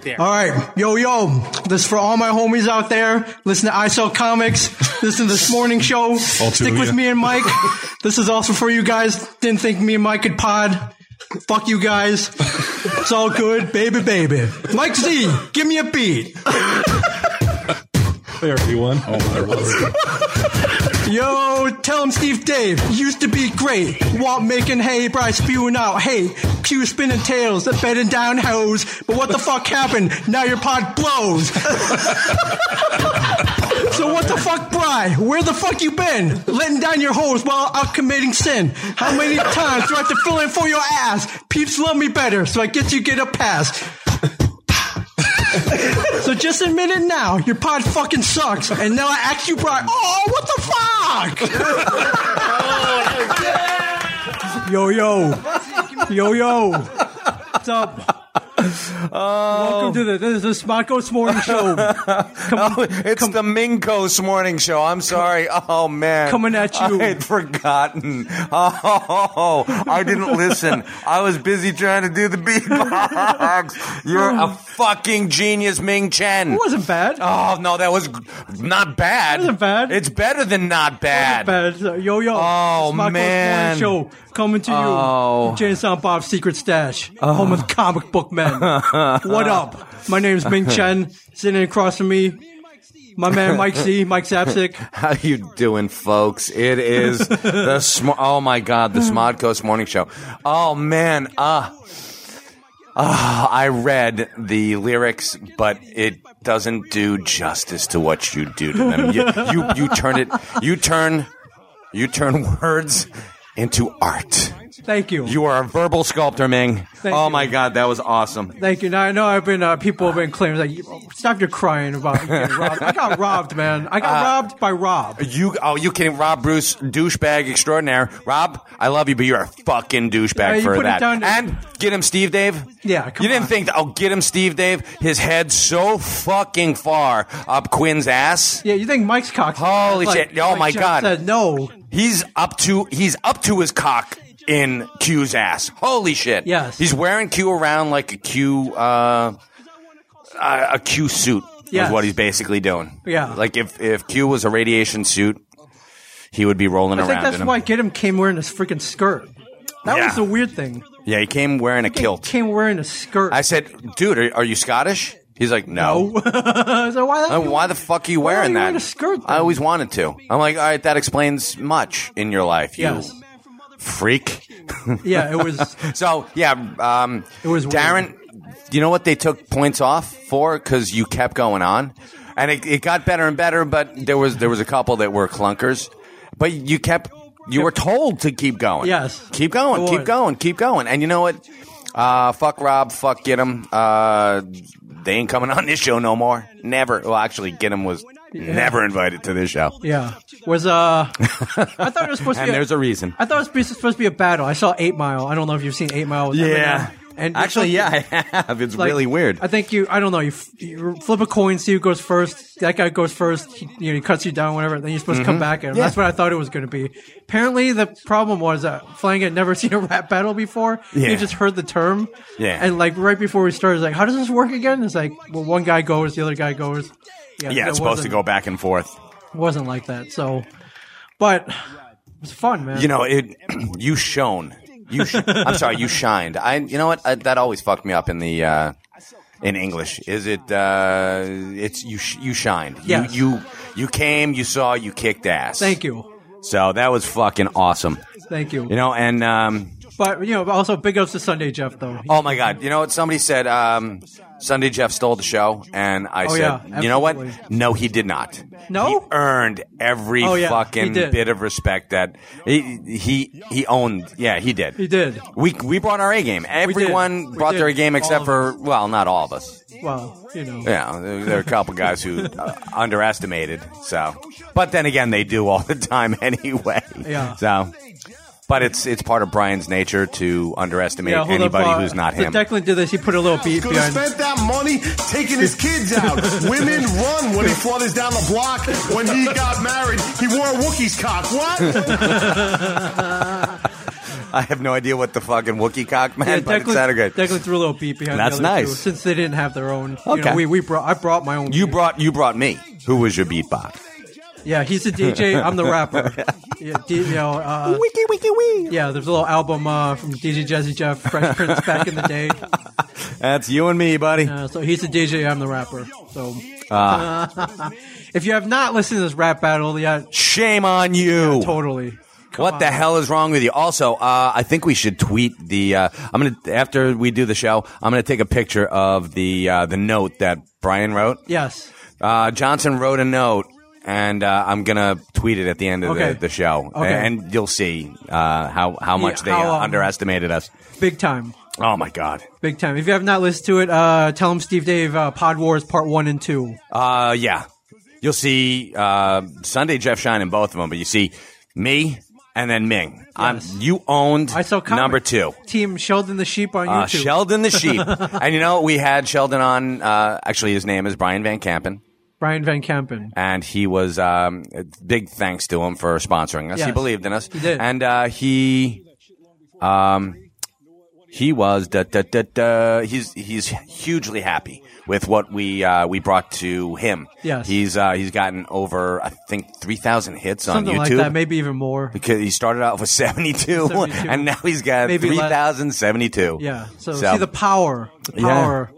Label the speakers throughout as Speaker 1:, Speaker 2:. Speaker 1: there.
Speaker 2: All right, yo, yo, this is for all my homies out there. Listen to I Sell Comics. Listen to this morning show. Stick
Speaker 3: of
Speaker 2: with
Speaker 3: ya.
Speaker 2: me and Mike. This is also for you guys. Didn't think me and Mike could pod. Fuck you guys. It's all good, baby, baby. Mike Z, give me a beat.
Speaker 3: There, everyone. Oh my lord.
Speaker 2: Yo, tell him Steve Dave used to be great. Walk making hay, Bryce spewing out hay. Q spinning tails, the bedding down hose. But what the fuck happened? Now your pod blows. so what the fuck, Bry? Where the fuck you been? Letting down your hose while out committing sin. How many times do I have to fill in for your ass? Peeps love me better, so I guess you get a pass. So just admit it now. Your pod fucking sucks. And now I ask you, Brian, oh, what the fuck? yo, yo. Yo, yo. What's up? Welcome to the, this is the Smockos Morning Show. Come,
Speaker 4: It's the Minkos morning show. I'm sorry. Oh man,
Speaker 2: Coming at you.
Speaker 4: I had forgotten. Oh, I didn't listen. I was busy trying to do the beatbox. You're a fucking genius, Ming Chen.
Speaker 2: it wasn't bad.
Speaker 4: Oh no, that was g- not bad.
Speaker 2: Wasn't bad.
Speaker 4: It's better than not bad.
Speaker 2: Bad. Yo, yo.
Speaker 4: Oh,
Speaker 2: Smockos
Speaker 4: man.
Speaker 2: Morning Show coming to you.
Speaker 4: Oh.
Speaker 2: Jane and Silent Bob's Secret Stash, home of the comic book men. what up? My name's Ming Chen. Sitting across from me, my man Mike Z, Mike Zapsik.
Speaker 4: How you doing, folks? It is the sm- oh my god, the Smodcoast Morning Show. Oh man, uh, uh, I read the lyrics, but it doesn't do justice to what you do to them. You you, you turn it, you turn, you turn words into art.
Speaker 2: Thank you.
Speaker 4: You are a verbal sculptor, Ming.
Speaker 2: Thank
Speaker 4: oh
Speaker 2: you.
Speaker 4: my god, that was awesome.
Speaker 2: Thank you. Now I know I've been uh, people have been claiming like you- stop your crying about getting robbed. I got robbed, man. I
Speaker 4: Uh,
Speaker 2: got robbed by Rob.
Speaker 4: You oh you kidding Rob Bruce douchebag extraordinaire Rob I love you but you're a fucking douchebag
Speaker 2: Hey, you
Speaker 4: for
Speaker 2: put it
Speaker 4: that
Speaker 2: down to-
Speaker 4: and get him Steve Dave
Speaker 2: Yeah, come
Speaker 4: you didn't
Speaker 2: on.
Speaker 4: think that, oh get him Steve Dave his head so fucking far up Quinn's ass
Speaker 2: Yeah, you think Mike's cock?
Speaker 4: Holy
Speaker 2: like-
Speaker 4: shit. Oh,
Speaker 2: like
Speaker 4: my
Speaker 2: Jeff
Speaker 4: God.
Speaker 2: Said, no.
Speaker 4: he's up to he's up to his cock in Q's ass holy shit
Speaker 2: Yes.
Speaker 4: he's wearing Q around like a Q uh, a a Q suit
Speaker 2: Yes.
Speaker 4: is what he's basically doing
Speaker 2: Yeah.
Speaker 4: like if if Q was a radiation suit. He would be rolling
Speaker 2: I
Speaker 4: around.
Speaker 2: think
Speaker 4: in
Speaker 2: that's
Speaker 4: 'em.
Speaker 2: why Get him came wearing this freaking skirt. That
Speaker 4: Yeah.
Speaker 2: was the weird thing.
Speaker 4: Yeah, he came wearing a kilt.
Speaker 2: Came wearing a skirt.
Speaker 4: I said, "Dude, are, are you Scottish?" He's like, "No."
Speaker 2: I was like, why? the
Speaker 4: Uh,
Speaker 2: hell-
Speaker 4: Why the fuck are you
Speaker 2: why are
Speaker 4: wearing
Speaker 2: you
Speaker 4: that?
Speaker 2: wearing a skirt, then?
Speaker 4: I always wanted to. I'm like, all right, that explains much in your life, you
Speaker 2: Yes.
Speaker 4: freak.
Speaker 2: Yeah, it was.
Speaker 4: So yeah, um,
Speaker 2: It was weird.
Speaker 4: Darren. You know what they took points off for because you kept going on, and it, it got better and better. But there was there was a couple that were clunkers, but you kept you were told to keep going.
Speaker 2: Yes.
Speaker 4: keep going,
Speaker 2: I
Speaker 4: keep
Speaker 2: was.
Speaker 4: going, keep going. And you know what? Uh, fuck Rob, fuck get him. Uh, they ain't coming on this show no more. Never. Well, actually, get him was never invited to this show.
Speaker 2: Yeah, was uh. I thought it was supposed to.
Speaker 4: And
Speaker 2: be
Speaker 4: there's a reason.
Speaker 2: I thought it was supposed- supposed to be a battle. I saw Eight Mile. I don't know if you've seen Eight Mile. with Eminem. And uh,
Speaker 4: actually, yeah, I have. It's
Speaker 2: Like,
Speaker 4: really weird.
Speaker 2: I think you. I don't know. You, f- you flip a coin, see who goes first. That guy goes first. He, you know, he cuts you down, whatever. Then you're supposed
Speaker 4: Mm-hmm.
Speaker 2: to come back at him. That's what I thought it was going to be. Apparently, the problem was that Flang had never seen a rap battle before.
Speaker 4: Yeah.
Speaker 2: He just heard the term.
Speaker 4: Yeah.
Speaker 2: And like right before we started, he's like, how does this work again? It's like, well, one guy goes, the other guy goes. it
Speaker 4: yeah, it's supposed to
Speaker 2: wasn't-
Speaker 4: go back and forth.
Speaker 2: Wasn't like that. So, but it was fun, man.
Speaker 4: You know, it. You shone. You. Sh- I'm sorry. You shined. I. You know what? I, that always fucked me up in the. Uh, in English, is it? Uh, it's you. Sh- you shined.
Speaker 2: Yes.
Speaker 4: You, you. You came. You saw. You kicked ass.
Speaker 2: Thank you.
Speaker 4: So that was fucking awesome.
Speaker 2: Thank you.
Speaker 4: You know, and um,
Speaker 2: But you know, also big ups to Sunday Jeff though.
Speaker 4: oh my god, you know what? Somebody said um, Sunday Jeff stole the show, and I
Speaker 2: Oh,
Speaker 4: said,
Speaker 2: yeah,
Speaker 4: you know what?
Speaker 2: absolutely.
Speaker 4: No, he did not.
Speaker 2: No?
Speaker 4: he earned every
Speaker 2: Oh, yeah, he
Speaker 4: fucking
Speaker 2: did.
Speaker 4: bit of respect that he he he owned. Yeah, he did.
Speaker 2: He did.
Speaker 4: We we brought our A game. Everyone
Speaker 2: We
Speaker 4: brought
Speaker 2: did.
Speaker 4: their A game except
Speaker 2: All of
Speaker 4: for well, not all of us.
Speaker 2: Well, you know.
Speaker 4: Yeah, there there are a couple guys who uh, underestimated. So, but then again, they do all the time anyway.
Speaker 2: Yeah.
Speaker 4: So, but it's it's part of Brian's nature to underestimate
Speaker 2: hold up,
Speaker 4: anybody
Speaker 2: uh,
Speaker 4: who's not
Speaker 2: so
Speaker 4: him.
Speaker 2: Declan did this. He put a little beat
Speaker 5: Could have
Speaker 2: behind.
Speaker 5: spent that money taking his kids out. Women run when he flutters down the block. When he got married, he wore a Wookiee's cock. What?
Speaker 4: I have no idea what the fucking Wookiee cock
Speaker 2: Yeah,
Speaker 4: meant, but it sounded
Speaker 2: Declan,
Speaker 4: good.
Speaker 2: Declan threw a little beat behind.
Speaker 4: That's
Speaker 2: the other
Speaker 4: nice.
Speaker 2: Two, since they didn't have their own, you
Speaker 4: Okay.
Speaker 2: know, we, we brought. I brought my own.
Speaker 4: You brought you brought me. Who was your beatbox?
Speaker 2: yeah, he's a DJ. I'm the rapper. yeah, D, you know, uh,
Speaker 4: Wiki wiki wee.
Speaker 2: yeah. There's a little album uh, from DJ Jazzy Jeff, Fresh Prince, back in the day.
Speaker 4: That's you and me, buddy.
Speaker 2: Uh, so he's the DJ. I'm the rapper. So
Speaker 4: Ah.
Speaker 2: if you have not listened to this rap battle yet,
Speaker 4: Shame on you.
Speaker 2: totally.
Speaker 4: What the hell is wrong with you? Also, uh, I think we should tweet the. Uh, I'm gonna after we do the show. I'm gonna take a picture of the uh, the note that Brian wrote.
Speaker 2: Yes.
Speaker 4: Uh, Johnson wrote a note, and uh, I'm gonna tweet it at the end of
Speaker 2: Okay.
Speaker 4: the, the show,
Speaker 2: Okay.
Speaker 4: and you'll see uh, how how much they
Speaker 2: how,
Speaker 4: uh,
Speaker 2: um,
Speaker 4: underestimated us.
Speaker 2: Big time.
Speaker 4: Oh my god.
Speaker 2: Big time. If you have not listened to it, uh, tell him Steve Dave uh, Pod Wars Part One and Two.
Speaker 4: Uh, yeah, you'll see uh, Sunday Jeff Shine in both of them, but you see me and then Ming. I'm you owned
Speaker 2: I saw comic.
Speaker 4: number two.
Speaker 2: Team Sheldon the Sheep on
Speaker 4: Uh,
Speaker 2: YouTube.
Speaker 4: Sheldon the sheep, and you know we had Sheldon on. Uh, actually, his name is Brian Van Campen,
Speaker 2: Brian Van Campen.
Speaker 4: and he was um, a big thanks to him for sponsoring us. He
Speaker 2: Yes.
Speaker 4: believed in us,
Speaker 2: He did.
Speaker 4: and uh, he, um, he was da, da, da, da, he's he's hugely happy with what we uh, we brought to him.
Speaker 2: Yes.
Speaker 4: he's uh, he's gotten over I think three thousand hits
Speaker 2: Something
Speaker 4: on YouTube.
Speaker 2: like that, maybe even more.
Speaker 4: because he started out with 72,
Speaker 2: 72.
Speaker 4: and now he's got
Speaker 2: Maybe less.
Speaker 4: 3,072.
Speaker 2: Yeah. So,
Speaker 4: So-
Speaker 2: see the power, the
Speaker 4: Yeah.
Speaker 2: power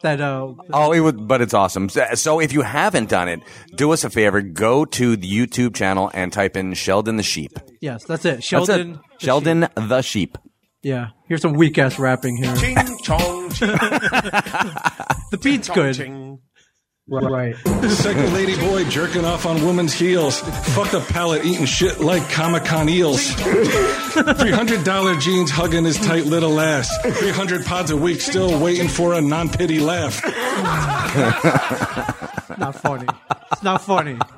Speaker 2: that uh,
Speaker 4: Oh, it would, but it's awesome. So, so if you haven't done it, do us a favor. Go to the YouTube channel and type in Sheldon the Sheep.
Speaker 2: yes, that's it.
Speaker 4: That's it.
Speaker 2: Sheldon. the Sheep.
Speaker 4: Sheldon the Sheep.
Speaker 2: Yeah. Here's some weak ass rapping here.
Speaker 5: Ching chong, ching
Speaker 2: The beat's good.
Speaker 5: ching.
Speaker 6: Right.
Speaker 3: Second lady boy jerking off on woman's heels. Fuck the palate eating shit like Comic Con eels. $300 jeans hugging his tight little ass. 300 pods a week still waiting for a non pity laugh.
Speaker 2: Not funny. It's not funny.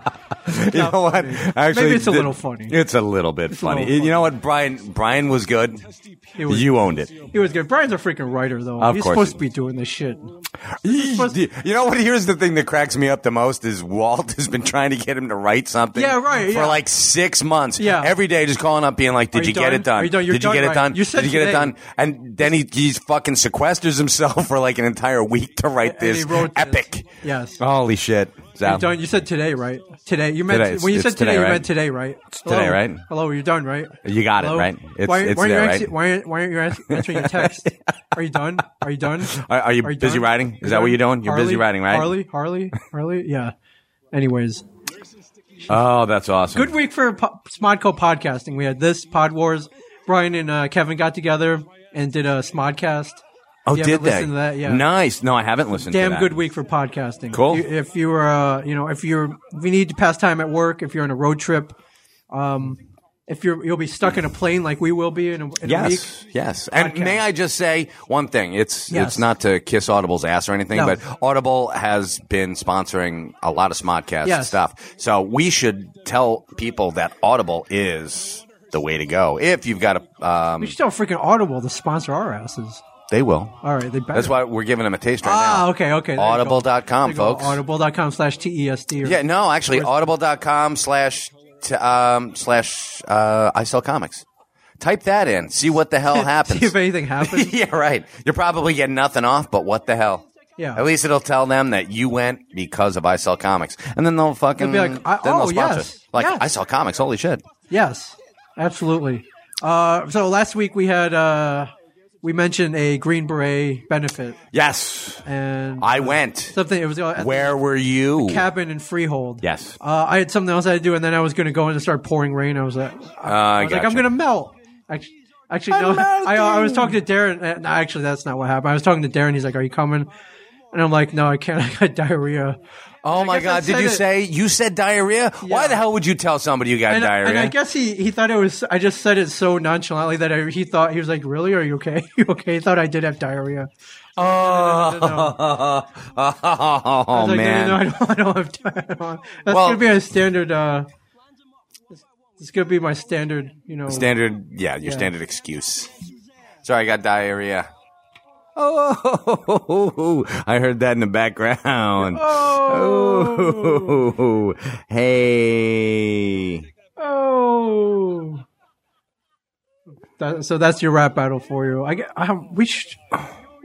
Speaker 4: You know what?
Speaker 2: funny.
Speaker 4: Actually,
Speaker 2: Maybe it's a
Speaker 4: th-
Speaker 2: little funny.
Speaker 4: It's a little bit
Speaker 2: a little
Speaker 4: funny. You
Speaker 2: funny.
Speaker 4: know what, Brian? Brian was good.
Speaker 2: It was,
Speaker 4: you owned it.
Speaker 2: It was good. Brian's a freaking writer, though.
Speaker 4: Of
Speaker 2: He's
Speaker 4: course
Speaker 2: supposed
Speaker 4: he-
Speaker 2: to be doing this shit.
Speaker 4: You know what? Here's the thing that cracks me up the most is Walt has been trying to get him to write something.
Speaker 2: Yeah, right,
Speaker 4: For
Speaker 2: yeah.
Speaker 4: like six months.
Speaker 2: Yeah.
Speaker 4: Every day, just calling up, being like, "Did
Speaker 2: Are
Speaker 4: you,
Speaker 2: you
Speaker 4: get it
Speaker 2: done?
Speaker 4: done?
Speaker 2: Are you done? You're
Speaker 4: Did you
Speaker 2: done,
Speaker 4: get it
Speaker 2: right.
Speaker 4: done?
Speaker 2: You said
Speaker 4: Did you get it
Speaker 2: today."
Speaker 4: done?" And then he he's fucking sequesters himself for like an entire week to write
Speaker 2: And
Speaker 4: this
Speaker 2: he wrote this.
Speaker 4: epic.
Speaker 2: Yes.
Speaker 4: Holy shit! So-
Speaker 2: You're done. You said today, right? Today. You meant
Speaker 4: Today. It's-
Speaker 2: when you
Speaker 4: it's
Speaker 2: said today,
Speaker 4: today,
Speaker 2: You
Speaker 4: right?
Speaker 2: meant today, right?
Speaker 4: today,
Speaker 2: Hello?
Speaker 4: right?
Speaker 2: Hello, you're done, right?
Speaker 4: You got it,
Speaker 2: Hello?
Speaker 4: right? It's-
Speaker 2: why,
Speaker 4: it's
Speaker 2: why
Speaker 4: there,
Speaker 2: are you
Speaker 4: right?
Speaker 2: actually- why, aren't- why aren't you ans- answering your text? are you done? Are you done?
Speaker 4: Are- are you busy
Speaker 2: done?
Speaker 4: writing? Is that what you're doing? You're busy writing, right?
Speaker 2: Harley, Harley, Harley. Yeah. Anyways,
Speaker 4: oh, that's awesome.
Speaker 2: good week for po- Smodco podcasting. We had this Pod Wars. Brian and uh, Kevin got together and did a Smodcast.
Speaker 4: Oh,
Speaker 2: You
Speaker 4: did
Speaker 2: haven't
Speaker 4: they?
Speaker 2: listened to that yet.
Speaker 4: Nice. No, I haven't listened. to
Speaker 2: Damn
Speaker 4: that.
Speaker 2: good week for podcasting.
Speaker 4: Cool.
Speaker 2: You- if you are, uh, you know, if you're, if you need to pass time at work, if you're on a road trip, um, if you're, you'll be stuck in a plane like we will be in a, in a week.
Speaker 4: Yes, yes. And
Speaker 2: Podcast.
Speaker 4: may I just say one thing? It's
Speaker 2: Yes.
Speaker 4: it's not to kiss Audible's ass or anything,
Speaker 2: No.
Speaker 4: but Audible has been sponsoring a lot of Smodcast
Speaker 2: Yes.
Speaker 4: stuff. So we should tell people that Audible is the way to go. If you've got a, um,
Speaker 2: You should tell freaking Audible to sponsor our asses.
Speaker 4: they will.
Speaker 2: All right, they better.
Speaker 4: That's why we're giving them a taste right
Speaker 2: Ah,
Speaker 4: now.
Speaker 2: okay, okay. there you go. There
Speaker 4: Audible.com,
Speaker 2: you go,
Speaker 4: folks.
Speaker 2: Audible.com slash TESD. Or,
Speaker 4: Yeah, no, actually, audible.com slash, t- um, slash, uh, I sell comics. Type that in. See what the hell happens.
Speaker 2: See if anything happens.
Speaker 4: yeah, right. You're probably getting nothing off, but what the hell?
Speaker 2: Yeah.
Speaker 4: At least it'll tell them that you went because of I Sell Comics, and then they'll fucking
Speaker 2: They'll be like, I-
Speaker 4: then
Speaker 2: oh,
Speaker 4: they'll sponsor.
Speaker 2: yes,
Speaker 4: like
Speaker 2: yes.
Speaker 4: I Sell Comics. Holy shit!
Speaker 2: Yes, absolutely. Uh, so last week we had, uh, we mentioned a Green Beret benefit
Speaker 4: Yes,
Speaker 2: and
Speaker 4: I went.
Speaker 2: something. It was uh, at the
Speaker 4: Where were you?
Speaker 2: cabin in Freehold.
Speaker 4: Yes.
Speaker 2: Uh, I had something else I had to do, and then I was going to go in and start pouring rain. I was like,
Speaker 4: Uh, I
Speaker 2: I was like, I'm
Speaker 4: gotcha.
Speaker 2: going to melt. Actually, actually no. I, I was talking to Darren. uh, No, actually, that's not what happened. I was talking to Darren. He's like, Are you coming? And I'm like, No, I can't. I got diarrhea.
Speaker 4: Oh my
Speaker 2: guess I
Speaker 4: god! Did
Speaker 2: said
Speaker 4: you
Speaker 2: it.
Speaker 4: say you said diarrhea? Why
Speaker 2: Yeah.
Speaker 4: the hell would you tell somebody you got
Speaker 2: And,
Speaker 4: diarrhea?
Speaker 2: and I guess he, he thought it was. I just said it so nonchalantly that I, he thought he was like, "Really? Are you okay? You okay?" He thought I did have diarrhea.
Speaker 4: oh,
Speaker 2: no. I was like,
Speaker 4: man!
Speaker 2: No, no, no, I don't, I don't have diarrhea. That's
Speaker 4: Well-
Speaker 2: gonna be a standard. Uh, it's gonna be my standard. You know,
Speaker 4: Standard, yeah, your
Speaker 2: Yeah.
Speaker 4: standard excuse. Sorry, I got diarrhea. Oh, I heard that in the background. Oh, hey.
Speaker 2: Oh. That, so that's your rap battle for you. I, get- I we sh-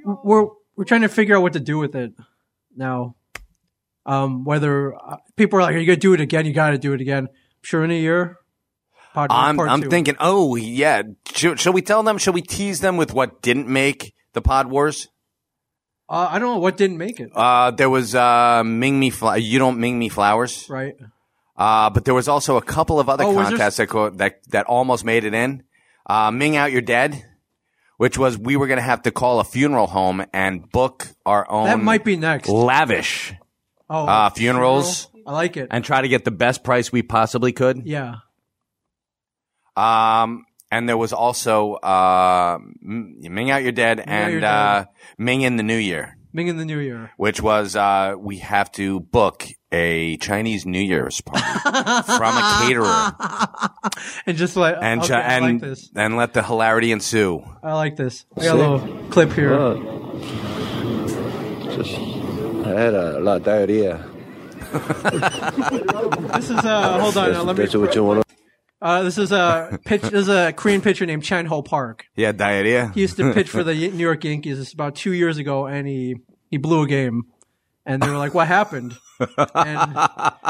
Speaker 2: we're we're trying to figure out what to do with it now. Um, whether uh, people are like, "Are you gonna do it again? You got to do it again." I'm sure in a year. Part,
Speaker 4: I'm,
Speaker 2: part
Speaker 4: I'm
Speaker 2: two.
Speaker 4: thinking, oh, yeah. Should, shall we tell them? Shall we tease them with what didn't make the Pod Wars?
Speaker 2: Uh, I don't know what didn't make it.
Speaker 4: Uh, there was uh, Ming Me Fla- You Don't Ming Me Flowers.
Speaker 2: right.
Speaker 4: Uh, but there was also a couple of other
Speaker 2: Oh, was there
Speaker 4: contests that, co- that, that almost made it in. Uh, Ming Out Your Dead, which was we were going to have to call a funeral home and book our own
Speaker 2: That might be next. Oh,
Speaker 4: lavish uh, funerals.
Speaker 2: funeral. I like it.
Speaker 4: and try to get the best price we possibly could.
Speaker 2: yeah.
Speaker 4: Um, and there was also uh, M- Ming Out Your Dead and
Speaker 2: Your
Speaker 4: Uh,
Speaker 2: Dead.
Speaker 4: Ming in the New Year,
Speaker 2: Ming in the New Year.
Speaker 4: which was uh, we have to book a Chinese New Year's party from a caterer
Speaker 2: And just like
Speaker 4: and
Speaker 2: okay,
Speaker 4: chi-
Speaker 2: I like
Speaker 4: and
Speaker 2: this.
Speaker 4: and let the hilarity ensue.
Speaker 2: I like this. I got a little clip here.
Speaker 7: Just, I had a lot of diarrhea.
Speaker 2: This is uh hold on, uh, let me
Speaker 7: That's what you want.
Speaker 2: uh this is a pitch this is a Korean pitcher named Chan Ho Park.
Speaker 4: Yeah, diarrhea.
Speaker 2: He used to pitch for the New York Yankees It's about two years ago and he he blew a game. And they were like, What happened? And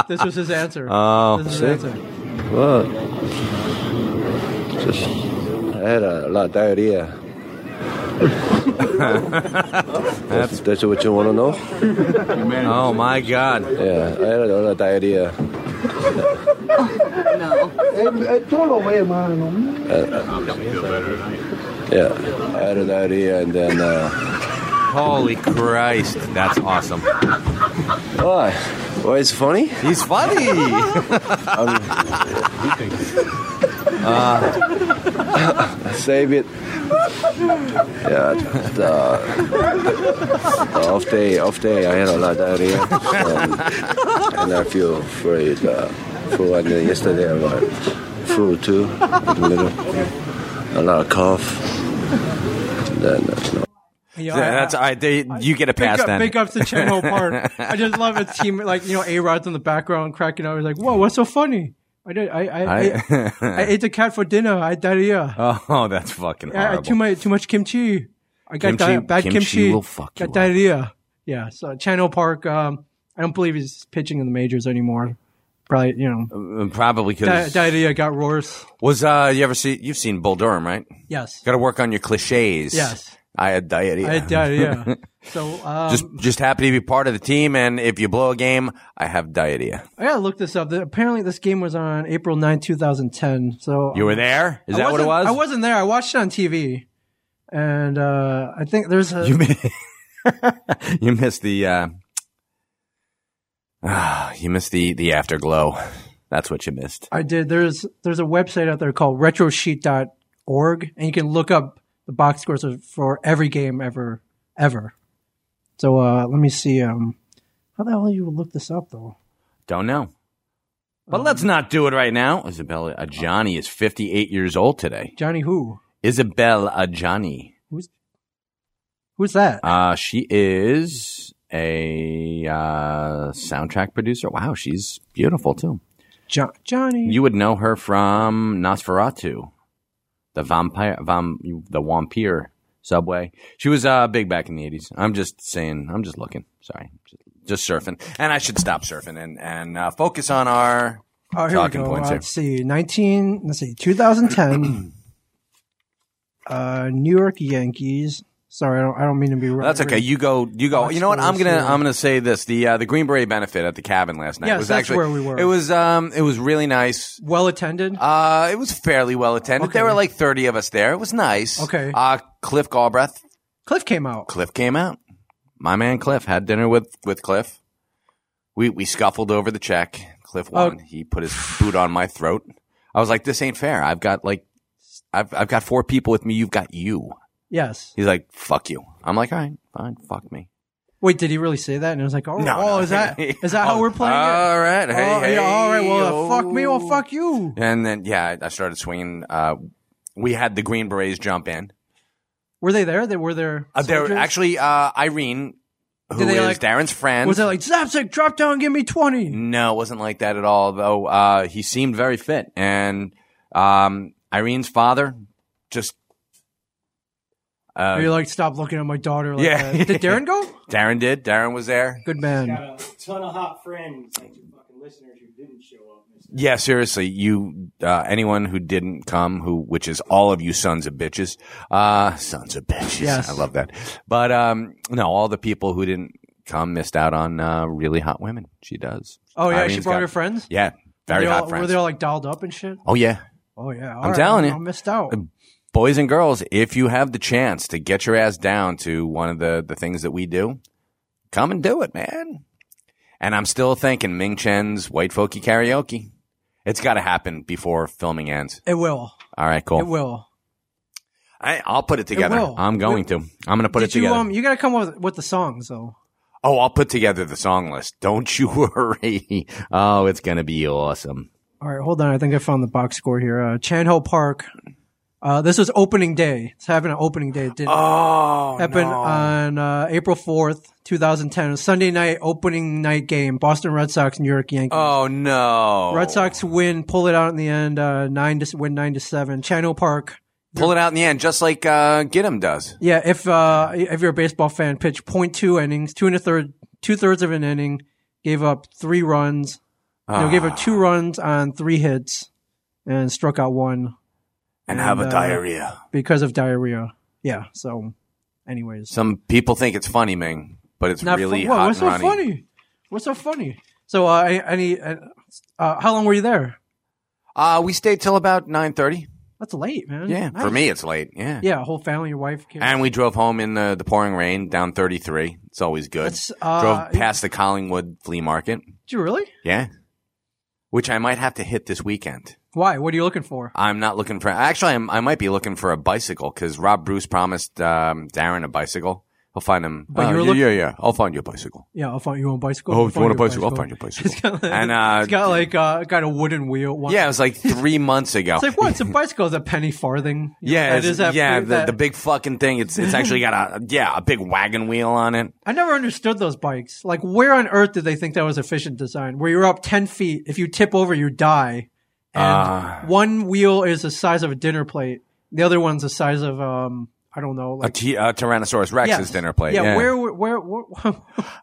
Speaker 2: this was his answer. Oh, this is his answer.
Speaker 7: What? Just, I had a lot of diarrhea. that's, that's what you want to know?
Speaker 4: Oh my God!
Speaker 7: Yeah, I had a lot of diarrhea. Uh, Yeah, I had a diarrhea and then. Uh,
Speaker 4: Holy Christ! That's awesome.
Speaker 7: why? Why oh, it's funny?
Speaker 4: He's funny.
Speaker 7: Save it. Yeah, just, uh, off day, off day. I had a lot of diarrhea, um, and I feel very uh, full. And then yesterday I was full too, a little, a lot of cough. Then uh, no.
Speaker 2: Yeah, I-
Speaker 4: That's all right. They, you get a
Speaker 2: Big,
Speaker 4: pass
Speaker 2: up,
Speaker 4: then.
Speaker 2: big ups to Chan Ho Park. I just love his team, like you know, A Rod's in the background cracking up. He's like, "Whoa, what's so funny? I did, I, I, I, I ate the cat for dinner. I had diarrhea.
Speaker 4: Oh, that's fucking
Speaker 2: I
Speaker 4: horrible.
Speaker 2: had Uh, too much, too much kimchi. I got
Speaker 4: Kimchi-
Speaker 2: di- bad
Speaker 4: kimchi
Speaker 2: kimchi.
Speaker 4: will fuck you
Speaker 2: got
Speaker 4: up.
Speaker 2: diarrhea. Yeah. So Chan Ho Park. Um, I don't believe he's pitching in the majors anymore. Probably, you know,
Speaker 4: Mm, Probably
Speaker 2: di-
Speaker 4: because
Speaker 2: diarrhea got worse.
Speaker 4: was uh, you ever see? You've seen Bull Durham, right?
Speaker 2: Yes.
Speaker 4: Got to work on your cliches.
Speaker 2: Yes.
Speaker 4: I had diarrhea.
Speaker 2: I had um, diarrhea. so um,
Speaker 4: just just happy to be part of the team, and if you blow a game, I have diarrhea.
Speaker 2: I gotta look this up. The- Apparently, this game was on April 9, 2010. So
Speaker 4: You were there? Is
Speaker 2: I
Speaker 4: that what it was?
Speaker 2: wasn't- I wasn't there. I watched it on TV, and uh, I think there's a
Speaker 4: You, mi- you missed the uh, ah, you missed the the afterglow. That's what you missed.
Speaker 2: I did. There's there's a website out there called retrosheet.org, and you can look up the box scores of, for every game ever ever. So uh, let me see. Um, how the hell you look this up though?
Speaker 4: Don't know. But let's not do it right now. Isabella Ajani is 58 years old today.
Speaker 2: Johnny who?
Speaker 4: Isabel Ajani.
Speaker 2: Who's who's that?
Speaker 4: Uh, she is a uh, soundtrack producer. Wow, she's beautiful too.
Speaker 2: Jo- Johnny.
Speaker 4: You would know her from Nosferatu, the vampire, vam, the vampire subway. She was uh, big back in the eighties. I'm just saying. I'm just looking. Sorry, just surfing. And I should stop surfing and and uh, focus on our
Speaker 2: oh, here
Speaker 4: talking
Speaker 2: we go.
Speaker 4: points
Speaker 2: Uh,
Speaker 4: here.
Speaker 2: let's see. 19. Let's see. 2010. uh, New York Yankees. Sorry, I don't. I don't mean to be.
Speaker 4: That's okay. You go. You go.
Speaker 2: Watch
Speaker 4: You know what? I'm
Speaker 2: those,
Speaker 4: gonna.
Speaker 2: yeah.
Speaker 4: I'm gonna say this. The uh, the Green Beret benefit at the cabin last night
Speaker 2: Yes,
Speaker 4: was
Speaker 2: that's
Speaker 4: actually
Speaker 2: where we were.
Speaker 4: It was um. It was really nice.
Speaker 2: Well attended.
Speaker 4: Uh, it was fairly well attended. There were like 30 of us there. It was nice.
Speaker 2: Okay.
Speaker 4: Uh, Cliff Galbraith.
Speaker 2: Cliff came out.
Speaker 4: Cliff came out. My man Cliff had dinner with with Cliff. We we scuffled over the check. Cliff
Speaker 2: Oh.
Speaker 4: won. He put his boot on my throat. I was like, "This ain't fair. I've got like, I've I've got four people with me. You've got you."
Speaker 2: Yes.
Speaker 4: He's like, "Fuck you." I'm like, "All right, fine, fuck me."
Speaker 2: Wait, did he really say that? And I was like, oh,
Speaker 4: No,
Speaker 2: oh
Speaker 4: no.
Speaker 2: is that is that how
Speaker 4: Oh,
Speaker 2: we're playing it?
Speaker 4: All right. Hey,
Speaker 2: oh,
Speaker 4: hey,
Speaker 2: yeah, all right. Well,
Speaker 4: oh.
Speaker 2: fuck me. Well, fuck you.
Speaker 4: And then, yeah, I I started swinging. Uh, we had the Green Berets jump in.
Speaker 2: Were they there? They were there.
Speaker 4: Uh, there,
Speaker 2: soldiers?
Speaker 4: actually, uh, Irene, who
Speaker 2: Did
Speaker 4: is
Speaker 2: they, like-
Speaker 4: Darren's friend.
Speaker 2: was it like Zapsik, drop down, give me twenty?
Speaker 4: no, it wasn't like that at all, though. Uh, he seemed very fit. And um, Irene's father just
Speaker 2: Are you like, stop looking at my daughter like
Speaker 4: Yeah.
Speaker 2: that? Did Darren go?
Speaker 4: Darren did. Darren was there.
Speaker 2: Good man.
Speaker 8: Got a ton of hot friends and fucking listeners who didn't show up.
Speaker 4: Yeah, seriously, you uh, anyone who didn't come, who which is all of you sons of bitches, uh, sons of bitches.
Speaker 2: Yes.
Speaker 4: I love that. But um, no, all the people who didn't come missed out on uh, really hot women. She does.
Speaker 2: Oh, yeah, she
Speaker 4: Irene's
Speaker 2: brought
Speaker 4: got-
Speaker 2: her friends?
Speaker 4: Yeah, very
Speaker 2: They all-
Speaker 4: hot friends.
Speaker 2: Were they all like dolled up and shit?
Speaker 4: oh yeah,
Speaker 2: Oh, yeah. All
Speaker 4: I'm telling you.
Speaker 2: I missed out.
Speaker 4: boys and girls, if you have the chance to get your ass down to one of the, the things that we do, come and do it, man. And I'm still thinking Ming Chen's White Folky Karaoke. It's got to happen before filming ends.
Speaker 2: It will.
Speaker 4: All right, cool.
Speaker 2: It will.
Speaker 4: I, I'll put it together.
Speaker 2: will.
Speaker 4: I'm going to. I'm going to put
Speaker 2: Did
Speaker 4: it
Speaker 2: you,
Speaker 4: together.
Speaker 2: um, you got to come up with, with the songs, though.
Speaker 4: oh, I'll put together the song list. Don't you worry. Oh, it's going to be awesome.
Speaker 2: All right, hold on. I think I found the box score here. Uh, Chan Ho Park. Uh, this was opening day. It's happening on opening day. It didn't
Speaker 4: Oh,
Speaker 2: happen on uh, April 4th, 2010. It was Sunday night, opening night game. Boston Red Sox, New York Yankees.
Speaker 4: Oh, no.
Speaker 2: Red Sox win, pull it out in the end, uh, nine to win nine to seven. Chan Ho Park.
Speaker 4: Pull it out in the end, just like uh, Gidim does.
Speaker 2: Yeah, if uh, if you're a baseball fan, pitched point two innings, two and a third, two thirds of an inning, gave up three runs. No, gave up two runs on three hits, and struck out one
Speaker 4: And have a
Speaker 2: uh,
Speaker 4: diarrhea.
Speaker 2: because of diarrhea. Yeah. So, anyways,
Speaker 4: Some people think it's funny, Ming, but it's really
Speaker 2: fu- whoa,
Speaker 4: hot
Speaker 2: What's so
Speaker 4: and honey.
Speaker 2: funny? What's so funny? So, uh, I- any, uh, uh, how long were you there?
Speaker 4: Uh, we stayed till about nine thirty.
Speaker 2: That's late, man.
Speaker 4: Yeah,
Speaker 2: Nice.
Speaker 4: for me it's late. Yeah.
Speaker 2: Yeah, whole family, your wife. Came.
Speaker 4: And we drove home in the, the pouring rain, down 33. It's always good.
Speaker 2: That's, uh,
Speaker 4: drove past the Collingwood flea market.
Speaker 2: Did you really?
Speaker 4: Yeah. Which I might have to hit this weekend.
Speaker 2: Why? What are you looking for?
Speaker 4: I'm not looking for, actually, I'm, I might be looking for a bicycle because Rob Bruce promised um, Darren a bicycle. He'll find him.
Speaker 2: But
Speaker 4: Oh,
Speaker 2: you were
Speaker 4: yeah,
Speaker 2: look-
Speaker 4: yeah, yeah. I'll find you a bicycle.
Speaker 2: Yeah, I'll find you on bicycle.
Speaker 4: Oh,
Speaker 2: I'll
Speaker 4: if you want a bicycle, I'll
Speaker 2: bicycle.
Speaker 4: find you a bicycle.
Speaker 2: It's got like,
Speaker 4: And, uh,
Speaker 2: it's got like uh, got a wooden wheel. One.
Speaker 4: Yeah, it was like three months ago.
Speaker 2: It's like what? It's a bicycle. It's a penny farthing. You know,
Speaker 4: Yeah,
Speaker 2: that
Speaker 4: it's-
Speaker 2: is that.
Speaker 4: yeah,
Speaker 2: that,
Speaker 4: the, the big fucking thing. It's it's actually got a yeah a big wagon wheel on it.
Speaker 2: I never understood those bikes. Like, where on earth did they think that was efficient design? Where you're up ten feet, if you tip over, you die, and
Speaker 4: Ah.
Speaker 2: one wheel is the size of a dinner plate, the other one's the size of um, I don't know,
Speaker 4: A
Speaker 2: like
Speaker 4: t- uh, Tyrannosaurus Rex's
Speaker 2: Yes.
Speaker 4: dinner plate.
Speaker 2: Yeah, where, where, where,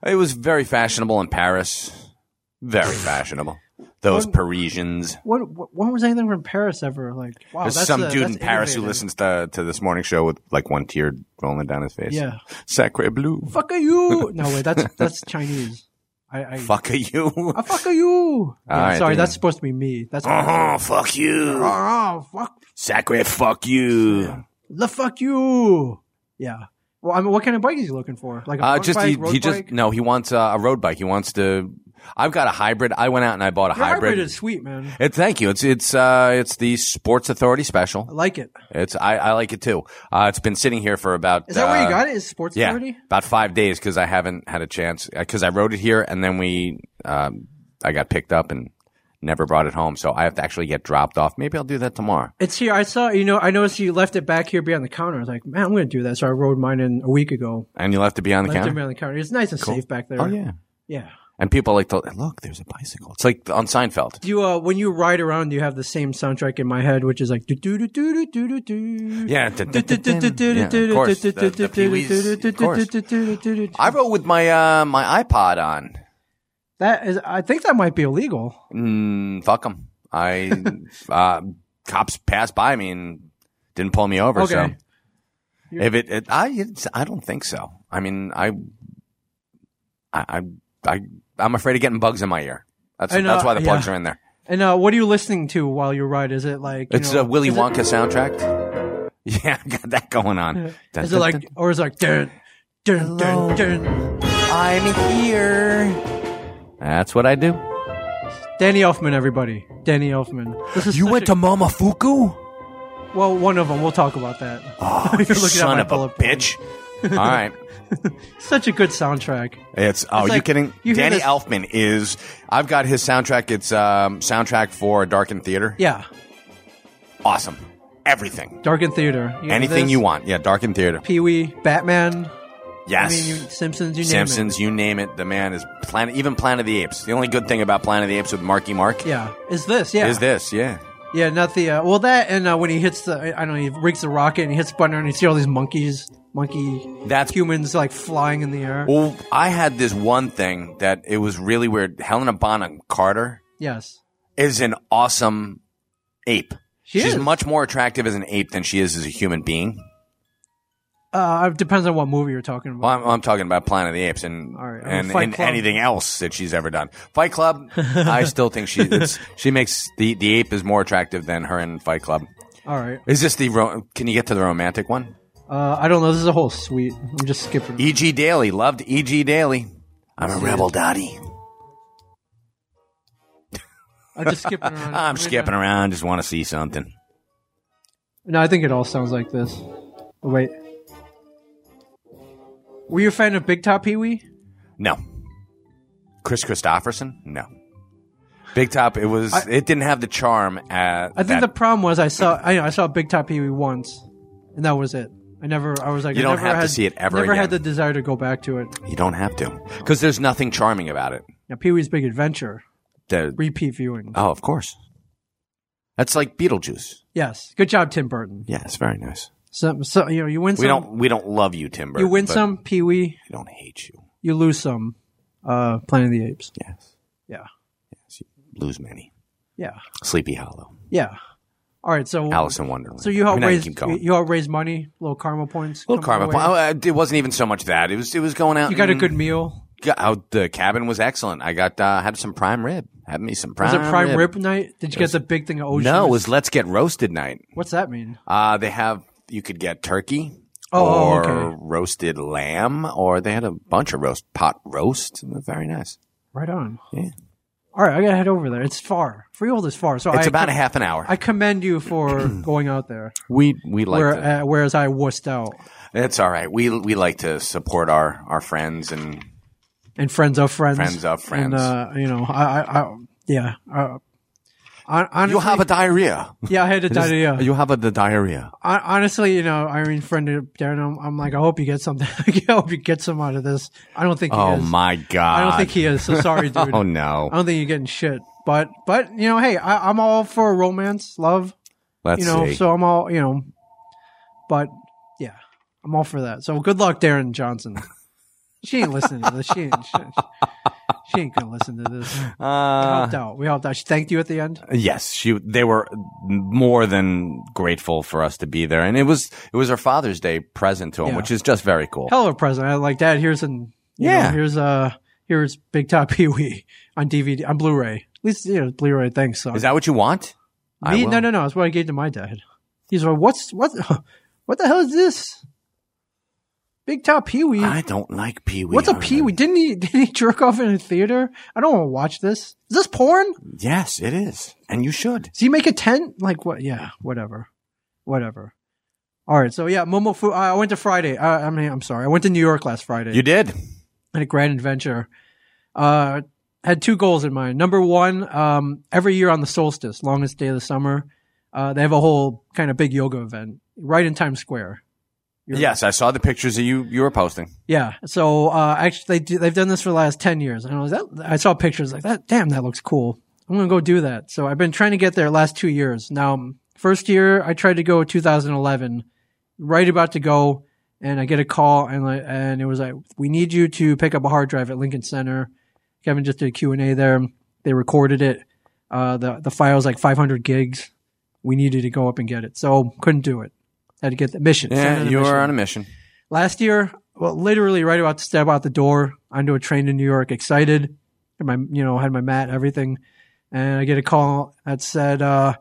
Speaker 4: it was very fashionable in Paris. Very fashionable. Those
Speaker 2: Oh,
Speaker 4: Parisians.
Speaker 2: what, what, when was anything from Paris ever? Like, wow,
Speaker 4: There's
Speaker 2: that's
Speaker 4: some
Speaker 2: uh,
Speaker 4: dude
Speaker 2: that's
Speaker 4: in Paris who
Speaker 2: innovative.
Speaker 4: listens to to this morning show with like one tear rolling down his face.
Speaker 2: Yeah,
Speaker 4: Sacre bleu.
Speaker 2: fuck are you? No wait, that's that's Chinese. I, I
Speaker 4: Fuck are you?
Speaker 2: Ah, fuck are you? Yeah,
Speaker 4: right,
Speaker 2: sorry,
Speaker 4: dude.
Speaker 2: that's supposed to be me. That's
Speaker 4: Oh, fuck you.
Speaker 2: oh fuck
Speaker 4: Sacre fuck you.
Speaker 2: the fuck you. Yeah. Well, I mean, what kind of bike is he looking for? Like a
Speaker 4: Uh,
Speaker 2: front
Speaker 4: just
Speaker 2: bike,
Speaker 4: he,
Speaker 2: road
Speaker 4: he just
Speaker 2: bike?
Speaker 4: no. He wants uh, a road bike. He wants to. I've got a hybrid. I went out and I bought a
Speaker 2: Your hybrid. is sweet, man.
Speaker 4: It, thank you. It's it's uh it's the Sports Authority
Speaker 2: I
Speaker 4: special.
Speaker 2: like it.
Speaker 4: It's I, I like it too. Uh, it's been sitting here for about
Speaker 2: Is that where
Speaker 4: uh,
Speaker 2: you got it? Is Sports
Speaker 4: Yeah,
Speaker 2: Authority?
Speaker 4: about five days because I haven't had a chance because I wrote it here and then we um, I got picked up and never brought it home, so I have to actually get dropped off. Maybe I'll do that tomorrow.
Speaker 2: It's here. I saw. You know, I noticed you left it back here behind the counter. I was like, man, I'm going to do that. So I rode mine in a week ago.
Speaker 4: And you'll have to be on the
Speaker 2: Left it
Speaker 4: counter.
Speaker 2: behind the counter. It's nice and safe back there.
Speaker 4: Oh yeah.
Speaker 2: Yeah.
Speaker 4: And people like to look. There's a bicycle. It's like on Seinfeld.
Speaker 2: Do you uh, when you ride around, do you have the same soundtrack in my head, which is like do do do do do do do do.
Speaker 4: Yeah, da- da- da- da- yeah, of course. The- the Pee Wees, of course. I wrote with my uh, my iPod on.
Speaker 2: That is, I think that might be illegal.
Speaker 4: Mm, fuck them. I uh, cops passed by me and didn't pull me over. So
Speaker 2: Okay.
Speaker 4: if it, it I, it's, I don't think so. I mean, I, I, I, I I'm afraid of getting bugs in my ear. That's
Speaker 2: I know,
Speaker 4: that's why the plugs
Speaker 2: yeah.
Speaker 4: are in there.
Speaker 2: And uh, what are you listening to while you ride? Is it like you
Speaker 4: It's
Speaker 2: know,
Speaker 4: a Willy
Speaker 2: is it-
Speaker 4: Wonka soundtrack. Yeah, I got that going on. Dun,
Speaker 2: Is it
Speaker 4: dun,
Speaker 2: like,
Speaker 4: dun.
Speaker 2: or is it like dun dun dun dun?
Speaker 4: I'm here? That's what I do.
Speaker 2: Danny Elfman, everybody. Danny Elfman. This is
Speaker 4: You
Speaker 2: such
Speaker 4: went
Speaker 2: a-
Speaker 4: to Momofuku?
Speaker 2: well, one of them. We'll talk about that.
Speaker 4: Oh, you
Speaker 2: at
Speaker 4: son
Speaker 2: my
Speaker 4: of a
Speaker 2: bullet point.
Speaker 4: bitch! All right.
Speaker 2: Such a good soundtrack.
Speaker 4: It's oh,
Speaker 2: It's
Speaker 4: you
Speaker 2: like,
Speaker 4: kidding?
Speaker 2: you hear
Speaker 4: Danny
Speaker 2: this-
Speaker 4: Elfman is. I've got his soundtrack. It's um, soundtrack for Darkened Theater.
Speaker 2: Yeah,
Speaker 4: Awesome. Everything,
Speaker 2: Dark in Theater. You know
Speaker 4: anything
Speaker 2: this?
Speaker 4: you want. Yeah, Darkened Theater.
Speaker 2: Pee Wee, Batman. I
Speaker 4: Yes.
Speaker 2: mean, you, Simpsons. You name it.
Speaker 4: Simpsons, you name it. The man is planet. Even Planet of the Apes. The only good thing about Planet of the Apes with Marky Mark
Speaker 2: Yeah. Is this? Yeah.
Speaker 4: is this. Yeah.
Speaker 2: Yeah, not the uh, well that and uh, when he hits the I I don't know he rigs the rocket and he hits the button and you see all these monkeys, monkey
Speaker 4: That's-
Speaker 2: humans like flying in the air.
Speaker 4: Well, I had this one thing that it was really weird. Helena Bonham Carter
Speaker 2: yes,
Speaker 4: is an awesome ape.
Speaker 2: she
Speaker 4: She's
Speaker 2: is.
Speaker 4: much more attractive as an ape than she is as a human being.
Speaker 2: uh, it depends on what movie you're talking about.
Speaker 4: Well, I'm, I'm talking about Planet of the Apes and
Speaker 2: All right, I mean,
Speaker 4: and,
Speaker 2: Fight
Speaker 4: and
Speaker 2: Club.
Speaker 4: anything else that she's ever done. Fight Club, I still think she it's, she makes the, the ape is more attractive than her in Fight Club.
Speaker 2: all right,
Speaker 4: Is this the ro- can you get to the romantic one?
Speaker 2: uh, I don't know. This is a whole suite. I'm just skipping.
Speaker 4: E.G. Daly loved E.G. Daly. I'm a rebel, Dottie.
Speaker 2: I'm just skipping around.
Speaker 4: I'm skipping around. Just want to see something.
Speaker 2: No, I think it all sounds like this. Oh, wait, were you a fan of Big Top Pee Wee?
Speaker 4: No. Chris Christopherson? No. Big Top. It was. it didn't have the charm. At
Speaker 2: I think
Speaker 4: that-
Speaker 2: the problem was I saw I, I saw Big Top Pee Wee once, and that was it. I never I was like
Speaker 4: You
Speaker 2: I
Speaker 4: don't
Speaker 2: never
Speaker 4: have to
Speaker 2: had,
Speaker 4: see it ever
Speaker 2: Never
Speaker 4: again.
Speaker 2: had the desire to go back to it.
Speaker 4: you don't have to because there's nothing charming about it.
Speaker 2: Now Pee Wee's Big Adventure
Speaker 4: The-
Speaker 2: repeat viewing.
Speaker 4: oh, of course. That's like Beetlejuice.
Speaker 2: yes, good job Tim Burton.
Speaker 4: Yeah, it's very nice.
Speaker 2: So, so you know you win some,
Speaker 4: We don't. We don't love you, Timber.
Speaker 2: you win some Pee Wee,
Speaker 4: We don't hate you.
Speaker 2: you lose some. Uh, Planet of the Apes.
Speaker 4: Yes.
Speaker 2: Yeah,
Speaker 4: Yes. You lose many.
Speaker 2: yeah,
Speaker 4: Sleepy Hollow.
Speaker 2: yeah. All right, so
Speaker 4: Alice in Wonderland.
Speaker 2: So you
Speaker 4: I mean,
Speaker 2: help
Speaker 4: I can
Speaker 2: raise
Speaker 4: keep going.
Speaker 2: you, you help raise money, little karma points.
Speaker 4: Little
Speaker 2: come
Speaker 4: karma.
Speaker 2: your
Speaker 4: point.
Speaker 2: way.
Speaker 4: Oh, uh, it wasn't even so much that. It was. It was going out.
Speaker 2: You got a
Speaker 4: and-
Speaker 2: good meal.
Speaker 4: Got, oh, the cabin was excellent. I got uh, had some prime rib. Had me some prime.
Speaker 2: Was it prime rib, Oh, night? Did you get the big thing of ocean?
Speaker 4: Um, No, it was let's get roasted night.
Speaker 2: What's that mean?
Speaker 4: Uh, they have you could get turkey
Speaker 2: Oh, oh,
Speaker 4: or
Speaker 2: okay.
Speaker 4: roasted lamb, or they had a bunch of roast pot roast. Very nice.
Speaker 2: Right on.
Speaker 4: Yeah.
Speaker 2: All right, I gotta head over there. It's far. Freehold is far, so
Speaker 4: It's
Speaker 2: I com-
Speaker 4: about a half an hour.
Speaker 2: I commend you for going out there,
Speaker 4: we we like
Speaker 2: where,
Speaker 4: to.
Speaker 2: uh, whereas I wussed out.
Speaker 4: It's all right. We we like to support our our friends and
Speaker 2: and friends of friends,
Speaker 4: Friends of friends.
Speaker 2: and uh, you know, I, I, I yeah. Uh, hon- honestly,
Speaker 4: you have a diarrhea.
Speaker 2: yeah, I had a diarrhea.
Speaker 4: You have a the diarrhea.
Speaker 2: Hon- honestly, you know, Irene, friend of Darren, I'm, I'm like, I hope you get something. I hope you get some out of this. I don't think. He
Speaker 4: Oh
Speaker 2: is.
Speaker 4: my god!
Speaker 2: I don't think he is. So sorry, dude.
Speaker 4: Oh
Speaker 2: I
Speaker 4: no!
Speaker 2: don't think you're getting shit. But but you know, hey, I, I'm all for romance, love.
Speaker 4: Let's
Speaker 2: You know,
Speaker 4: see.
Speaker 2: so I'm all you know. But yeah, I'm all for that. So good luck, Darren Johnson. She ain't listening to this. She ain't. She, she ain't gonna listen to this.
Speaker 4: Uh,
Speaker 2: helped out. We helped out. She thanked you at the end.
Speaker 4: Yes, she. They were more than grateful for us to be there, and it was it was her Father's Day present to him,
Speaker 2: Yeah.
Speaker 4: which is just very cool.
Speaker 2: Hell of a present. I like that. Here's an you
Speaker 4: Yeah.
Speaker 2: know, here's uh here's Big Top Pee Wee on DVD on Blu-ray. At least you know Blu-ray. Thanks. So.
Speaker 4: Is that what you want? I
Speaker 2: Me?
Speaker 4: will.
Speaker 2: No, no, no. That's what I gave to my dad. He's like, what's what? What the hell is this? Big Top Pee Wee.
Speaker 4: I don't like Pee Wee.
Speaker 2: What's a
Speaker 4: Herman.
Speaker 2: Pee Wee? Didn't he didn't he jerk off in a theater? I don't want to watch this. Is this porn?
Speaker 4: Yes, it is, and you should.
Speaker 2: Does he make a tent? Like what? Yeah, whatever, whatever. All right, so yeah, Momofu. I went to Friday. Uh, I mean, I'm sorry, I went to New York last Friday.
Speaker 4: You did.
Speaker 2: had a grand adventure. Uh, had two goals in mind. Number one, um, every year on the solstice, longest day of the summer, uh, they have a whole kind of big yoga event right in Times Square.
Speaker 4: Yes, I saw the pictures that you you were posting.
Speaker 2: Yeah. So uh, actually, they do, they've done this for the last ten years, and I was that I saw pictures like that. Damn, that looks cool. I'm gonna go do that. So I've been trying to get there last two years. Now, um, first year I tried to go 2011, right about to go, and I get a call, and like, and it was like, we need you to pick up a hard drive at Lincoln Center. Kevin just did a Q and A there. They recorded it. Uh, the the file's like 500 gigs. We needed to go up and get it, so couldn't do it. Had to get the mission.
Speaker 4: Yeah,
Speaker 2: Sent in a
Speaker 4: you
Speaker 2: mission
Speaker 4: were on a mission.
Speaker 2: last year, well, literally right about to step out the door onto a train to New York, excited. Had my, you know, had my mat, everything, and I get a call that said, uh,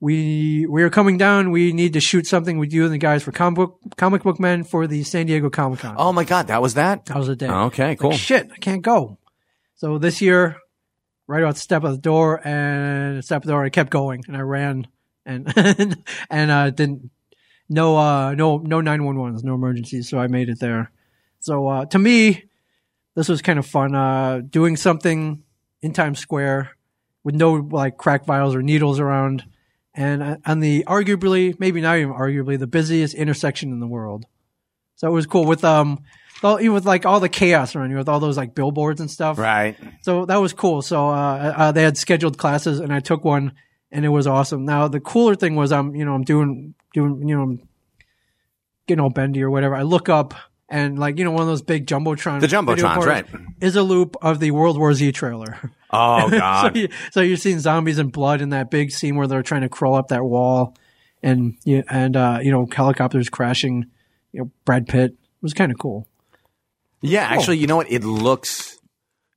Speaker 2: "We we are coming down. We need to shoot something with you and the guys for comic book, comic book men for the San Diego Comic Con."
Speaker 4: Oh my God, that was that.
Speaker 2: that was the day.
Speaker 4: Okay, cool.
Speaker 2: Like, shit, I can't go. So this year, right about the step of the door and step of the door, I kept going and I ran and and uh, didn't no uh no no nine one ones, no emergencies, so I made it there. So uh, to me, this was kind of fun. Uh, doing something in Times Square with no like crack vials or needles around, and uh, on the arguably, maybe not even arguably, the busiest intersection in the world. So it was cool with um, all, even with like all the chaos around you, with all those like billboards and stuff.
Speaker 4: Right.
Speaker 2: So that was cool. So uh, uh, they had scheduled classes, and I took one, and it was awesome. Now the cooler thing was I'm you know I'm doing doing you know I'm getting all bendy or whatever. I look up and like you know one of those big jumbotron
Speaker 4: The Jumbotrons,
Speaker 2: video portals
Speaker 4: right.
Speaker 2: is a loop of the World War Z trailer.
Speaker 4: Oh God.
Speaker 2: so, you, so you're seeing zombies and blood in that big scene where they're trying to crawl up that wall, and you and uh, you know helicopters crashing. You know Brad Pitt it was kind of cool.
Speaker 4: Yeah,
Speaker 2: Oh.
Speaker 4: actually, you know what? It looks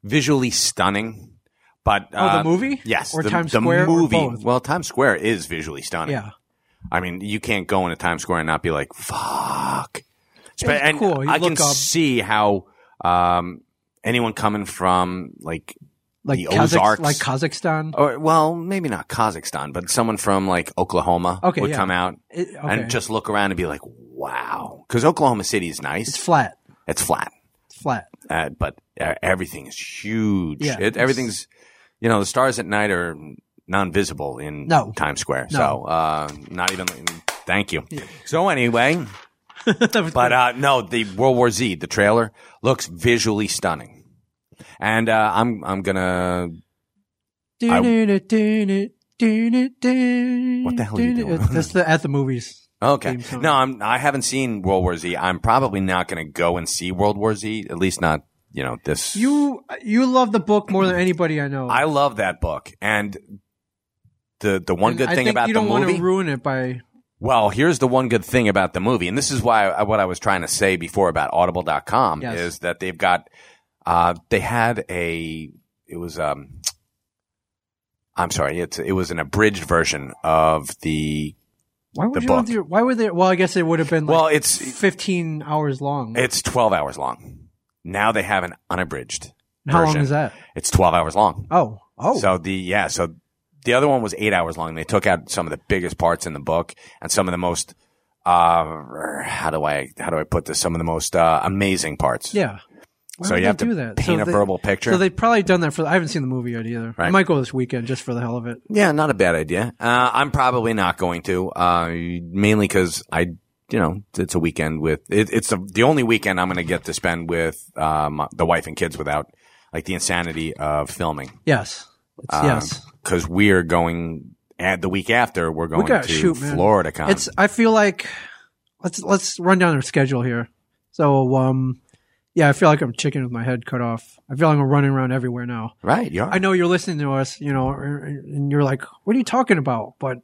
Speaker 4: visually stunning. But
Speaker 2: Oh, the
Speaker 4: uh,
Speaker 2: movie?
Speaker 4: yes,
Speaker 2: Or
Speaker 4: the,
Speaker 2: Times
Speaker 4: the
Speaker 2: Square or
Speaker 4: movie.
Speaker 2: both?
Speaker 4: Well, Times Square is visually stunning.
Speaker 2: Yeah,
Speaker 4: I mean, you can't go into Times Square and not be like, "Fuck." But, and
Speaker 2: cool. You
Speaker 4: I can
Speaker 2: look up.
Speaker 4: see how um, anyone coming from like
Speaker 2: like
Speaker 4: The
Speaker 2: Kazakh,
Speaker 4: Ozarks. Oh.
Speaker 2: like Kazakhstan.
Speaker 4: or well, maybe not Kazakhstan, but someone from like Oklahoma
Speaker 2: Okay,
Speaker 4: would
Speaker 2: yeah.
Speaker 4: come out
Speaker 2: It- okay.
Speaker 4: and just look around and be like, "Wow," because Oklahoma City is nice.
Speaker 2: it's flat,
Speaker 4: It's flat,
Speaker 2: it's flat.
Speaker 4: uh, but uh, everything is huge.
Speaker 2: Yeah,
Speaker 4: it,
Speaker 2: it's-
Speaker 4: everything's, you know, the stars at night are non-visible in
Speaker 2: No.
Speaker 4: Times Square.
Speaker 2: No.
Speaker 4: So uh, not even. Thank you. So anyway, but
Speaker 2: but
Speaker 4: uh, no, the World War Z, the trailer looks visually stunning, and uh, I'm I'm gonna I-
Speaker 2: what
Speaker 4: the hell are you doing?
Speaker 2: That's the at the movies.
Speaker 4: Okay.
Speaker 2: theme song.
Speaker 4: No, I'm. I haven't seen World War Z. I'm probably not going to go and see World War Z. At least not. You know this.
Speaker 2: You you love the book more than anybody I know.
Speaker 4: I love that book, and the the one
Speaker 2: And
Speaker 4: good
Speaker 2: I
Speaker 4: thing
Speaker 2: think
Speaker 4: about
Speaker 2: you
Speaker 4: the
Speaker 2: don't want
Speaker 4: movie.
Speaker 2: to ruin it by
Speaker 4: well, here's the one good thing about the movie, and this is why I, what I was trying to say before about Audible.com
Speaker 2: Yes.
Speaker 4: is that they've got. Uh, they had a. It was um. I'm sorry. It's it was an abridged version of the.
Speaker 2: why would
Speaker 4: the
Speaker 2: you want
Speaker 4: book.
Speaker 2: to- why would they? Well, I guess it would have been like
Speaker 4: Well, it's
Speaker 2: fifteen hours long.
Speaker 4: It's 12 hours long. Now they have an unabridged.
Speaker 2: How long
Speaker 4: version.
Speaker 2: is that?
Speaker 4: It's 12 hours long.
Speaker 2: Oh, oh,
Speaker 4: So the yeah, so the other one was 8 hours long. They took out some of the biggest parts in the book and some of the most uh how do I how do I put this? Some of the most uh, amazing parts.
Speaker 2: yeah. Why
Speaker 4: so
Speaker 2: would
Speaker 4: you
Speaker 2: they
Speaker 4: have to
Speaker 2: do that?
Speaker 4: paint a
Speaker 2: they-
Speaker 4: verbal picture.
Speaker 2: So they've probably done that for. I haven't seen the movie yet either. I
Speaker 4: Right.
Speaker 2: might go this weekend just for the hell of it.
Speaker 4: Yeah, not a bad idea. Uh, I'm probably not going to, uh, mainly because I, you know, it's a weekend with it, it's the, the only weekend I'm going to get to spend with um, the wife and kids without like the insanity of filming.
Speaker 2: Yes, it's, yes.
Speaker 4: because we're going at the week after we're going
Speaker 2: gotta
Speaker 4: to
Speaker 2: shoot, man.
Speaker 4: Florida. Con.
Speaker 2: It's. I feel like let's let's run down our schedule here. So um, yeah, I feel like I'm chicken with my head cut off. I feel like I'm running around everywhere now.
Speaker 4: right. You are.
Speaker 2: I know you're listening to us, you know, and you're like, what are you talking about? But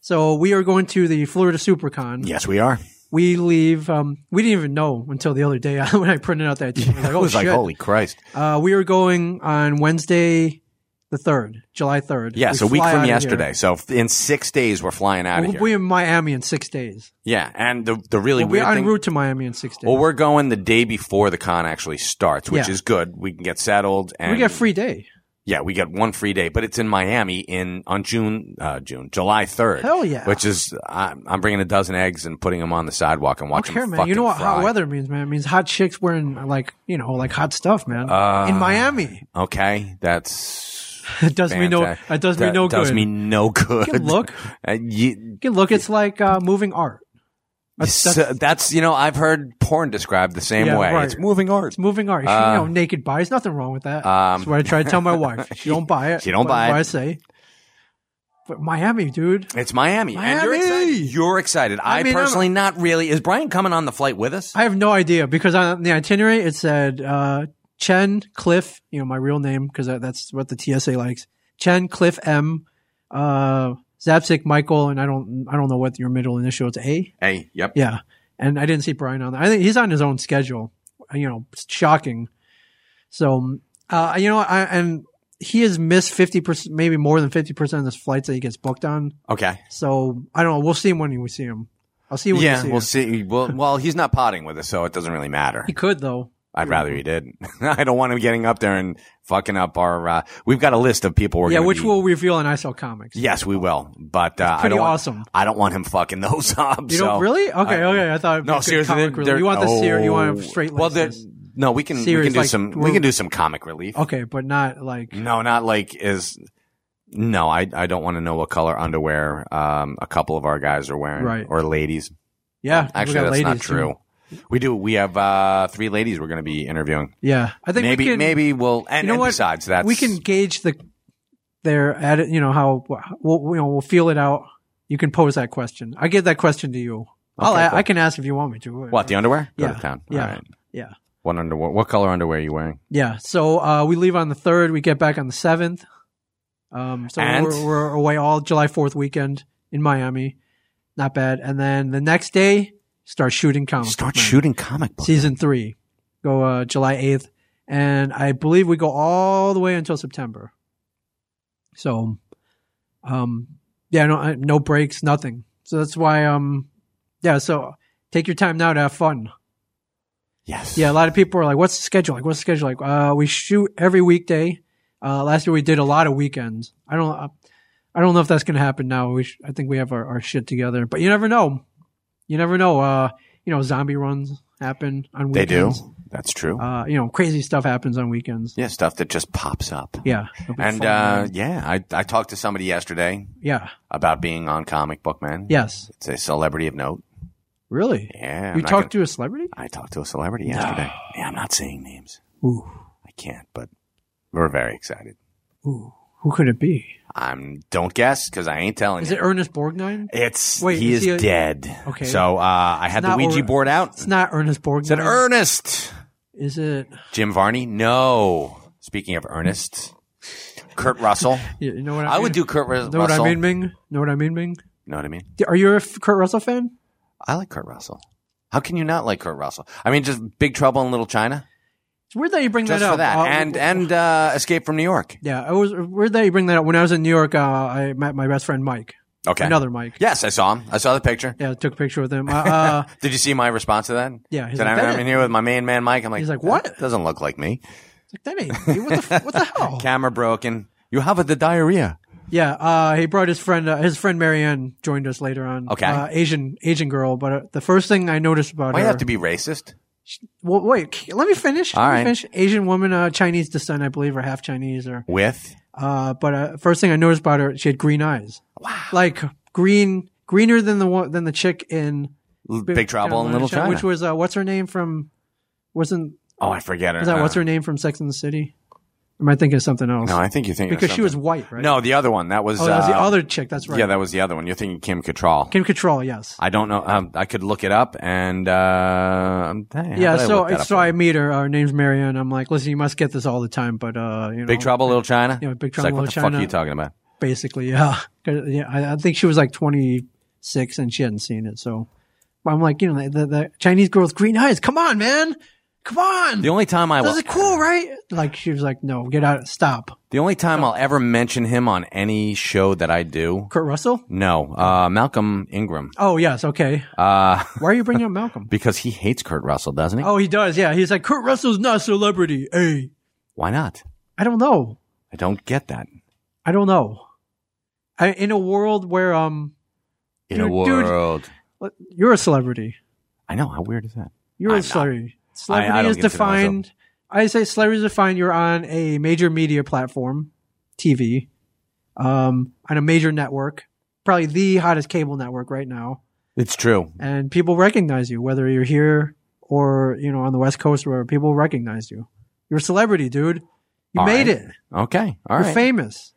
Speaker 2: so we are going to the Florida SuperCon.
Speaker 4: Yes, we are.
Speaker 2: We leave. Um, we didn't even know until the other day when I printed out that. Team. I was like,
Speaker 4: I
Speaker 2: oh
Speaker 4: was
Speaker 2: shit.
Speaker 4: like, holy Christ!
Speaker 2: Uh, we are going on Wednesday, the third, July third.
Speaker 4: Yeah, so a week
Speaker 2: fly
Speaker 4: from
Speaker 2: outta here.
Speaker 4: yesterday. So f- in six days, we're flying out of
Speaker 2: We'll
Speaker 4: here.
Speaker 2: be in Miami in six days.
Speaker 4: yeah, and the the really
Speaker 2: We're
Speaker 4: weird
Speaker 2: en
Speaker 4: thing.
Speaker 2: route to Miami in six days.
Speaker 4: Well, we're going the day before the con actually starts, which
Speaker 2: Yeah.
Speaker 4: is good. We can get settled and
Speaker 2: we get a free day.
Speaker 4: Yeah, we get one free day, but it's in Miami in on June, uh, June, July third.
Speaker 2: Hell yeah.
Speaker 4: Which is I'm, I'm bringing a dozen eggs and putting them on the sidewalk and
Speaker 2: I
Speaker 4: watching
Speaker 2: don't care,
Speaker 4: them
Speaker 2: man. You know
Speaker 4: fucking
Speaker 2: what hot
Speaker 4: fry.
Speaker 2: weather means, man? It means hot chicks wearing like you know like hot stuff, man.
Speaker 4: Uh,
Speaker 2: in Miami,
Speaker 4: Okay, that's
Speaker 2: it does me no.
Speaker 4: fantastic.
Speaker 2: It does me
Speaker 4: That
Speaker 2: no
Speaker 4: Does
Speaker 2: good.
Speaker 4: me no good.
Speaker 2: can look.
Speaker 4: Uh, you-
Speaker 2: You can look. It's like uh, moving art. That's,
Speaker 4: so
Speaker 2: that's
Speaker 4: that's, you know I've heard porn described the same
Speaker 2: Yeah,
Speaker 4: way.
Speaker 2: right.
Speaker 4: It's moving art.
Speaker 2: it's moving art. You should- you know, naked buy. There's nothing wrong with that.
Speaker 4: Um,
Speaker 2: that's what I try to tell my wife. She don't buy it.
Speaker 4: She don't
Speaker 2: but that's
Speaker 4: buy
Speaker 2: what
Speaker 4: it.
Speaker 2: I say. But Miami, dude.
Speaker 4: It's Miami. And you're
Speaker 2: Miami!
Speaker 4: excited. You're excited. I,
Speaker 2: I mean, I'm-
Speaker 4: personally not really. Is Brian coming on the flight with us?
Speaker 2: I have no idea because on the itinerary it said uh, Chen Cliff. You know my real name because that's what the TSA likes. Chen Cliff M. Uh, Zapsik Michael, and I don't I don't know what your middle initial. It's A.
Speaker 4: hey, yep.
Speaker 2: Yeah, and I didn't see Brian on that. I think he's on his own schedule. You know, it's shocking. So, uh, you know, I, and he has missed fifty percent, maybe more than fifty percent of his flights that he gets booked on.
Speaker 4: Okay.
Speaker 2: So I don't know. We'll see him when we see him. I'll see you when
Speaker 4: Yeah,
Speaker 2: we see
Speaker 4: we'll
Speaker 2: him.
Speaker 4: see. Well, well, he's not potting with us, so it doesn't really matter.
Speaker 2: He could though.
Speaker 4: I'd rather he did. I don't want him getting up there and fucking up our. Uh, we've got a list of people we're
Speaker 2: Yeah,
Speaker 4: gonna
Speaker 2: which
Speaker 4: be-
Speaker 2: we'll reveal on ISO Comics.
Speaker 4: Yes, we will. But uh, I
Speaker 2: pretty
Speaker 4: don't. want-
Speaker 2: awesome.
Speaker 4: I don't want him fucking those up.
Speaker 2: You
Speaker 4: so-
Speaker 2: don't really? Okay,
Speaker 4: I-
Speaker 2: okay. I thought it'd be
Speaker 4: No,
Speaker 2: good
Speaker 4: seriously.
Speaker 2: comic
Speaker 4: they're-
Speaker 2: relief. You want the
Speaker 4: oh.
Speaker 2: ser- you want a straight
Speaker 4: Well, they're-
Speaker 2: lenses.
Speaker 4: no, we can we
Speaker 2: Series,
Speaker 4: can do
Speaker 2: like,
Speaker 4: some we
Speaker 2: we're- Oh.
Speaker 4: can do some comic relief.
Speaker 2: Okay, but not like
Speaker 4: No, not like is. No, I I don't want to know what color underwear um a couple of our guys are wearing
Speaker 2: Right.
Speaker 4: or ladies.
Speaker 2: yeah. we
Speaker 4: Actually,
Speaker 2: got
Speaker 4: that's not
Speaker 2: ladies, too.
Speaker 4: true. We do. We have uh three ladies we're going to be interviewing.
Speaker 2: Yeah, I think we
Speaker 4: Maybe
Speaker 2: can,
Speaker 4: maybe we'll and,
Speaker 2: you know
Speaker 4: and
Speaker 2: what?
Speaker 4: besides that
Speaker 2: we can gauge the their at you know how we'll, you know we'll feel it out. You can pose that question. I give that question to you. I'll,
Speaker 4: Okay,
Speaker 2: a-
Speaker 4: cool.
Speaker 2: I can ask if you want me to.
Speaker 4: What the underwear? Go
Speaker 2: Yeah,
Speaker 4: to town.
Speaker 2: yeah.
Speaker 4: All right.
Speaker 2: Yeah.
Speaker 4: What underwear? What color underwear are you wearing?
Speaker 2: Yeah. So uh, we leave on the third. We get back on the seventh. Um, so
Speaker 4: And?
Speaker 2: we're, we're away all July Fourth weekend in Miami. Not bad. And then the next day, start shooting comics.
Speaker 4: Start shooting comic books.
Speaker 2: Season three, go uh, July eighth, and I believe we go all the way until September. So, um, yeah, no, I- no breaks, nothing. So that's why, um, yeah. So take your time now to have fun.
Speaker 4: Yes.
Speaker 2: Yeah, a lot of people are like, "What's the schedule like? What's the schedule like?" Uh, we shoot every weekday. Uh, last year we did a lot of weekends. I don't, uh, I don't know if that's going to happen now. We, sh- I think we have our, our shit together, but you never know. You never know. Uh, you know, zombie runs happen on
Speaker 4: They do.
Speaker 2: weekends.
Speaker 4: That's true.
Speaker 2: Uh, you know, crazy stuff happens on weekends.
Speaker 4: yeah, stuff that just pops up.
Speaker 2: Yeah, it'll be
Speaker 4: And
Speaker 2: fun.
Speaker 4: uh, yeah, I, I talked to somebody yesterday
Speaker 2: yeah,
Speaker 4: about being on Comic Book Man.
Speaker 2: yes,
Speaker 4: It's a celebrity of note.
Speaker 2: really.
Speaker 4: Yeah.
Speaker 2: you talked to a celebrity?
Speaker 4: I talked to a celebrity yesterday. Yeah, I'm not saying names.
Speaker 2: Ooh,
Speaker 4: I can't, but we're very excited.
Speaker 2: ooh, who could it be?
Speaker 4: I'm don't guess because I ain't telling
Speaker 2: Is
Speaker 4: you.
Speaker 2: it Ernest Borgnine?
Speaker 4: It's
Speaker 2: Wait,
Speaker 4: he
Speaker 2: is
Speaker 4: is,
Speaker 2: he a-
Speaker 4: dead.
Speaker 2: Okay.
Speaker 4: So uh, I had the
Speaker 2: not
Speaker 4: Ouija
Speaker 2: or-
Speaker 4: board out.
Speaker 2: It's not Ernest Borgnine.
Speaker 4: Is it Ernest?
Speaker 2: Is it?
Speaker 4: Jim Varney? No. Speaking of Ernest, Kurt Russell.
Speaker 2: You you know what I,
Speaker 4: I
Speaker 2: mean?
Speaker 4: would do Kurt Ru-
Speaker 2: Know what
Speaker 4: Russell.
Speaker 2: I mean, Ming? Know what I mean, Ming?
Speaker 4: Know what I mean?
Speaker 2: Are you a F- Kurt Russell fan?
Speaker 4: I like Kurt Russell. How can you not like Kurt Russell? I mean, just Big Trouble in Little China,
Speaker 2: It's weird that you bring
Speaker 4: just
Speaker 2: that
Speaker 4: for
Speaker 2: up.
Speaker 4: that,
Speaker 2: Uh,
Speaker 4: and and uh, Escape from New York.
Speaker 2: yeah, it was weird that you bring that up. When I was in New York, uh, I met my best friend Mike.
Speaker 4: Okay,
Speaker 2: Another Mike.
Speaker 4: Yes, I saw him. I saw the picture.
Speaker 2: Yeah, took a picture with him. Uh, uh,
Speaker 4: Did you see my response to that?
Speaker 2: Yeah, he's
Speaker 4: Said,
Speaker 2: like,
Speaker 4: I'm,
Speaker 2: "That
Speaker 4: I'm in
Speaker 2: ain't-
Speaker 4: here with my main man Mike. I'm like,
Speaker 2: He's like,
Speaker 4: "That
Speaker 2: what?"
Speaker 4: Doesn't look like me.
Speaker 2: it's like, that ain't me. What the, what the hell?
Speaker 4: Camera broken. You have the diarrhea.
Speaker 2: Yeah, uh, he brought his friend. Uh, his friend Marianne joined us later on.
Speaker 4: Okay.
Speaker 2: uh, Asian Asian girl. But uh, the first thing I noticed about
Speaker 4: Why you
Speaker 2: her.
Speaker 4: have to be racist?
Speaker 2: well, wait, c- let me finish.
Speaker 4: All
Speaker 2: let me
Speaker 4: right.
Speaker 2: finish. Asian woman, uh, Chinese descent, I believe, or half Chinese, or
Speaker 4: With
Speaker 2: Uh, but uh, first thing I noticed about her, she had green eyes. Wow. Like green, greener than the one than the chick in
Speaker 4: L- Big Trouble in Little China.
Speaker 2: which was uh, what's her name from? Wasn't
Speaker 4: oh, I forget her.
Speaker 2: is that
Speaker 4: uh,
Speaker 2: what's her name from Sex and the City? Or am I thinking of something else?
Speaker 4: No, I think you're thinking of
Speaker 2: because she was
Speaker 4: something.
Speaker 2: white, right?
Speaker 4: No, the other one. That was,
Speaker 2: oh, that was the
Speaker 4: uh,
Speaker 2: other chick. That's right.
Speaker 4: Yeah, that was the other one. You're thinking Kim Cattrall.
Speaker 2: Kim Cattrall, yes.
Speaker 4: I don't know. Um, I could look it up, and uh, I'm- dang, how
Speaker 2: yeah,
Speaker 4: did I
Speaker 2: so
Speaker 4: look that
Speaker 2: so
Speaker 4: up?
Speaker 2: I meet her. Her name's Marianne. I'm like, listen, you must get this all the time, but uh, you know,
Speaker 4: Big Trouble, Little China.
Speaker 2: Yeah, Big
Speaker 4: It's
Speaker 2: Trouble,
Speaker 4: like, what
Speaker 2: Little
Speaker 4: the fuck
Speaker 2: China.
Speaker 4: are you talking about?
Speaker 2: basically. Yeah, 'Cause, yeah. I, I think she was like 26 and she hadn't seen it. So but I'm like, you know, the, the, the Chinese girl with green eyes. Come on, man. Come on.
Speaker 4: The only time I
Speaker 2: this
Speaker 4: will,
Speaker 2: is cool, right? Like she was like, no, get out, stop.
Speaker 4: the only
Speaker 2: Oh.
Speaker 4: time I'll ever mention him on any show that I do.
Speaker 2: Kurt Russell.
Speaker 4: No, uh, Malcolm Ingram,
Speaker 2: Oh yes, okay.
Speaker 4: uh,
Speaker 2: Why are you bringing up Malcolm?
Speaker 4: because he hates Kurt Russell, doesn't he?
Speaker 2: oh, he does. Yeah, he's like Kurt Russell's not a celebrity. eh? Hey,
Speaker 4: Why not?
Speaker 2: I don't know.
Speaker 4: I don't get that.
Speaker 2: I don't know. I, in a world where um,
Speaker 4: In
Speaker 2: Dude,
Speaker 4: a
Speaker 2: dude.
Speaker 4: world,
Speaker 2: you're a celebrity.
Speaker 4: I know how weird is that?
Speaker 2: You're
Speaker 4: I'm
Speaker 2: a
Speaker 4: not.
Speaker 2: celebrity.
Speaker 4: I- I
Speaker 2: Celebrity
Speaker 4: don't
Speaker 2: is
Speaker 4: consider
Speaker 2: defined. I say celebrity is defined. You're on a major media platform, TV, um, on a major network, probably the hottest cable network right now,
Speaker 4: It's true.
Speaker 2: and people recognize you, whether you're here or you know on the West Coast, where people recognize you. You're a celebrity, dude. You
Speaker 4: All
Speaker 2: made
Speaker 4: right.
Speaker 2: it.
Speaker 4: Okay, all
Speaker 2: you're
Speaker 4: right.
Speaker 2: famous.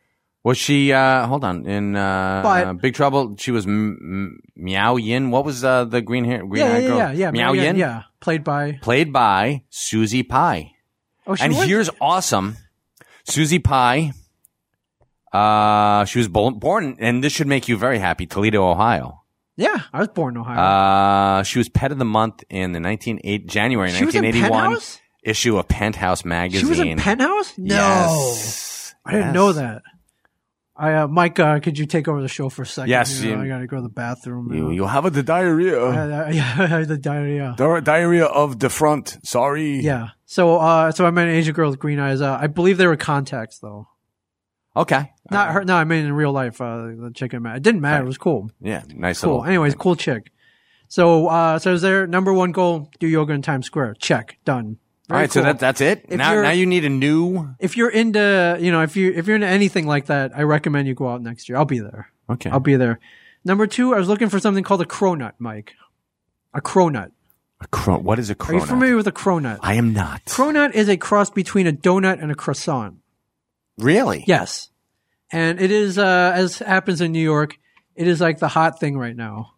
Speaker 4: Was she? Uh, hold on. In uh,
Speaker 2: But-
Speaker 4: Big Trouble, she was m- m- Miao Yin. What was uh, the green hair? Green
Speaker 2: yeah,
Speaker 4: hair
Speaker 2: yeah,
Speaker 4: girl?
Speaker 2: yeah, yeah.
Speaker 4: Miao
Speaker 2: Marianne,
Speaker 4: Yin.
Speaker 2: Yeah, played by.
Speaker 4: Played by Susie Pie.
Speaker 2: Oh, she
Speaker 4: and
Speaker 2: was-
Speaker 4: here's awesome, Susie Pie. Uh, she was bo- born, and this should make you very happy, Toledo, Ohio.
Speaker 2: yeah, I was born in Ohio.
Speaker 4: Uh, she was pet of the month in the 19 January
Speaker 2: She was in
Speaker 4: 1981
Speaker 2: Penthouse?
Speaker 4: issue of Penthouse magazine.
Speaker 2: she was in Penthouse. No.
Speaker 4: Yes.
Speaker 2: I didn't
Speaker 4: Yes.
Speaker 2: know that. I, uh, Mike, uh, could you take over the show for a second?
Speaker 4: Yes,
Speaker 2: You know,
Speaker 4: you-
Speaker 2: I gotta go to the bathroom.
Speaker 4: You,
Speaker 2: and-
Speaker 4: you have the diarrhea.
Speaker 2: Uh, yeah, the diarrhea.
Speaker 4: Di- diarrhea of the front. Sorry.
Speaker 2: Yeah. So, uh, so I met an Asian girl with green eyes. Uh, I believe they were contacts though.
Speaker 4: Okay.
Speaker 2: Not her. No, I mean in real life, uh, the chicken man. It didn't matter. It was cool.
Speaker 4: Yeah. Nice
Speaker 2: Cool.
Speaker 4: little.
Speaker 2: Anyways, cool chick. So, uh, so is their number one goal? Do yoga in Times Square. Check. Done.
Speaker 4: All
Speaker 2: Very
Speaker 4: right. So
Speaker 2: cool.
Speaker 4: that, that's it.
Speaker 2: If
Speaker 4: Now,
Speaker 2: you're-
Speaker 4: now you need a new.
Speaker 2: if you're into, you know, if you if you're into anything like that, I recommend you go out next year. I'll be there.
Speaker 4: Okay.
Speaker 2: I'll be there. Number two, I was looking for something called a cronut, Mike. A cronut.
Speaker 4: A cro- what is a
Speaker 2: Are
Speaker 4: cronut?
Speaker 2: you familiar with a cronut?
Speaker 4: I am not.
Speaker 2: cronut is a cross between a donut and a croissant.
Speaker 4: really?
Speaker 2: Yes. and it is uh, as happens in New York, it is like the hot thing right now.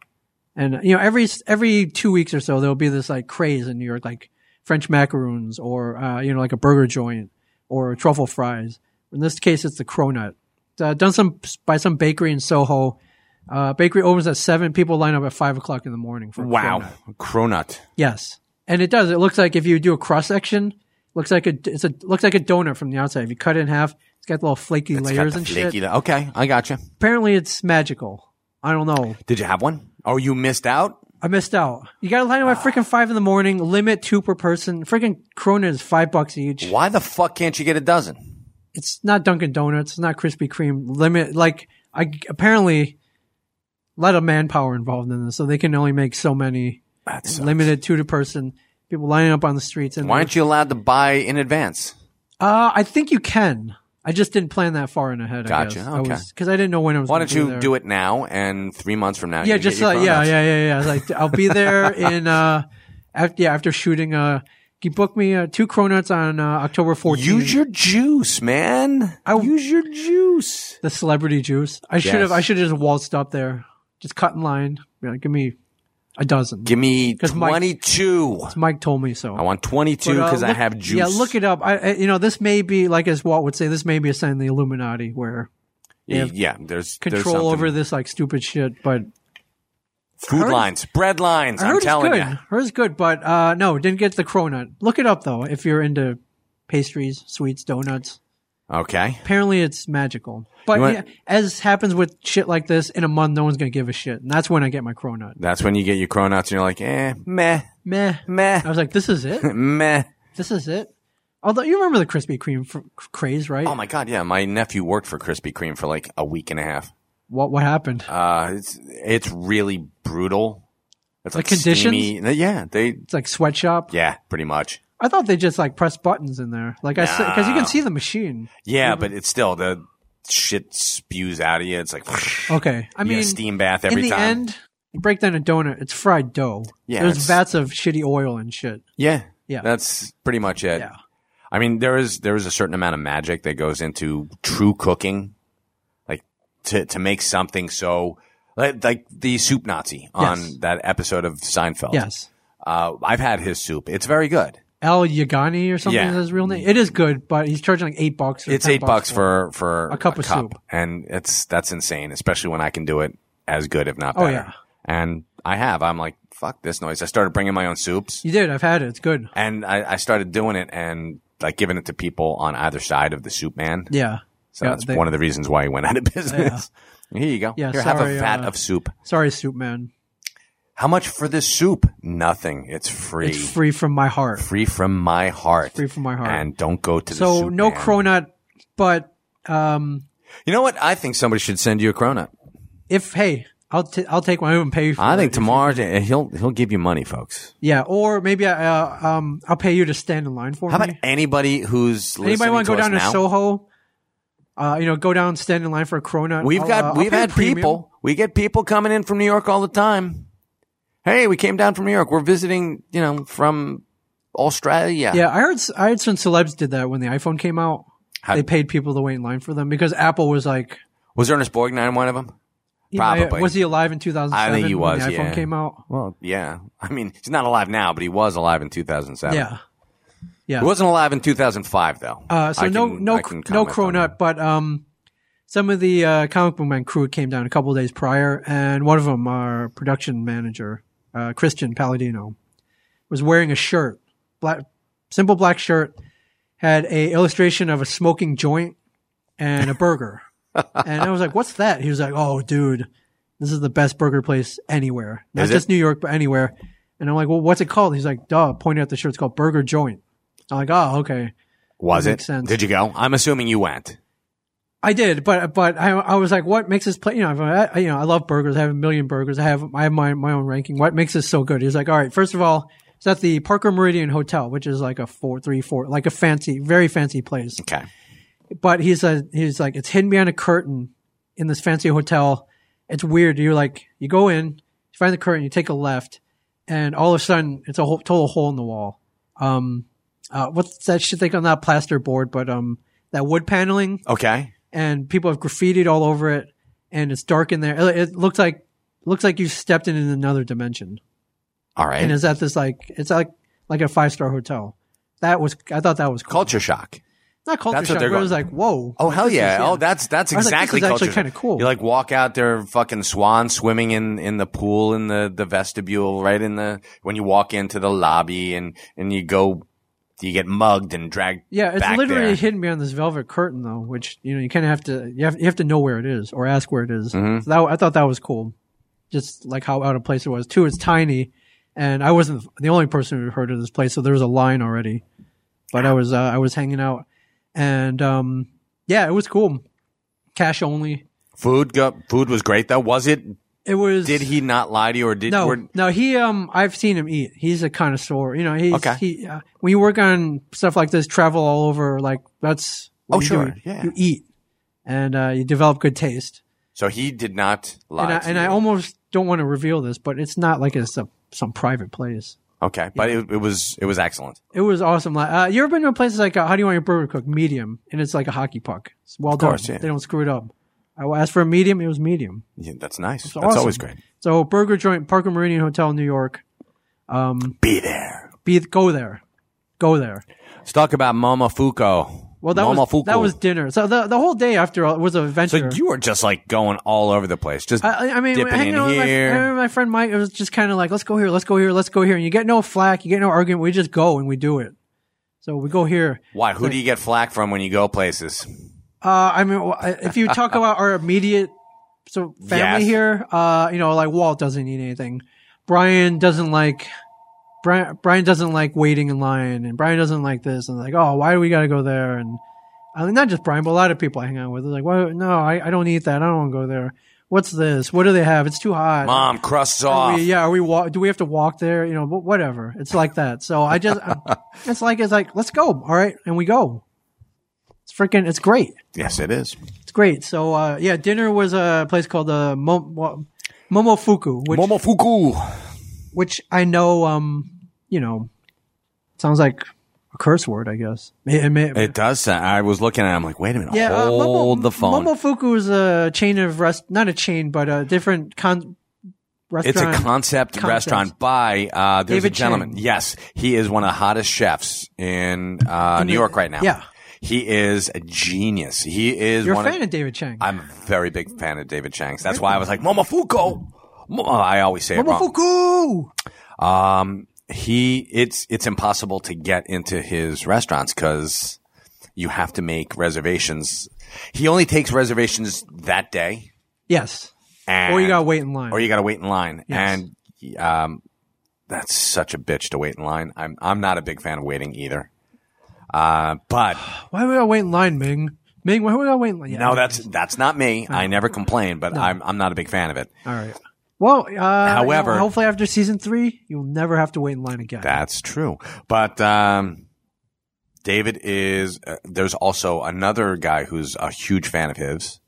Speaker 2: And you know, every every two weeks or so, there'll be this like craze in New York, like French macaroons, or uh, you know, like a burger joint, or truffle fries. In this case, it's the cronut. It's, uh, done some by some bakery in Soho. Uh, bakery opens at seven. People line up at five o'clock in the morning for a
Speaker 4: Wow,
Speaker 2: cronut.
Speaker 4: cronut.
Speaker 2: Yes, and it does. It looks like if you do a cross section, looks like a it's a looks like a donut from the outside. If you cut it in half, it's got little flaky
Speaker 4: It's got
Speaker 2: layers
Speaker 4: the
Speaker 2: and shit.
Speaker 4: flaky- Okay, I got you.
Speaker 2: Apparently, it's magical. I don't know.
Speaker 4: Did you have one? Oh, you missed out.
Speaker 2: I missed out. You got to line up at freaking five in the morning. Limit two per person. Freaking Corona is five bucks each.
Speaker 4: Why the fuck can't you get a dozen?
Speaker 2: It's not Dunkin' Donuts. It's not Krispy Kreme. Limit like I apparently a lot of manpower involved in this, so they can only make so many.
Speaker 4: That's
Speaker 2: Limited two to person. People lining up on the streets. And
Speaker 4: Why aren't you allowed to buy in advance?
Speaker 2: Uh, I think you can. I just didn't plan that far in ahead.
Speaker 4: Gotcha,
Speaker 2: I guess.
Speaker 4: okay.
Speaker 2: Because I, didn't know when I was.
Speaker 4: Why don't you do it now and three months from now?
Speaker 2: Yeah, just like yeah, yeah, yeah, yeah. Like I'll be there in uh, after yeah after shooting. Uh, you book me uh, two cronuts on uh, October fourteenth.
Speaker 4: Use your juice, man. I, Use your juice.
Speaker 2: the celebrity juice. I should have.
Speaker 4: Yes.
Speaker 2: I should have just waltzed up there, just cut in line. You know, give me a dozen.
Speaker 4: Give me
Speaker 2: 'Cause Mike-
Speaker 4: twenty-two.
Speaker 2: Mike told me so.
Speaker 4: I want twenty-two
Speaker 2: But, uh,
Speaker 4: because I
Speaker 2: look-
Speaker 4: have juice.
Speaker 2: Yeah, look it up. I, I- you know, this may be like as Walt would say, this may be a sign of the Illuminati where
Speaker 4: Yeah, yeah, there's there's
Speaker 2: control over
Speaker 4: something.
Speaker 2: this like stupid shit. But
Speaker 4: food
Speaker 2: heard-
Speaker 4: lines, bread lines.
Speaker 2: I heard
Speaker 4: I'm telling
Speaker 2: it's good.
Speaker 4: you.
Speaker 2: Hers good, but uh, no, didn't get the cronut. Look it up though if you're into pastries, sweets, donuts.
Speaker 4: Okay.
Speaker 2: Apparently, it's magical. But
Speaker 4: You want-
Speaker 2: yeah, as happens with shit like this, in a month, no one's gonna give a shit, and that's when I get my cronut.
Speaker 4: That's when you get your cronuts and you're like, eh, meh,
Speaker 2: Meh.
Speaker 4: meh,
Speaker 2: I was like, this is it.
Speaker 4: meh.
Speaker 2: this is it. Although you remember the Krispy Kreme fr- craze, right?
Speaker 4: Oh my god, yeah. My nephew worked for Krispy Kreme for like a week and a half.
Speaker 2: what what happened?
Speaker 4: Uh, it's it's really brutal. It's
Speaker 2: The
Speaker 4: like
Speaker 2: conditions?
Speaker 4: steamy. Yeah, they
Speaker 2: it's like sweatshop.
Speaker 4: yeah, pretty much.
Speaker 2: I thought they just like press buttons in there, like I said, because you can
Speaker 4: Nah.
Speaker 2: see the machine.
Speaker 4: Yeah, but it's still the shit spews out of you. It's like
Speaker 2: Okay, I
Speaker 4: you
Speaker 2: mean,
Speaker 4: get a steam bath
Speaker 2: in
Speaker 4: every
Speaker 2: the
Speaker 4: time.
Speaker 2: end, you break down a donut. It's fried dough.
Speaker 4: Yeah,
Speaker 2: there's
Speaker 4: it's-
Speaker 2: vats of shitty oil and shit.
Speaker 4: yeah,
Speaker 2: Yeah.
Speaker 4: that's pretty much it.
Speaker 2: Yeah.
Speaker 4: I mean, there is there is a certain amount of magic that goes into true cooking, like to to make something so like, like the soup Nazi on
Speaker 2: Yes.
Speaker 4: that episode of Seinfeld.
Speaker 2: Yes,
Speaker 4: uh, I've had his soup. It's very good.
Speaker 2: Al Yagani or something
Speaker 4: Yeah.
Speaker 2: is his real name. It is good, but he's charging like eight bucks. Or
Speaker 4: It's
Speaker 2: 10
Speaker 4: eight bucks for for
Speaker 2: A cup of soup.
Speaker 4: and it's that's insane, especially when I can do it as good, if not
Speaker 2: Oh,
Speaker 4: better.
Speaker 2: yeah.
Speaker 4: and I have. I'm like, fuck this noise. I started bringing my own soups.
Speaker 2: You did. I've had it. It's good.
Speaker 4: and I, I started doing it and like giving it to people on either side of the soup man.
Speaker 2: Yeah.
Speaker 4: So
Speaker 2: Yeah,
Speaker 4: that's
Speaker 2: they-
Speaker 4: one of the reasons why he went out of business. Here you go.
Speaker 2: Yeah,
Speaker 4: Here, have
Speaker 2: sorry,
Speaker 4: a vat
Speaker 2: uh,
Speaker 4: of soup.
Speaker 2: Sorry, soup man.
Speaker 4: How much for this soup? Nothing. It's free.
Speaker 2: It's free from my heart.
Speaker 4: Free from my heart.
Speaker 2: Free from my heart.
Speaker 4: And don't go to the
Speaker 2: so
Speaker 4: soup
Speaker 2: no
Speaker 4: man.
Speaker 2: cronut, but um,
Speaker 4: You know what? I think somebody should send you a cronut.
Speaker 2: if hey, I'll t- I'll take one and pay you. For
Speaker 4: I
Speaker 2: it.
Speaker 4: think tomorrow eh, he'll he'll give you money, folks.
Speaker 2: Yeah, or maybe I, uh, um I'll pay you to stand in line for
Speaker 4: How
Speaker 2: me.
Speaker 4: about anybody who's
Speaker 2: Anybody
Speaker 4: want
Speaker 2: want to go down
Speaker 4: now?
Speaker 2: to Soho? Uh, you know, go down, stand in line for a cronut.
Speaker 4: We've
Speaker 2: I'll,
Speaker 4: got
Speaker 2: uh, I'll
Speaker 4: we've
Speaker 2: pay
Speaker 4: had
Speaker 2: a premium.
Speaker 4: people. We get people coming in from New York all the time. Hey, we came down from New York. We're visiting, you know, from Australia.
Speaker 2: Yeah, I heard s- I heard some celebs did that when the iPhone came out.
Speaker 4: How-
Speaker 2: they paid people to wait in line for them because Apple was like,
Speaker 4: Was Ernest Borgnine one of them?
Speaker 2: you know,
Speaker 4: Probably.
Speaker 2: was he alive in 2007?
Speaker 4: I think he
Speaker 2: when
Speaker 4: was,
Speaker 2: The iPhone
Speaker 4: yeah.
Speaker 2: came out.
Speaker 4: Well, yeah. I mean, he's not alive now, but he was alive in 2007.
Speaker 2: Yeah, yeah.
Speaker 4: He wasn't alive in 2005 though.
Speaker 2: Uh, so
Speaker 4: I
Speaker 2: no,
Speaker 4: can-
Speaker 2: no,
Speaker 4: I can
Speaker 2: no
Speaker 4: comment on
Speaker 2: cronut, but um, some of the uh, comic book man crew came down a couple of days prior, and one of them, our production manager, uh, Christian Palladino, was wearing a shirt, black, simple black shirt, had a illustration of a smoking joint and a burger, and I was like, "What's that?" He was like, "Oh, dude, this is the best burger place anywhere, not
Speaker 4: Is it?
Speaker 2: just New York, but anywhere." And I'm like, "Well, what's it called?" He's like, "Duh," pointing at the shirt. It's called Burger Joint. I'm like, "Oh, okay."
Speaker 4: Was
Speaker 2: That
Speaker 4: it?
Speaker 2: makes sense.
Speaker 4: Did you go? I'm assuming you went.
Speaker 2: I did, but but I, I was like, what makes this place? You know, I, I- you know, I love burgers. I have a million burgers. I have I have my my own ranking. What makes this so good? He's like, all right, first of all, it's at the Parker Meridian Hotel, which is like a four three four, like a fancy, very fancy place.
Speaker 4: Okay.
Speaker 2: But he's a, he's like, it's hidden behind a curtain in this fancy hotel. It's weird. You're like, you go in, you find the curtain, you take a left, and all of a sudden, it's a whole, total hole in the wall. Um, uh, what's that shit they call not plasterboard, but um, that wood paneling
Speaker 4: Okay.
Speaker 2: and people have graffitied all over it, and it's dark in there. It, it looks like looks like you stepped in another dimension,
Speaker 4: All right.
Speaker 2: and it's at this like it's like like a five star hotel. That was I thought that was cool.
Speaker 4: culture shock.
Speaker 2: not culture
Speaker 4: That's what
Speaker 2: shock.
Speaker 4: they're
Speaker 2: But it was
Speaker 4: going-
Speaker 2: like whoa.
Speaker 4: Oh hell
Speaker 2: This is-
Speaker 4: yeah! Oh, that's that's
Speaker 2: I was like, this
Speaker 4: exactly
Speaker 2: is actually
Speaker 4: culture
Speaker 2: kinda
Speaker 4: shock.
Speaker 2: cool.
Speaker 4: You like walk out there, fucking swan swimming in in the pool in the the vestibule, right in the when you walk into the lobby, and and you go, you get mugged and dragged.
Speaker 2: Yeah, it's
Speaker 4: back
Speaker 2: literally
Speaker 4: there.
Speaker 2: hidden behind this velvet curtain, though, which you know you kind of have to you have you have to know where it is or ask where it is.
Speaker 4: Mm-hmm.
Speaker 2: So that I thought that was cool, just like how out of place it was. Two, it's tiny, and I wasn't the only person who heard of this place, so there was a line already. But I was uh, I was hanging out, and um, yeah, it was cool. Cash only.
Speaker 4: Food go, food was great though. Was it?
Speaker 2: It was.
Speaker 4: Did he not lie to you, or did
Speaker 2: No,
Speaker 4: were-
Speaker 2: no. He um, I've seen him eat. He's a connoisseur. You know, he's,
Speaker 4: Okay.
Speaker 2: he uh, when you work on stuff like this, travel all over, like that's what
Speaker 4: Oh,
Speaker 2: you
Speaker 4: sure,
Speaker 2: do.
Speaker 4: yeah.
Speaker 2: You eat and uh, you develop good taste.
Speaker 4: So he did not lie.
Speaker 2: And I,
Speaker 4: to
Speaker 2: and
Speaker 4: you.
Speaker 2: I almost don't want to reveal this, but it's not like it's a, some private place.
Speaker 4: okay, but it, it was it was excellent.
Speaker 2: It was awesome. Like, uh, you ever been to a place like, uh, how do you want your burger cooked? Medium, and it's like a hockey puck. It's well
Speaker 4: course,
Speaker 2: done.
Speaker 4: yeah.
Speaker 2: They don't screw it up. I asked for a medium. It was medium.
Speaker 4: Yeah, that's nice. That's
Speaker 2: awesome.
Speaker 4: always great.
Speaker 2: So burger joint, Parker Meridian Hotel, in New York.
Speaker 4: Be there.
Speaker 2: Be go there, go there.
Speaker 4: Let's talk about Momofuku.
Speaker 2: Well, that was
Speaker 4: Momofuku.
Speaker 2: that was dinner. So the the whole day after all was an
Speaker 4: So
Speaker 2: adventure.
Speaker 4: you were just like going all over the place, just
Speaker 2: I, I mean,
Speaker 4: dipping
Speaker 2: hanging
Speaker 4: in
Speaker 2: out with my, I
Speaker 4: here.
Speaker 2: remember my friend Mike. It was just kind of like, let's go here, let's go here, let's go here, and you get no flack, you get no argument. We just go and we do it. So we go here.
Speaker 4: Why? Who do you get flack from when you go places?
Speaker 2: Uh, I mean, wh- if you talk about our immediate so family
Speaker 4: Yes.
Speaker 2: here, uh, you know, like Walt doesn't eat anything. Brian doesn't like Brian. Brian doesn't like waiting in line, and Brian doesn't like this. And like, oh, why do we got to go there? And I mean, not just Brian, but a lot of people I hang out with. are Like, why? No, I, I don't eat that. I don't want to go there. What's this? What do they have? It's too hot.
Speaker 4: Mom, crusts
Speaker 2: Are
Speaker 4: off.
Speaker 2: we- yeah, are we walk? Do we have to walk there? You know, wh- whatever. It's like that. So I just, it's like it's like let's go. All right, and we go. It's freaking. It's great.
Speaker 4: Yes, it is.
Speaker 2: It's great. So uh, yeah, dinner was a place called the Mo- Mo- Momofuku, which
Speaker 4: Momofuku.
Speaker 2: which I know, um, you know, sounds like a curse word, I guess. It- it may-
Speaker 4: It does. Sound, I was looking at. it, I'm like, wait a minute.
Speaker 2: yeah, uh, Momo-
Speaker 4: hold the phone.
Speaker 2: Momofuku is a chain of rest, not a chain, but a different con-
Speaker 4: it's a
Speaker 2: restaurant.
Speaker 4: concept,
Speaker 2: Concept.
Speaker 4: restaurant by uh, there's
Speaker 2: David
Speaker 4: a gentleman.
Speaker 2: Chang.
Speaker 4: Yes, he is one of the hottest chefs in uh, New
Speaker 2: the-
Speaker 4: York right now.
Speaker 2: yeah.
Speaker 4: he is a genius. He is.
Speaker 2: You're a
Speaker 4: one
Speaker 2: fan
Speaker 4: of,
Speaker 2: of David Chang.
Speaker 4: I'm a very big fan of David Chang's. That's why I was like Momofuku. Mo- oh, I always say it wrong.
Speaker 2: Momofuku.
Speaker 4: Um, he it's it's impossible to get into his restaurants because you have to make reservations. He only takes reservations that day,
Speaker 2: Yes.
Speaker 4: and
Speaker 2: Or you gotta wait in line.
Speaker 4: or you got to wait in line,
Speaker 2: Yes.
Speaker 4: and um, that's such a bitch to wait in line. I'm I'm not a big fan of waiting either. Uh, but
Speaker 2: why would I wait in line, Ming? Ming, why would I wait in line? Yeah,
Speaker 4: no, that's that's not me.
Speaker 2: Uh-huh.
Speaker 4: I never complain, but I'm I'm not a big fan of it.
Speaker 2: all right. Well, uh,
Speaker 4: However-
Speaker 2: you know, hopefully after season three, you'll never have to wait in line again.
Speaker 4: That's true. But um, David is. Uh, there's also another guy who's a huge fan of his,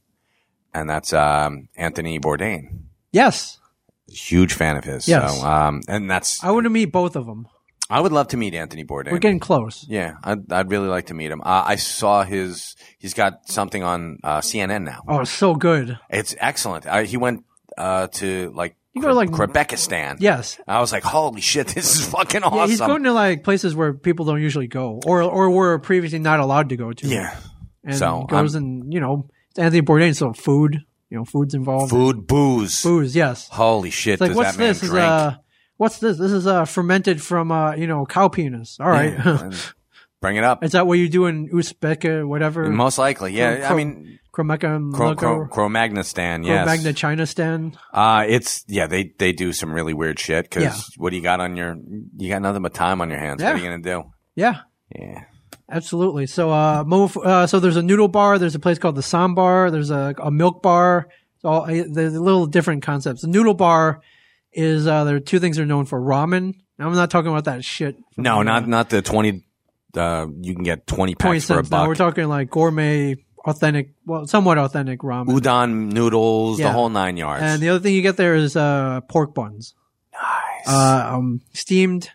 Speaker 4: and that's um, Anthony Bourdain.
Speaker 2: Yes,
Speaker 4: Huge fan of his.
Speaker 2: Yes.
Speaker 4: So, um, and that's.
Speaker 2: I want to meet both of them.
Speaker 4: I would love to meet Anthony Bourdain.
Speaker 2: We're getting close.
Speaker 4: yeah, I'd, I'd really like to meet him. Uh, I saw his. He's got something on uh, CNN now.
Speaker 2: Oh, it's so good.
Speaker 4: It's excellent. I, he went uh, to like.
Speaker 2: You go to, like-
Speaker 4: Quebecistan.
Speaker 2: Yes.
Speaker 4: I was like, holy shit, this is fucking awesome.
Speaker 2: Yeah, he's going to like places where people don't usually go, or or were previously not allowed to go to.
Speaker 4: yeah.
Speaker 2: and
Speaker 4: so,
Speaker 2: he goes and you know it's Anthony Bourdain, so food, you know, food's involved.
Speaker 4: Food, booze.
Speaker 2: Booze, yes.
Speaker 4: Holy shit!
Speaker 2: It's like
Speaker 4: does
Speaker 2: what's
Speaker 4: that man
Speaker 2: this? Is
Speaker 4: drink?
Speaker 2: uh, what's this? This is uh fermented from uh you know cow penis. All right,
Speaker 4: Bring it up.
Speaker 2: is that what you do in Uzbek, uh, whatever?
Speaker 4: Most likely,
Speaker 2: Cro-
Speaker 4: yeah. I mean,
Speaker 2: Kromeka,
Speaker 4: Cro- Cro-
Speaker 2: Mloko,
Speaker 4: Cro-Magnistan, yes.
Speaker 2: Kromagna, China stand.
Speaker 4: Uh, it's yeah. They they do some really weird shit because
Speaker 2: Yeah.
Speaker 4: what do you got on your? You got nothing but time on your hands. What
Speaker 2: Yeah.
Speaker 4: are you gonna do?
Speaker 2: Yeah,
Speaker 4: Yeah.
Speaker 2: Absolutely. So, uh, move, uh, so there's a noodle bar. There's a place called the Sambar. There's a, a milk bar. It's all uh, there's little different concepts. The noodle bar is uh, there are two things they're known for: ramen. And I'm not talking about that shit. from,
Speaker 4: No,
Speaker 2: uh,
Speaker 4: not not the twenty. Uh, you can get twenty
Speaker 2: twenty
Speaker 4: packs for a
Speaker 2: cents. No, we're
Speaker 4: buck.
Speaker 2: talking like gourmet, authentic, well, somewhat authentic ramen.
Speaker 4: Udon noodles,
Speaker 2: Yeah.
Speaker 4: the whole nine yards.
Speaker 2: And the other thing you get there is uh, pork buns,
Speaker 4: nice.
Speaker 2: uh, um, steamed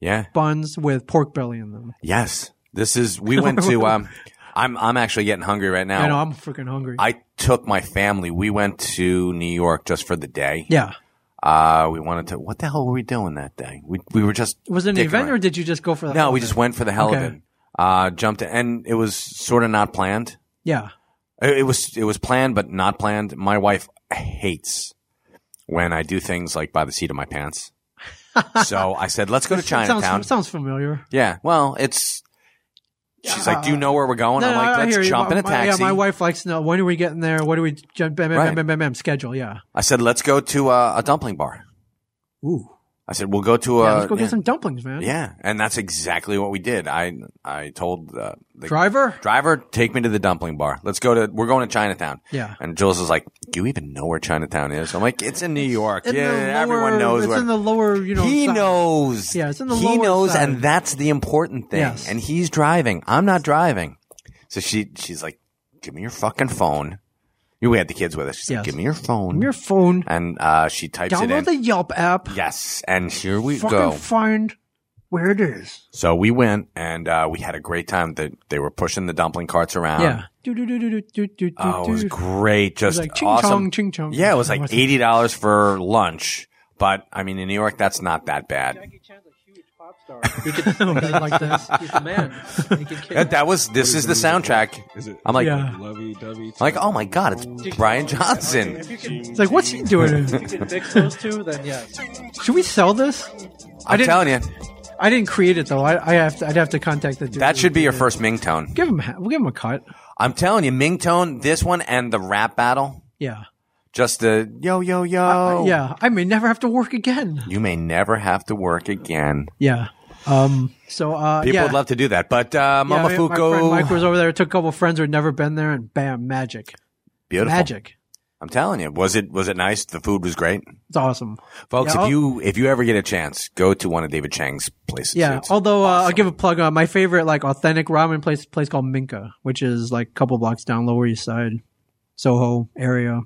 Speaker 4: yeah.
Speaker 2: buns with pork belly in them.
Speaker 4: Yes. This is we went to um I'm I'm actually getting hungry right now.
Speaker 2: I know I'm freaking hungry.
Speaker 4: I took my family. We went to New York just for the day.
Speaker 2: yeah.
Speaker 4: Uh, we wanted to. What the hell were we doing that day? We we were just
Speaker 2: Was it an
Speaker 4: dicking
Speaker 2: event
Speaker 4: around.
Speaker 2: or did you just go for the
Speaker 4: no, we just went for the hell of
Speaker 2: Okay.
Speaker 4: it. Uh, jumped in, and it was sort of not planned.
Speaker 2: Yeah.
Speaker 4: It, it was it was planned but not planned. My wife hates when I do things like by the seat of my pants. so I said, let's go to
Speaker 2: That sounds,
Speaker 4: Chinatown.
Speaker 2: sounds familiar.
Speaker 4: yeah, well, it's. She's like, do you know where we're going? I'm like,
Speaker 2: Uh, hear
Speaker 4: let's
Speaker 2: you.
Speaker 4: jump in a
Speaker 2: My- my-
Speaker 4: taxi.
Speaker 2: yeah, my wife likes to know when are we getting there? What do we jump bam bam,
Speaker 4: Right.
Speaker 2: bam, bam, bam, bam, schedule, yeah.
Speaker 4: I said, let's go to uh, a dumpling bar.
Speaker 2: Ooh.
Speaker 4: I said, we'll go to a.
Speaker 2: Yeah, let's go
Speaker 4: Uh, yeah.
Speaker 2: get some dumplings, man.
Speaker 4: Yeah, and that's exactly what we did. I I told uh, the
Speaker 2: Driver?
Speaker 4: driver, take me to the dumpling bar. Let's go to. We're going to Chinatown.
Speaker 2: Yeah.
Speaker 4: And Jules is like, "Do you even know where Chinatown is?" I'm like, "It's in New York.
Speaker 2: In the
Speaker 4: yeah, everyone
Speaker 2: lower-
Speaker 4: knows
Speaker 2: it's
Speaker 4: where."
Speaker 2: in the lower, you know.
Speaker 4: he
Speaker 2: side.
Speaker 4: knows.
Speaker 2: Yeah, it's in the
Speaker 4: He
Speaker 2: lower
Speaker 4: knows,
Speaker 2: side.
Speaker 4: and that's the important thing.
Speaker 2: Yes.
Speaker 4: And he's driving. I'm not driving. So she she's like, "Give me your fucking phone." We had the kids with us. She's like,
Speaker 2: Yes.
Speaker 4: "Give me your phone."
Speaker 2: Your phone.
Speaker 4: and uh, she types it in.
Speaker 2: Download the Yelp app.
Speaker 4: yes, and here we
Speaker 2: fucking
Speaker 4: go.
Speaker 2: find where it is.
Speaker 4: So we went and uh, we had a great time. They, they were pushing the dumpling carts around.
Speaker 2: yeah. Do do do do do do do.
Speaker 4: Uh-huh. Oh, it was
Speaker 2: do.
Speaker 4: great. Just
Speaker 2: like ching
Speaker 4: awesome.
Speaker 2: chong, ching chong.
Speaker 4: Yeah, it was
Speaker 2: What's
Speaker 4: like
Speaker 2: it?
Speaker 4: eighty dollars for lunch. But I mean, in New York, that's not that bad.
Speaker 2: He could like this. He's the man. He can kick.
Speaker 4: That, that was. This is the soundtrack.
Speaker 3: Is it?
Speaker 4: I'm like,
Speaker 2: Yeah.
Speaker 3: lovey dovey.
Speaker 4: like, oh my god, it's Brian Johnson.
Speaker 2: It's like, what's he doing?
Speaker 9: Mix those two, then yeah.
Speaker 2: Should we sell this?
Speaker 4: I'm
Speaker 2: didn't-
Speaker 4: telling you,
Speaker 2: I didn't create it though. I, I have to. I'd have to contact the. Dude
Speaker 4: that
Speaker 2: who
Speaker 4: should be your
Speaker 2: did it.
Speaker 4: first Ming tone.
Speaker 2: Give him. ha- We'll give him a cut.
Speaker 4: I'm telling you, Ming tone. This one and the rap battle.
Speaker 2: Yeah.
Speaker 4: Just the yo yo yo.
Speaker 2: Uh, Yeah. I may never have to work again.
Speaker 4: You may never have to work again.
Speaker 2: Yeah. Um. So. Uh,
Speaker 4: People
Speaker 2: yeah.
Speaker 4: would love to do that, but uh,
Speaker 2: Yeah, my-
Speaker 4: Mama
Speaker 2: My
Speaker 4: Fuko,
Speaker 2: friend Mike was over there. Took a couple friends who'd never been there, and bam, magic,
Speaker 4: beautiful.
Speaker 2: magic.
Speaker 4: I'm telling you, was it was it nice? The food was great,
Speaker 2: It's awesome.
Speaker 4: folks.
Speaker 2: Yeah,
Speaker 4: if
Speaker 2: I'll-
Speaker 4: you if you ever get a chance, go to one of David Chang's places.
Speaker 2: Yeah.
Speaker 4: It's-
Speaker 2: Although uh, I'll give a plug on my favorite like authentic ramen place place called Minka, which is like a couple blocks down Lower East Side, Soho area.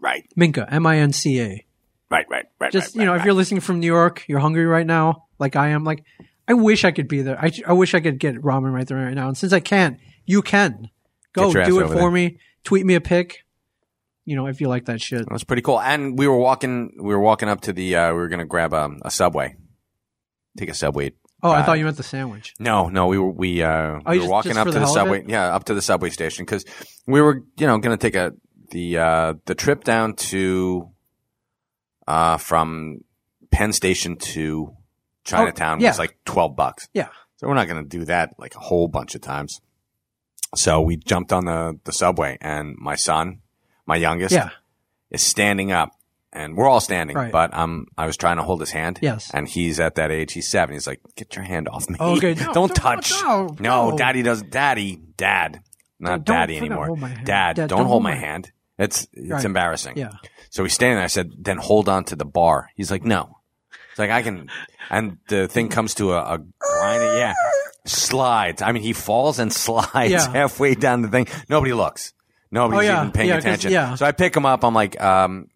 Speaker 4: right,
Speaker 2: Minka, M I N C A.
Speaker 4: right, right, right.
Speaker 2: Just
Speaker 4: right,
Speaker 2: you know,
Speaker 4: right,
Speaker 2: if you're listening from New York, you're hungry right now, like I am. Like I wish I could be there. I, I wish I could get ramen right there right now. And since I can't, you can go
Speaker 4: Get your
Speaker 2: do
Speaker 4: ass
Speaker 2: it
Speaker 4: over
Speaker 2: for
Speaker 4: there.
Speaker 2: me. Tweet me a pic. You know, if you like that shit.
Speaker 4: that's pretty cool. And we were walking, we were walking up to the, uh, we were gonna grab um, a subway, take a subway.
Speaker 2: Oh, I
Speaker 4: Uh,
Speaker 2: thought you meant the sandwich.
Speaker 4: No, no, we were we
Speaker 2: you
Speaker 4: uh, we were
Speaker 2: Oh, just-
Speaker 4: walking
Speaker 2: just
Speaker 4: up
Speaker 2: for
Speaker 4: to
Speaker 2: the
Speaker 4: the,
Speaker 2: hell of
Speaker 4: subway.
Speaker 2: it?
Speaker 4: Yeah, up to the subway station because we were you know going to take a the uh, the trip down to uh, from Penn Station to Chinatown
Speaker 2: Oh, yeah.
Speaker 4: was like twelve bucks.
Speaker 2: Yeah.
Speaker 4: so we're not going to do that like a whole bunch of times. So we jumped on the the subway, and my son, my youngest,
Speaker 2: Yeah.
Speaker 4: is standing up and we're all standing,
Speaker 2: Right.
Speaker 4: but um, I was trying to hold his hand.
Speaker 2: Yes.
Speaker 4: And he's at that age. He's seven. He's like, get your hand off me.
Speaker 2: Oh, okay. No,
Speaker 4: don't,
Speaker 2: don't-
Speaker 4: touch.
Speaker 2: no,
Speaker 4: No,
Speaker 2: no.
Speaker 4: daddy doesn't. Daddy, dad,
Speaker 2: Don't-
Speaker 4: not
Speaker 2: don't
Speaker 4: daddy
Speaker 2: freaking
Speaker 4: anymore.
Speaker 2: hold my hand.
Speaker 4: Dad, don't, hold my hand. It's, it's
Speaker 2: Right.
Speaker 4: embarrassing.
Speaker 2: Yeah.
Speaker 4: So he's standing there. I said, then hold on to the bar. He's like, no. It's like, I can. And the thing comes to a, a grinding, yeah, slides. I mean, he falls and slides
Speaker 2: Yeah.
Speaker 4: halfway down the thing. Nobody looks. Nobody's
Speaker 2: Oh, yeah.
Speaker 4: even paying
Speaker 2: Yeah, 'cause-
Speaker 4: attention.
Speaker 2: yeah.
Speaker 4: So I pick him up. I'm like, um,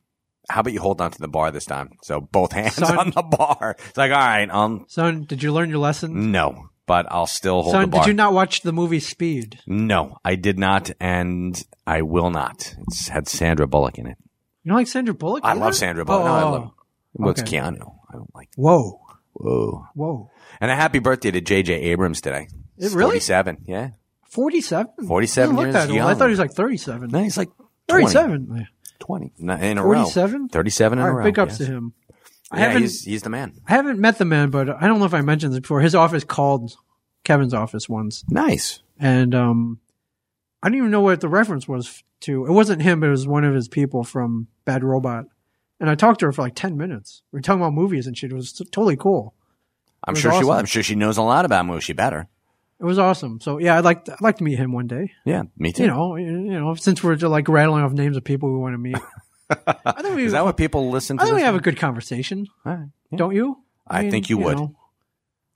Speaker 4: how about you hold on to the bar this time? So both hands
Speaker 2: Son.
Speaker 4: on the bar. It's like, all right, um,
Speaker 2: Son, did you learn your lesson?
Speaker 4: no, but I'll still Mm, hold the
Speaker 2: Son,
Speaker 4: bar.
Speaker 2: did you not watch the movie Speed?
Speaker 4: no, I did not, and I will not. It's had Sandra Bullock in it.
Speaker 2: You don't like Sandra Bullock?
Speaker 4: I
Speaker 2: either?
Speaker 4: love Sandra Bullock.
Speaker 2: Oh,
Speaker 4: no, I
Speaker 2: oh,
Speaker 4: love. Well, it's
Speaker 2: Okay.
Speaker 4: Keanu. I don't like.
Speaker 2: Whoa,
Speaker 4: Whoa!
Speaker 2: whoa,
Speaker 4: And a happy birthday to J.J. Abrams today.
Speaker 2: It really?
Speaker 4: Forty-seven. Yeah.
Speaker 2: forty-seven. Doesn't
Speaker 4: 47
Speaker 2: look
Speaker 4: years
Speaker 2: that old.
Speaker 4: young.
Speaker 2: I thought he was like thirty-seven.
Speaker 4: No, he's like 20,
Speaker 2: Thirty-seven.
Speaker 4: 20 not in a row.
Speaker 2: 47?
Speaker 4: Thirty-seven in
Speaker 2: All
Speaker 4: a
Speaker 2: right,
Speaker 4: row.
Speaker 2: big ups
Speaker 4: yes.
Speaker 2: to him. I
Speaker 4: Yeah,
Speaker 2: haven't,
Speaker 4: he's, he's the man.
Speaker 2: I haven't met the man, but I don't know if I mentioned this before. His office called Kevin's office once,
Speaker 4: Nice.
Speaker 2: and um, I don't even know what the reference was to. It wasn't him, but it was one of his people from Bad Robot. And I talked to her for like ten minutes. We were talking about movies and shit. It was totally cool.
Speaker 4: I'm
Speaker 2: was
Speaker 4: sure she
Speaker 2: awesome.
Speaker 4: was. I'm sure she knows a lot about movies. She better.
Speaker 2: It was awesome. So yeah, I'd like to, I'd like to meet him one day.
Speaker 4: Yeah, me too.
Speaker 2: You know, you you know, since we're just like rattling off names of people we want to meet. I think we,
Speaker 4: Is that what people listen to?
Speaker 2: I think we
Speaker 4: this
Speaker 2: have a
Speaker 4: for?
Speaker 2: good conversation,
Speaker 4: All right. Yeah.
Speaker 2: don't you?
Speaker 4: I think you would.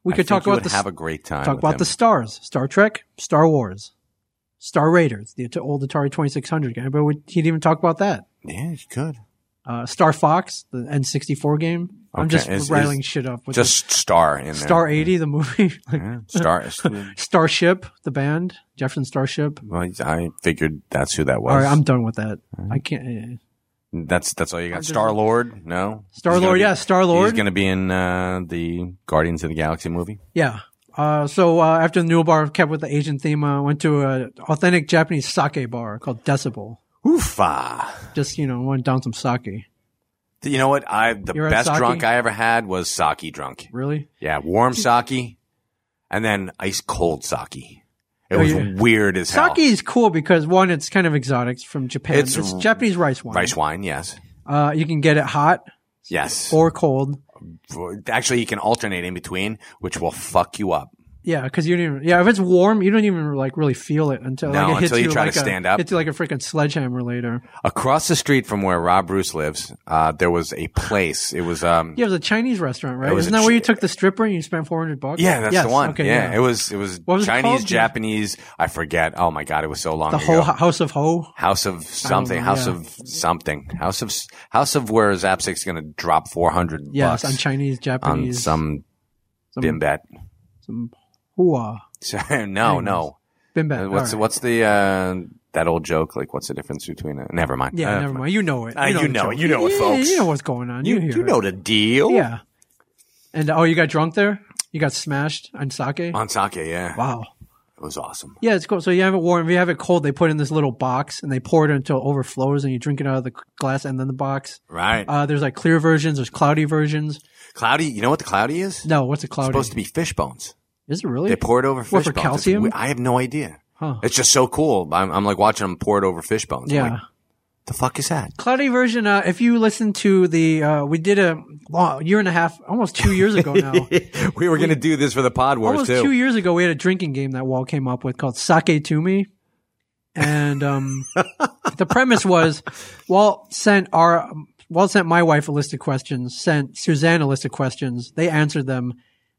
Speaker 2: we
Speaker 4: I
Speaker 2: could talk
Speaker 4: think you
Speaker 2: about
Speaker 4: would
Speaker 2: the
Speaker 4: have a great time.
Speaker 2: talk
Speaker 4: with
Speaker 2: about
Speaker 4: him.
Speaker 2: the stars, Star Trek, Star Wars, Star Raiders, the at- old Atari twenty six hundred game. But we, he'd even talk about that.
Speaker 4: Yeah, you could.
Speaker 2: uh, Star Fox, the N64 game. I'm
Speaker 4: Okay,
Speaker 2: just
Speaker 4: is-
Speaker 2: rattling
Speaker 4: is-
Speaker 2: shit up with this.
Speaker 4: Just star in there.
Speaker 2: Star 80, the movie. like,
Speaker 4: Yeah, Star.
Speaker 2: Starship, the band. Jefferson Starship.
Speaker 4: well, I figured that's who that was.
Speaker 2: All right, I'm done with that. I can't. eh,
Speaker 4: that's that's all you got. Star Lord? No.
Speaker 2: Star
Speaker 4: He's gonna
Speaker 2: Lord,
Speaker 4: be-
Speaker 2: yeah, Star
Speaker 4: He's
Speaker 2: Lord.
Speaker 4: going to be in uh, the Guardians of the Galaxy movie.
Speaker 2: Yeah. Uh, so uh, after the new bar, kept with the Asian theme. I went to an authentic Japanese sake bar called Decibel.
Speaker 4: Oofa.
Speaker 2: Just you know, went down some sake.
Speaker 4: You know what? I the
Speaker 2: You're a
Speaker 4: best
Speaker 2: sake?
Speaker 4: drunk I ever had was sake drunk.
Speaker 2: Really?
Speaker 4: Yeah, warm sake, and then ice cold sake. It
Speaker 2: Oh,
Speaker 4: was
Speaker 2: yeah.
Speaker 4: weird as hell.
Speaker 2: Sake is cool because one, it's kind of exotic. It's from Japan.
Speaker 4: It's
Speaker 2: It's,
Speaker 4: r-
Speaker 2: Japanese rice wine.
Speaker 4: rice wine. Yes,
Speaker 2: Uh, you can get it hot
Speaker 4: yes.
Speaker 2: or cold.
Speaker 4: Actually, you can alternate in between, which will fuck you up.
Speaker 2: Yeah, because you don't even. Yeah, if it's warm, you don't even like really feel it until
Speaker 4: No,
Speaker 2: like, it hits
Speaker 4: until you try to
Speaker 2: like
Speaker 4: stand
Speaker 2: a,
Speaker 4: up.
Speaker 2: Hits you like a freaking sledgehammer later.
Speaker 4: Across the street from where Rob Bruce lives, uh, there was a place. It was um,
Speaker 2: Yeah, it was a Chinese restaurant, right?
Speaker 4: It was
Speaker 2: Isn't
Speaker 4: a
Speaker 2: that where
Speaker 4: chi-
Speaker 2: you took the stripper and you spent four hundred bucks?
Speaker 4: Yeah, that's
Speaker 2: Yes,
Speaker 4: the one.
Speaker 2: Okay,
Speaker 4: yeah.
Speaker 2: yeah,
Speaker 4: it was it was
Speaker 2: What was it
Speaker 4: Chinese,
Speaker 2: called?
Speaker 4: Japanese. I forget. Oh my god, it was so long
Speaker 2: the
Speaker 4: ago.
Speaker 2: whole ho- House of Ho.
Speaker 4: House of something,
Speaker 2: know,
Speaker 4: House
Speaker 2: Um, yeah.
Speaker 4: of something, House of s- House of where Zapsick's going to drop four hundred
Speaker 2: Yes,
Speaker 4: bucks
Speaker 2: on Chinese,
Speaker 4: on
Speaker 2: Japanese, Um,
Speaker 4: some,
Speaker 2: some
Speaker 4: bimbat.
Speaker 2: some hua
Speaker 4: So, no, no.
Speaker 2: bimbat.
Speaker 4: Uh, What's
Speaker 2: all right.
Speaker 4: what's the uh, that old joke? Like, what's the difference between? A, never mind.
Speaker 2: Yeah,
Speaker 4: Uh,
Speaker 2: never mind. You know it.
Speaker 4: Uh, you
Speaker 2: the
Speaker 4: know it.
Speaker 2: joke.
Speaker 4: You know it,
Speaker 2: Yeah,
Speaker 4: folks.
Speaker 2: You know what's going on.
Speaker 4: You
Speaker 2: You,
Speaker 4: you
Speaker 2: hear
Speaker 4: know
Speaker 2: it.
Speaker 4: the deal.
Speaker 2: Yeah. And oh, you got drunk there. You got smashed on sake.
Speaker 4: on sake. Yeah,
Speaker 2: Wow.
Speaker 4: it was awesome.
Speaker 2: Yeah, it's cool. So you have it warm. If you have it cold, they put it in this little box and they pour it until it overflows, and you drink it out of the glass and then the box.
Speaker 4: Right,
Speaker 2: Uh, there's like clear versions. There's cloudy versions.
Speaker 4: cloudy. You know what the cloudy is?
Speaker 2: No, what's a cloudy?
Speaker 4: supposed to be fish bones.
Speaker 2: Is it really?
Speaker 4: They pour it over fish
Speaker 2: What, for
Speaker 4: bones. It's
Speaker 2: calcium?
Speaker 4: we- I have no idea.
Speaker 2: Huh.
Speaker 4: It's just so cool. I'm, I'm like watching them pour it over fish bones. I'm
Speaker 2: Yeah.
Speaker 4: like, the fuck is that?
Speaker 2: Cloudy version. Uh, if you listen to the, uh, we did a wow, year and a half, almost two years ago now.
Speaker 4: we were going to do this for the Pod Wars
Speaker 2: almost
Speaker 4: too.
Speaker 2: two years ago, we had a drinking game that Wall came up with called Sake to Me, and um, the premise was Walt sent our Walt sent my wife a list of questions, sent Suzanne a list of questions. They answered them,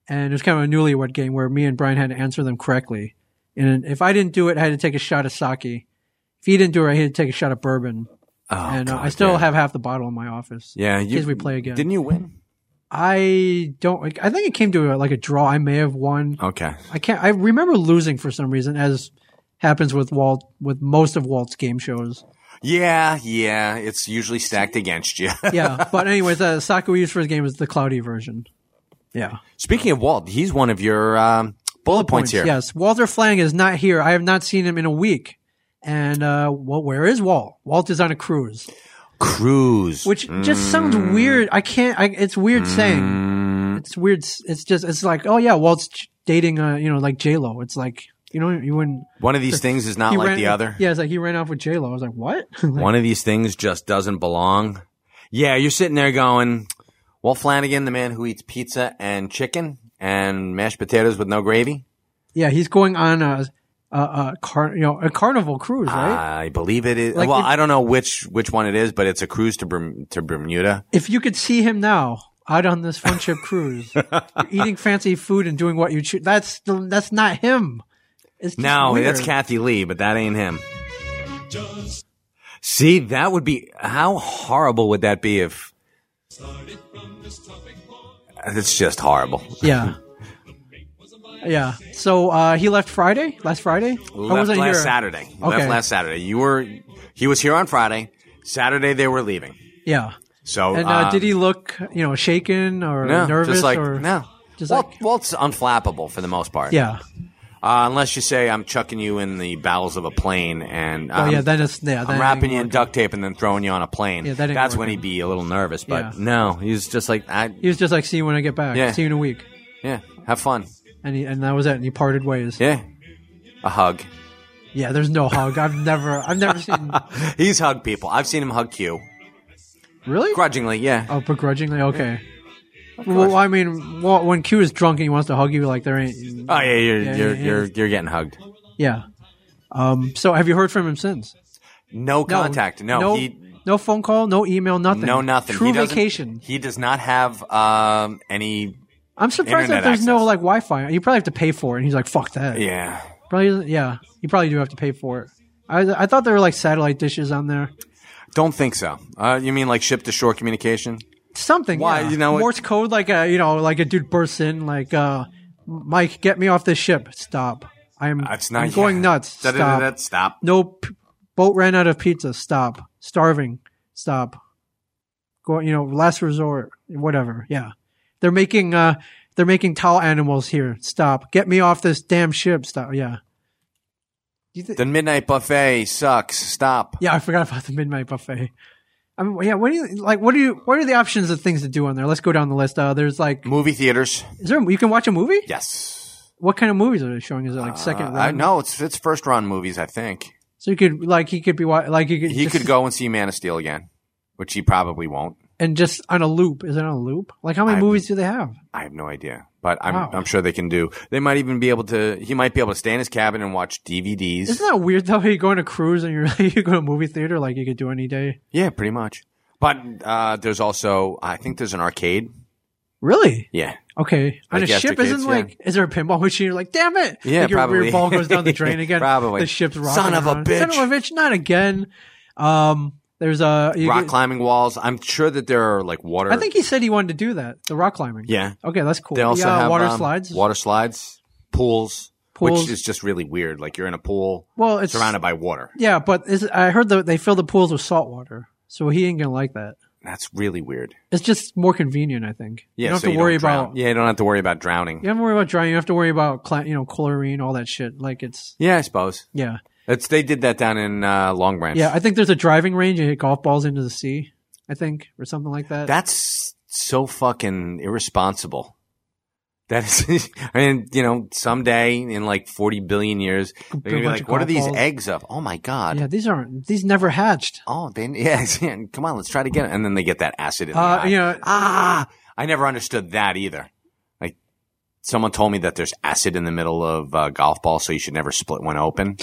Speaker 2: and it was kind of a newlywed game where me and Brian had to answer them correctly. And if I didn't do it, I had to take a shot of sake. If he didn't do it, I had to take a shot of bourbon.
Speaker 4: Oh,
Speaker 2: and uh,
Speaker 4: God,
Speaker 2: I still
Speaker 4: yeah.
Speaker 2: have half the bottle in my office.
Speaker 4: Yeah,
Speaker 2: in
Speaker 4: you,
Speaker 2: case we play again.
Speaker 4: Didn't you win?
Speaker 2: I don't. I think it came to a, like a draw. I may have won.
Speaker 4: Okay.
Speaker 2: I can't. I remember losing for some reason, as happens with Walt with most of Walt's game shows.
Speaker 4: Yeah, yeah. It's usually stacked against you.
Speaker 2: Yeah, but anyways, the uh, sake we used for the game was the cloudy version. Yeah,
Speaker 4: Speaking of Walt, he's one of your um, bullet points here.
Speaker 2: Yes, Walter Flang is not here. I have not seen him in a week. And uh, well, where is Walt? Walt is on a cruise,
Speaker 4: Cruise.
Speaker 2: which just sounds
Speaker 4: Mm.
Speaker 2: weird. I can't. I, it's weird saying. It's weird. s- It's just. It's like, oh yeah, Walt's ch- dating. Uh, you know, like J Lo. It's like you know, you wouldn't.
Speaker 4: one of these things is not
Speaker 2: he
Speaker 4: like
Speaker 2: ran-
Speaker 4: the other.
Speaker 2: Yeah, it's like he ran off with J Lo. I was like, what?
Speaker 4: One of these things just doesn't belong. Yeah, you're sitting there going, Walt Flanagan, the man who eats pizza and chicken and mashed potatoes with no gravy.
Speaker 2: Yeah, he's going on a, a, a car, you know, a carnival cruise, right?
Speaker 4: I believe it is.
Speaker 2: Like
Speaker 4: well,
Speaker 2: if-
Speaker 4: I don't know which which one it is, but it's a cruise to Berm- to Bermuda.
Speaker 2: if you could see him now out on this friendship cruise, eating fancy food and doing what you choose, that's that's not him. It's just
Speaker 4: No,
Speaker 2: weird.
Speaker 4: that's Kathy Lee, but that ain't him. See, that would be how horrible would that be if? It's just horrible.
Speaker 2: Yeah. Yeah. So uh, he left Friday, last Friday. I
Speaker 4: Left
Speaker 2: wasn't
Speaker 4: last
Speaker 2: here.
Speaker 4: Saturday. Left
Speaker 2: Okay.
Speaker 4: last Saturday. You were. He was here on Friday. Saturday they were leaving.
Speaker 2: Yeah.
Speaker 4: So
Speaker 2: And uh,
Speaker 4: um,
Speaker 2: did he look, you know, shaken or
Speaker 4: No,
Speaker 2: nervous
Speaker 4: just like
Speaker 2: or
Speaker 4: no.
Speaker 2: just
Speaker 4: Walt,
Speaker 2: like-
Speaker 4: Walt's unflappable for the most part.
Speaker 2: Yeah.
Speaker 4: Uh, unless you say I'm chucking you in the bowels of a plane and um,
Speaker 2: Oh
Speaker 4: I'm,
Speaker 2: yeah. Then it's yeah.
Speaker 4: I'm wrapping you in duct tape and then throwing you on a plane.
Speaker 2: Yeah, that ain't
Speaker 4: That's when
Speaker 2: working.
Speaker 4: he'd be a little nervous.
Speaker 2: Yeah.
Speaker 4: But no, he's just like, I,
Speaker 2: He was just like, "See you when I get back.
Speaker 4: Yeah.
Speaker 2: See you in a week."
Speaker 4: yeah, have fun.
Speaker 2: And he, and that was it. And he parted ways.
Speaker 4: Yeah, a hug.
Speaker 2: Yeah, there's no hug. I've never, I've never seen.
Speaker 4: He's hugged people. I've seen him hug Q
Speaker 2: Really?
Speaker 4: grudgingly. Yeah,
Speaker 2: Oh, begrudgingly. Okay. Well, I mean, well, when Q is drunk and he wants to hug you, like there ain't.
Speaker 4: oh yeah, you're
Speaker 2: Yeah,
Speaker 4: you're,
Speaker 2: yeah,
Speaker 4: you're you're getting hugged.
Speaker 2: Yeah. Um. So, have you heard from him since?
Speaker 4: No contact. No,
Speaker 2: No.
Speaker 4: he.
Speaker 2: no phone call. No email. Nothing.
Speaker 4: No, nothing.
Speaker 2: True
Speaker 4: he doesn't-
Speaker 2: vacation.
Speaker 4: He does not have um, any.
Speaker 2: I'm surprised that
Speaker 4: Internet
Speaker 2: there's no
Speaker 4: access.
Speaker 2: like Wi-Fi. You probably have to pay for it. And he's like, "Fuck that."
Speaker 4: Yeah,
Speaker 2: Probably. doesn't- Yeah. You probably do have to pay for it. I I thought there were like satellite dishes on there.
Speaker 4: Don't think so. Uh, you mean like ship to shore communication?
Speaker 2: something.
Speaker 4: Why,
Speaker 2: yeah.
Speaker 4: you know, it-
Speaker 2: Morse code, like a you know, like a dude bursts in, like uh, Mike, get me off this ship. Stop. I'm,
Speaker 4: That's not
Speaker 2: I'm going nuts. Stop.
Speaker 4: Da-da-da-da, Stop.
Speaker 2: No p- boat ran out of pizza. Stop. Starving. Stop. Go. You know, last resort. Whatever. Yeah. They're making uh, they're making towel animals here. Stop. Get me off this damn ship. Stop. Yeah.
Speaker 4: The midnight buffet sucks. Stop.
Speaker 2: Yeah, I forgot about the midnight buffet. I mean, yeah. What do you like? What do you? What are the options of things to do on there? Let's go down the list. Uh, there's like,
Speaker 4: Movie theaters.
Speaker 2: is there? You can watch a movie.
Speaker 4: Yes.
Speaker 2: what kind of movies are they showing? Is it like second
Speaker 4: Uh,
Speaker 2: round?
Speaker 4: I no, it's it's first run movies. I think
Speaker 2: So you could like he could be wa- like you could
Speaker 4: he
Speaker 2: just-
Speaker 4: could go and see Man of Steel again, which he probably won't.
Speaker 2: and just on a loop. Is it on a loop? Like how many
Speaker 4: I-
Speaker 2: movies do they have?
Speaker 4: I have no idea, but I'm
Speaker 2: Wow.
Speaker 4: I'm sure they can do. They might even be able to. He might be able to stay in his cabin and watch DVDs.
Speaker 2: Isn't that weird though? You go on a cruise and you're you go to a movie theater like you could do any day.
Speaker 4: yeah, pretty much. But uh, there's also I think there's an arcade.
Speaker 2: Really?
Speaker 4: Yeah,
Speaker 2: Okay. On
Speaker 4: Like
Speaker 2: a ship,
Speaker 4: Gastricates,
Speaker 2: isn't
Speaker 4: yeah.
Speaker 2: like is there a pinball machine? You're like, damn it!
Speaker 4: Yeah,
Speaker 2: like your
Speaker 4: probably.
Speaker 2: rear ball goes down the drain again.
Speaker 4: Probably.
Speaker 2: The ship's rocking.
Speaker 4: Son of a
Speaker 2: around. Son
Speaker 4: bitch.
Speaker 2: of a bitch! Not again. Um, there's a you
Speaker 4: rock
Speaker 2: get-
Speaker 4: climbing walls. I'm sure that there are like water.
Speaker 2: I think he said he wanted to do that. The rock climbing.
Speaker 4: Yeah.
Speaker 2: Okay, that's cool.
Speaker 4: They also
Speaker 2: yeah,
Speaker 4: have
Speaker 2: water
Speaker 4: um,
Speaker 2: slides.
Speaker 4: water slides, pools,
Speaker 2: Pools.
Speaker 4: which is just really weird. Like you're in a pool
Speaker 2: well, it's
Speaker 4: surrounded by water.
Speaker 2: Yeah, but is, I heard that they fill the pools with salt water, so he ain't gonna like that.
Speaker 4: That's really weird.
Speaker 2: It's just more convenient, I think.
Speaker 4: Yeah,
Speaker 2: you don't
Speaker 4: so
Speaker 2: have to worry
Speaker 4: drown.
Speaker 2: about.
Speaker 4: Yeah, you don't have to worry about drowning.
Speaker 2: You don't have to worry about drying. You don't have to worry about cla- you know chlorine, all that shit. Like it's
Speaker 4: Yeah, I suppose.
Speaker 2: yeah,
Speaker 4: It's they did that down in uh, Long Branch.
Speaker 2: yeah. I think there's a driving range. You hit golf balls into the sea, I think, or something like that.
Speaker 4: that's so fucking irresponsible. That is, I mean, you know, someday in like forty billion years, they're gonna be
Speaker 2: bunch
Speaker 4: like,
Speaker 2: of
Speaker 4: "What are
Speaker 2: golf
Speaker 4: these
Speaker 2: balls."
Speaker 4: eggs of? Oh my god!
Speaker 2: yeah, these aren't. These never hatched.
Speaker 4: Oh, they, yeah, yeah, come on, let's try to get it." And then they get that acid in the
Speaker 2: Uh,
Speaker 4: eye.
Speaker 2: yeah.
Speaker 4: ah, I never understood that either. Like, someone told me that there's acid in the middle of uh, golf ball, so you should never split one open.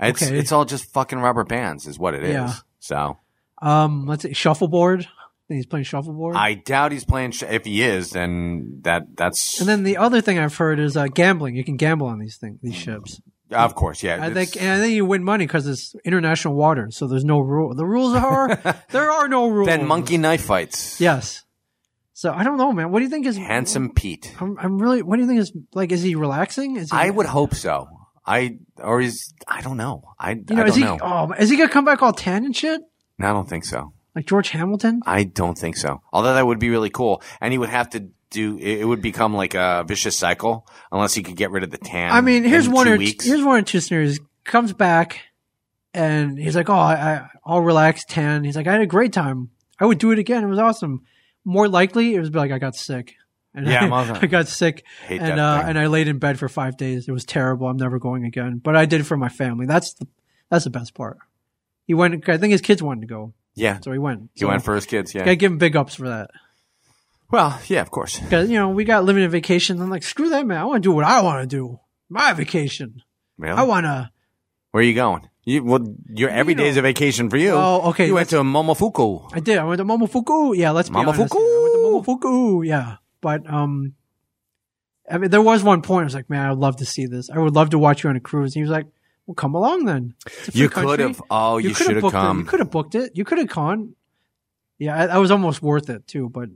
Speaker 4: It's
Speaker 2: Okay.
Speaker 4: it's all just fucking rubber bands, is what it is.
Speaker 2: Yeah.
Speaker 4: So
Speaker 2: Um, let's see, shuffleboard. I think he's playing shuffleboard.
Speaker 4: I doubt he's playing. Sh- if he is, then that that's
Speaker 2: and then the other thing I've heard is uh, gambling. You can gamble on these things, these ships.
Speaker 4: uh, Of course, yeah.
Speaker 2: I
Speaker 4: it's-
Speaker 2: think, and I think you win money because it's international water, so there's no rule. The rules are there are no rules.
Speaker 4: then monkey knife fights.
Speaker 2: Yes. So I don't know, man. What do you think is
Speaker 4: Handsome Pete.
Speaker 2: I'm, I'm really. What do you think is like? Is he relaxing? Is he?
Speaker 4: I would hope so. I or is I don't know. I,
Speaker 2: You know,
Speaker 4: I
Speaker 2: is
Speaker 4: don't
Speaker 2: he?
Speaker 4: know.
Speaker 2: Oh, is he gonna come back all tan and shit
Speaker 4: No, I don't think so.
Speaker 2: like George Hamilton?
Speaker 4: I don't think so. Although that would be really cool, and he would have to do. It it would become like a vicious cycle unless he could get rid of the tan.
Speaker 2: I mean, here's
Speaker 4: in
Speaker 2: one
Speaker 4: two
Speaker 2: or
Speaker 4: weeks.
Speaker 2: here's one or two scenarios. Comes back, and he's like, "Oh, I, I all relaxed, tan." He's like, "I had a great time. I would do it again. It was awesome." More likely, it was be like, "I got sick." And
Speaker 4: Yeah,
Speaker 2: I,
Speaker 4: I'm also-
Speaker 2: I got sick,
Speaker 4: Hate
Speaker 2: and
Speaker 4: that
Speaker 2: uh,
Speaker 4: thing.
Speaker 2: and I laid in bed for five days. It was terrible. I'm never going again. But I did it for my family. That's the that's the best part. He went. I think his kids wanted to go,
Speaker 4: yeah,
Speaker 2: so he went.
Speaker 4: he went for his kids. Yeah.
Speaker 2: Gotta give him big ups for that.
Speaker 4: Well, yeah, of course.
Speaker 2: Because, you know, we got limited vacations. I'm like, screw that, man. I want to do what I want to do. My vacation.
Speaker 4: Really?
Speaker 2: I want to.
Speaker 4: Where are you going? You well, your every
Speaker 2: know-
Speaker 4: day is a vacation for you.
Speaker 2: Oh, okay,
Speaker 4: You went to Momofuku.
Speaker 2: I did. I went to Momofuku. Yeah, let's be honest. here. I went to Momofuku. Yeah. But, um, I mean, there was one point I was like, man, I would love to see this. I would love to watch you on a cruise. he was like, well, come along then. It's a free
Speaker 4: You
Speaker 2: country.
Speaker 4: could have. Oh, you,
Speaker 2: could have
Speaker 4: should have
Speaker 2: booked it.
Speaker 4: come.
Speaker 2: You could have booked it. You could have gone. Yeah, I, I was almost worth it too, but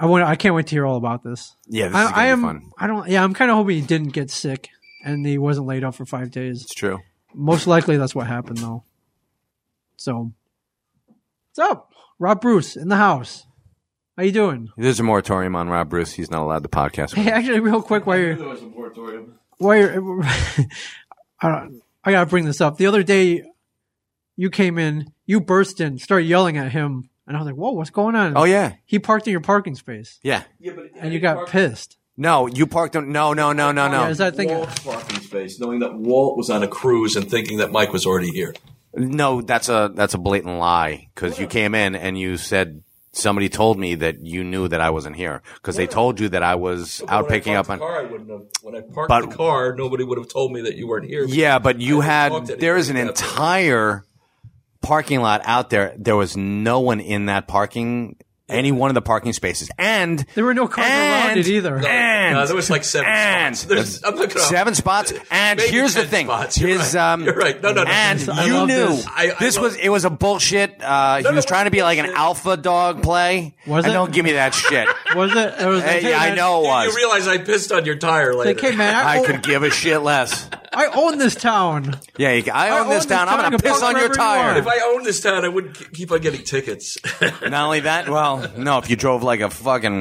Speaker 2: I want. I can't wait to hear all about this.
Speaker 4: Yeah, this
Speaker 2: I,
Speaker 4: is gonna
Speaker 2: I
Speaker 4: be
Speaker 2: am.
Speaker 4: fun.
Speaker 2: I don't. Yeah, I'm kind of hoping he didn't get sick and he wasn't laid up for five days.
Speaker 4: It's true.
Speaker 2: Most likely that's what happened though. So, what's up, Rob Bruce in the house? How you doing?
Speaker 4: There's a moratorium on Rob Bruce. He's not allowed to podcast.
Speaker 2: Hey, actually, real quick, while you're
Speaker 5: was a moratorium.
Speaker 2: while you're, I, don't- I gotta bring this up. The other day, you came in, you burst in, started yelling at him, and I was like, "Whoa, what's going on?"
Speaker 4: oh yeah,
Speaker 2: he parked in your parking space,
Speaker 4: yeah.
Speaker 5: Yeah, but
Speaker 2: and you got pissed.
Speaker 4: No, you parked on. No, no, no, no, no.
Speaker 2: Yeah, is that thing?
Speaker 5: Walt's parking space, knowing that Walt was on a cruise and thinking that Mike was already here.
Speaker 4: no, that's a that's a blatant lie because you came in and you said somebody told me that you knew that I wasn't here because they told you that I was out
Speaker 5: When I
Speaker 4: picking
Speaker 5: parked
Speaker 4: up
Speaker 5: the
Speaker 4: on.
Speaker 5: car, I wouldn't have. When I parked
Speaker 4: But-
Speaker 5: the car, nobody would have told me that you weren't here.
Speaker 4: Yeah, but you
Speaker 5: I haven't
Speaker 4: had
Speaker 5: talked to
Speaker 4: there
Speaker 5: anybody
Speaker 4: is an
Speaker 5: about that.
Speaker 4: entire parking lot out there. There was no one in that parking any one of the parking spaces. And
Speaker 2: There were no cars around
Speaker 4: and-
Speaker 2: it either.
Speaker 4: And
Speaker 8: No, there was like seven
Speaker 4: and-
Speaker 8: spots. There's- I'm not gonna-
Speaker 4: seven spots. And
Speaker 8: Maybe
Speaker 4: here's the
Speaker 8: 10
Speaker 4: thing:
Speaker 8: spots. You're
Speaker 4: his,
Speaker 8: right.
Speaker 4: um,
Speaker 8: You're right. No, no, no.
Speaker 4: And
Speaker 8: I
Speaker 4: you
Speaker 2: love
Speaker 4: knew
Speaker 2: this.
Speaker 4: this,
Speaker 8: I- I love-
Speaker 4: was it was a bullshit. Uh, he was
Speaker 8: no,
Speaker 4: trying to be like an
Speaker 8: bullshit.
Speaker 4: alpha dog play.
Speaker 2: Was
Speaker 4: And
Speaker 2: it?
Speaker 4: don't give me that shit.
Speaker 2: Was it? it was like,
Speaker 4: Hey, yeah, I
Speaker 2: man,
Speaker 4: know it
Speaker 8: You
Speaker 4: was.
Speaker 8: realize I pissed on your tire later.
Speaker 2: Like, hey man, I,
Speaker 4: I
Speaker 2: own,
Speaker 4: could give a shit less.
Speaker 2: I own this town.
Speaker 4: Yeah, you, I, own this town. I'm
Speaker 2: I
Speaker 4: gonna
Speaker 2: can
Speaker 4: piss
Speaker 2: park
Speaker 4: on your
Speaker 2: wherever you want.
Speaker 4: tire.
Speaker 8: If I owned this town, I wouldn't ke- keep on getting tickets.
Speaker 4: Not only that, well, no. If you drove like a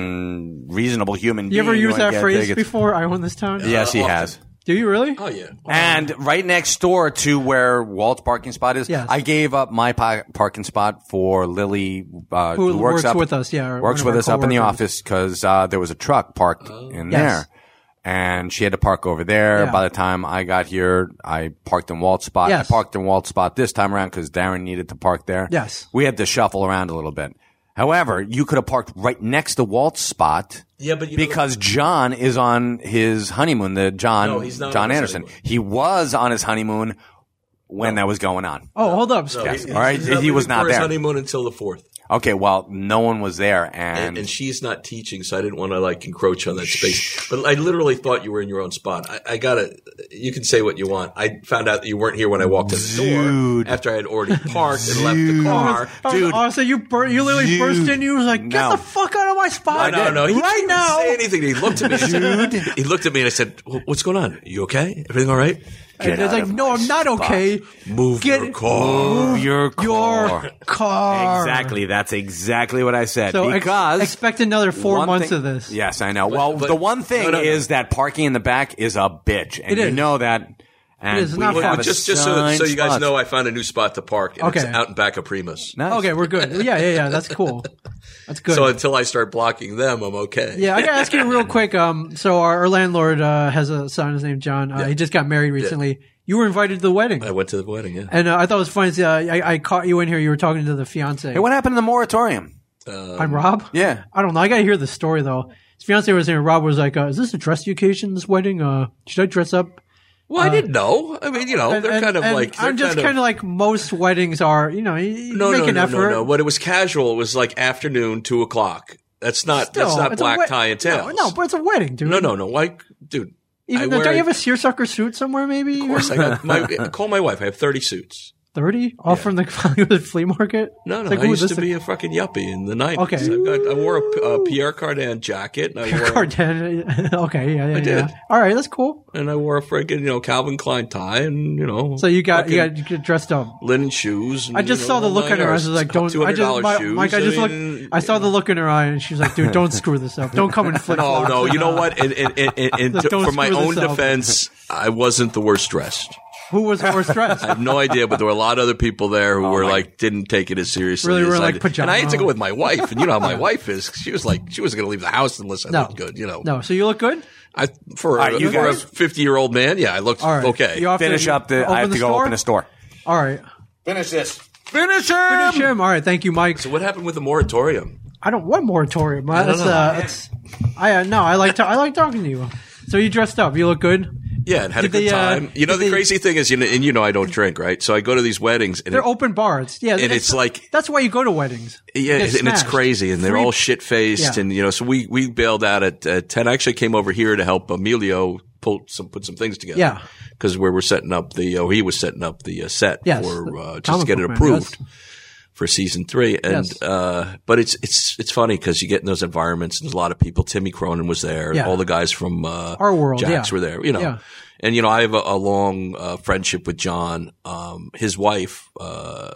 Speaker 4: fucking reasonable human,
Speaker 2: You ever
Speaker 4: being,
Speaker 2: use
Speaker 4: wouldn't
Speaker 2: that
Speaker 4: get
Speaker 2: phrase
Speaker 4: tickets.
Speaker 2: before? I own this town.
Speaker 4: Yes, he
Speaker 8: Uh,
Speaker 4: has.
Speaker 2: Do you really?
Speaker 8: oh yeah.
Speaker 4: And right next door to where Walt's parking spot is,
Speaker 2: Yes.
Speaker 4: I gave up my pa- parking spot for Lily, uh, who,
Speaker 2: Who
Speaker 4: works,
Speaker 2: works
Speaker 4: up,
Speaker 2: with us, yeah, or
Speaker 4: works
Speaker 2: one of
Speaker 4: with
Speaker 2: our
Speaker 4: us up in the
Speaker 2: coworkers. Oh.
Speaker 4: office because uh, there was a truck parked in
Speaker 2: Yes.
Speaker 4: there, and she had to park over there.
Speaker 2: Yeah.
Speaker 4: By the time I got here, I parked in Walt's spot.
Speaker 2: Yes.
Speaker 4: I parked in Walt's spot this time around because Darren needed to park there.
Speaker 2: Yes.
Speaker 4: we had to shuffle around a little bit. However, you could have parked right next to Walt's spot.
Speaker 8: Yeah, but you know-
Speaker 4: because John is on his honeymoon, the John
Speaker 8: No, he's not on
Speaker 4: John
Speaker 8: his
Speaker 4: Anderson.
Speaker 8: honeymoon.
Speaker 4: He was on his honeymoon when that was going on.
Speaker 2: Oh, hold up.
Speaker 8: No,
Speaker 4: Yes.
Speaker 8: he-
Speaker 4: All right,
Speaker 8: he's
Speaker 4: he was
Speaker 8: leaving
Speaker 4: not
Speaker 8: for his
Speaker 4: there.
Speaker 8: honeymoon until the fourth,
Speaker 4: Okay, well, no one was there, and,
Speaker 8: and, and she's not teaching, so I didn't want to like encroach on that space. But I literally thought you were in your own spot. I, I gotta. You can say what you want. I found out that you weren't here when I walked in the door
Speaker 4: Dude.
Speaker 8: after I had already parked and left the car.
Speaker 4: Dude.
Speaker 2: Dude, Oh, honestly, you bur- you literally
Speaker 4: Dude.
Speaker 2: burst in. You was like, "Get
Speaker 4: No.
Speaker 2: the fuck out of my
Speaker 8: I
Speaker 2: spot!"
Speaker 8: don't know. He
Speaker 2: right
Speaker 8: didn't
Speaker 2: now.
Speaker 8: say anything. He looked at me. and I said- He looked at me and I said, "Wh- "What's going on? You okay? Everything all right?
Speaker 2: And it's like, "No, I'm not okay."
Speaker 8: Move
Speaker 2: Get-
Speaker 8: your car."
Speaker 4: Move your car.
Speaker 2: Your car.
Speaker 4: Exactly. That's exactly what I said.
Speaker 2: So ex-
Speaker 4: because
Speaker 2: expect another four
Speaker 4: one
Speaker 2: months
Speaker 4: thing-
Speaker 2: of this.
Speaker 4: Yes, I know. well,
Speaker 8: but-
Speaker 4: the one thing
Speaker 8: no, no, no.
Speaker 4: is that parking in the back is a bitch, and
Speaker 2: It
Speaker 4: you
Speaker 2: is.
Speaker 4: know that. And
Speaker 2: It is
Speaker 4: we
Speaker 2: not
Speaker 8: Well,
Speaker 2: fun.
Speaker 4: have
Speaker 2: Have
Speaker 8: just just so, that,
Speaker 4: assigned
Speaker 8: so you guys
Speaker 4: spots.
Speaker 8: know, I found a new spot to park. And
Speaker 2: Okay.
Speaker 8: It's out in back of Primus.
Speaker 4: Nice.
Speaker 2: Okay, we're good. Yeah, yeah, yeah. That's cool. That's good.
Speaker 8: So until I start blocking them, I'm okay.
Speaker 2: yeah, I gotta ask you real quick. Um, so our, our landlord uh, has a son. His name John. Uh, He just got married recently. You were invited to the wedding,
Speaker 8: I went to the wedding. Yeah.
Speaker 2: and uh, I thought it was funny. Uh, I, I caught you in here. You were talking to the fiance.
Speaker 4: Hey, what happened to the moratorium?
Speaker 2: I'm Rob.
Speaker 4: Yeah.
Speaker 2: I don't know. I gotta hear the story though. His fiance was here. Rob was like, uh, "Is this a dress occasion? This wedding? Uh, should I dress up?"
Speaker 8: Well, I didn't know. I mean, you know, they're
Speaker 2: And-
Speaker 8: kind of
Speaker 2: and
Speaker 8: like.
Speaker 2: I'm just kind of like most weddings are. You know, you, you make
Speaker 8: no,
Speaker 2: an
Speaker 8: no,
Speaker 2: effort.
Speaker 8: no, no. But it was casual. It was like afternoon, two o'clock. That's not.
Speaker 2: Still,
Speaker 8: that's not
Speaker 2: it's a
Speaker 8: black
Speaker 2: wed-
Speaker 8: tie and
Speaker 2: No,
Speaker 8: tails.
Speaker 2: no, but it's a wedding, dude.
Speaker 8: no, no, no. Why, dude? I
Speaker 2: Even though,
Speaker 8: wear
Speaker 2: don't
Speaker 8: a-
Speaker 2: you have a seersucker suit somewhere? Maybe
Speaker 8: Of course, I got my, call my wife. I have thirty suits.
Speaker 2: thirty off from the, the flea market.
Speaker 8: No, no.
Speaker 2: It's like,
Speaker 8: I
Speaker 2: ooh,
Speaker 8: used
Speaker 2: this
Speaker 8: to
Speaker 2: is-
Speaker 8: be a fucking yuppie in the nineties.
Speaker 2: Okay.
Speaker 8: I, got, I wore a, a Pierre Cardin jacket, and I wore
Speaker 2: Cardin- okay, yeah, yeah, yeah.
Speaker 8: uh, did.
Speaker 2: All right, that's cool.
Speaker 8: and I wore a freaking you know Calvin Klein tie, and you know.
Speaker 2: So you got you
Speaker 8: fucking
Speaker 2: got you got dressed up.
Speaker 8: linen shoes. And,
Speaker 2: I just
Speaker 8: you know,
Speaker 2: saw the
Speaker 8: all uh,
Speaker 2: look
Speaker 8: nine
Speaker 2: in her eyes.
Speaker 8: yards.
Speaker 2: I was like, "Don't." I just,
Speaker 8: $200
Speaker 2: my,
Speaker 8: shoes.
Speaker 2: Mike, I just
Speaker 8: mean,
Speaker 2: looked. I saw the look in her eye, and she was like, "Dude, don't screw this up. Don't come and flip."
Speaker 8: No, Oh, no. You know what? And, and, and, and, and
Speaker 2: Don't
Speaker 8: for my
Speaker 2: screw
Speaker 8: own
Speaker 2: this up.
Speaker 8: defense, I wasn't the worst dressed.
Speaker 2: Who was worse dressed?
Speaker 8: I have no idea, but there were a lot of other people there who were
Speaker 4: my-
Speaker 8: like didn't take it as seriously.
Speaker 2: Oh, Really
Speaker 8: as
Speaker 2: were
Speaker 8: I
Speaker 2: like
Speaker 8: did.
Speaker 2: pajama-
Speaker 8: And I had to go with my wife, and you know how my wife is. 'cause She was like, she wasn't going to leave the house unless I
Speaker 2: No.
Speaker 8: looked good. You know,
Speaker 2: No, so you look good.
Speaker 8: I for
Speaker 4: right,
Speaker 8: a,
Speaker 4: you
Speaker 8: for
Speaker 4: guys-
Speaker 8: a fifty year old man, yeah, I looked
Speaker 2: All right.
Speaker 8: okay.
Speaker 2: You off to-
Speaker 4: Finish
Speaker 2: you
Speaker 4: up the. I have to go open a store.
Speaker 2: All right.
Speaker 5: Finish this.
Speaker 4: Finish him.
Speaker 2: Finish him. All right. Thank you, Mike.
Speaker 8: so what happened with the moratorium?
Speaker 2: I don't want moratorium. I that's,
Speaker 8: know.
Speaker 2: uh, that's, I uh, no. I like to, I like talking to you. So you dressed up. You look good.
Speaker 8: Yeah, and had a
Speaker 2: Did
Speaker 8: good
Speaker 2: they, uh,
Speaker 8: time. You know,
Speaker 2: did
Speaker 8: the
Speaker 2: they-
Speaker 8: crazy thing is, you know, and you know, I don't drink, right? So I go to these weddings, and
Speaker 2: They're
Speaker 8: it,
Speaker 2: open bars. Yeah,
Speaker 8: And it's like-
Speaker 2: that's why you go to weddings. You
Speaker 8: Yeah,
Speaker 2: get
Speaker 8: and it's
Speaker 2: smashed.
Speaker 8: crazy, and they're
Speaker 2: Three-
Speaker 8: all shit faced,
Speaker 2: Yeah.
Speaker 8: and you know. So we we bailed out at uh, ten. I actually came over here to help Emilio pull some put some things together.
Speaker 2: Yeah.
Speaker 8: because we were setting up the oh he was setting up the uh, set
Speaker 2: Yes,
Speaker 8: for
Speaker 2: the
Speaker 8: uh, just to
Speaker 2: comic
Speaker 8: get it
Speaker 2: book man,
Speaker 8: approved for season three, and
Speaker 2: Yes.
Speaker 8: uh, but it's it's it's funny because you get in those environments, and there's a lot of people. Timmy Cronin was there, and
Speaker 2: Yeah.
Speaker 8: all the guys from uh,
Speaker 2: Our world,
Speaker 8: Jacks
Speaker 2: yeah.
Speaker 8: were there, you know.
Speaker 2: Yeah.
Speaker 8: And you know, I have a, a long uh, friendship with John. Um, his wife. Uh,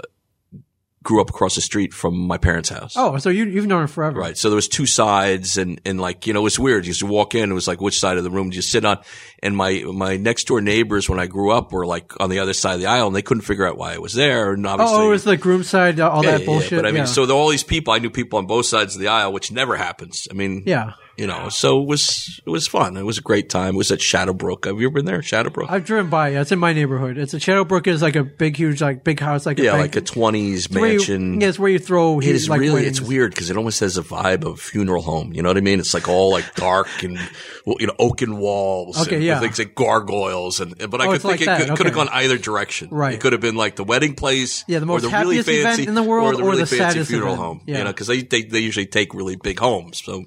Speaker 8: grew up across the street from my parents' house.
Speaker 2: Oh, so you you've known her forever,
Speaker 8: Right. So there was two sides and, and like, you know, it's weird. You used to walk in, it was like, which side of the room do you sit on? And my, my next door neighbors when I grew up were like on the other side of the aisle and they couldn't figure out why I was there. And obviously.
Speaker 2: Oh, it was the groom side, uh, all
Speaker 8: Yeah,
Speaker 2: that
Speaker 8: yeah, yeah.
Speaker 2: bullshit.
Speaker 8: But I mean,
Speaker 2: yeah.
Speaker 8: so there were all these people, I knew people on both sides of the aisle, which never happens. I mean,
Speaker 2: yeah,
Speaker 8: You know, so it was it was fun. It was a great time. It was at Shadowbrook. Have you ever been there? Shadowbrook.
Speaker 2: I've driven by. Yeah, it's in my neighborhood. It's a Shadowbrook is like a big, huge, like big house, like
Speaker 8: yeah,
Speaker 2: a
Speaker 8: like a
Speaker 2: bank.
Speaker 8: twenties
Speaker 2: It's where you-
Speaker 8: mansion.
Speaker 2: yeah, it's where you throw.
Speaker 8: It is
Speaker 2: like,
Speaker 8: really,
Speaker 2: wings.
Speaker 8: it's weird because it almost has a vibe of funeral home. You know what I mean? It's like all like dark and, well, you know, oaken walls.
Speaker 2: Okay,
Speaker 8: and
Speaker 2: yeah.
Speaker 8: Things like gargoyles. And, but I
Speaker 2: Oh,
Speaker 8: could
Speaker 2: it's
Speaker 8: think
Speaker 2: like
Speaker 8: it
Speaker 2: that,
Speaker 8: could, could have
Speaker 2: okay.
Speaker 8: gone either direction.
Speaker 2: Right.
Speaker 8: It could have been like the wedding place.
Speaker 2: Yeah, the most
Speaker 8: or the really
Speaker 2: happiest
Speaker 8: fancy,
Speaker 2: event in the world
Speaker 8: Or the
Speaker 2: or
Speaker 8: really
Speaker 2: the
Speaker 8: fancy
Speaker 2: saddest
Speaker 8: funeral
Speaker 2: event.
Speaker 8: home. You
Speaker 2: Yeah.
Speaker 8: know, because they, they, they usually take really big homes. So,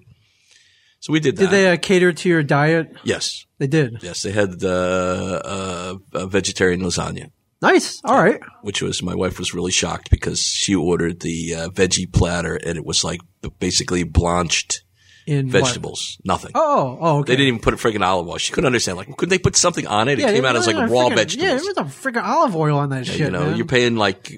Speaker 8: so we did
Speaker 2: Did
Speaker 8: that.
Speaker 2: they uh, cater to your diet?
Speaker 8: yes.
Speaker 2: They did.
Speaker 8: Yes. They had, uh, uh, a vegetarian lasagna.
Speaker 2: Nice. All right.
Speaker 8: which was my wife was really shocked because she ordered the uh, veggie platter and it was like b- basically blanched
Speaker 2: In what?
Speaker 8: vegetables, nothing.
Speaker 2: Oh, oh, okay.
Speaker 8: They didn't even put a freaking olive oil. She couldn't understand. Like, couldn't they put something on it? It
Speaker 2: Yeah,
Speaker 8: came
Speaker 2: they
Speaker 8: out as like
Speaker 2: put it on
Speaker 8: raw
Speaker 2: freaking-
Speaker 8: vegetables.
Speaker 2: Yeah, there was a freaking olive oil on that shit.
Speaker 8: you know,
Speaker 2: man. Oh,
Speaker 8: you're paying like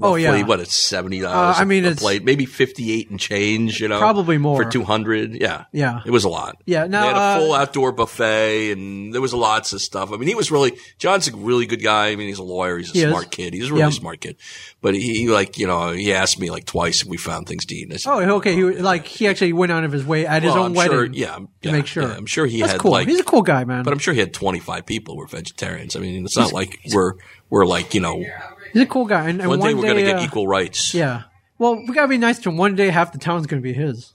Speaker 8: roughly
Speaker 2: yeah.
Speaker 8: what it's seventy
Speaker 2: Uh,
Speaker 8: dollars.
Speaker 2: I mean,
Speaker 8: a
Speaker 2: it's-
Speaker 8: plate, maybe fifty eight and change. You know,
Speaker 2: Probably more.
Speaker 8: for two hundred. Yeah,
Speaker 2: Yeah.
Speaker 8: it was a lot.
Speaker 2: Yeah,
Speaker 8: And
Speaker 2: now,
Speaker 8: they had a
Speaker 2: uh,
Speaker 8: full outdoor buffet, and there was lots of stuff. I mean, he was really John's a really good guy. I mean, he's a lawyer. He's a
Speaker 2: He is.
Speaker 8: smart kid. He's a really
Speaker 2: Yeah.
Speaker 8: smart kid. But he, he, like you know he asked me like twice if we found things to eat. And I said,
Speaker 2: Oh, okay. He like he actually went out of his way at his
Speaker 8: well,
Speaker 2: own
Speaker 8: I'm
Speaker 2: wedding.
Speaker 8: Sure, yeah, I'm- yeah,
Speaker 2: make sure.
Speaker 8: yeah, I'm sure he
Speaker 2: That's
Speaker 8: had
Speaker 2: cool.
Speaker 8: like
Speaker 2: He's a cool guy, man.
Speaker 8: but I'm sure he had 25 people who were vegetarians. I mean, it's not like we're we're like you know
Speaker 2: He's a cool guy. And, and
Speaker 8: one, day we're going to get
Speaker 2: uh,
Speaker 8: equal rights.
Speaker 2: Yeah. Well, we gotta be nice to him. One day, half the town's gonna be his.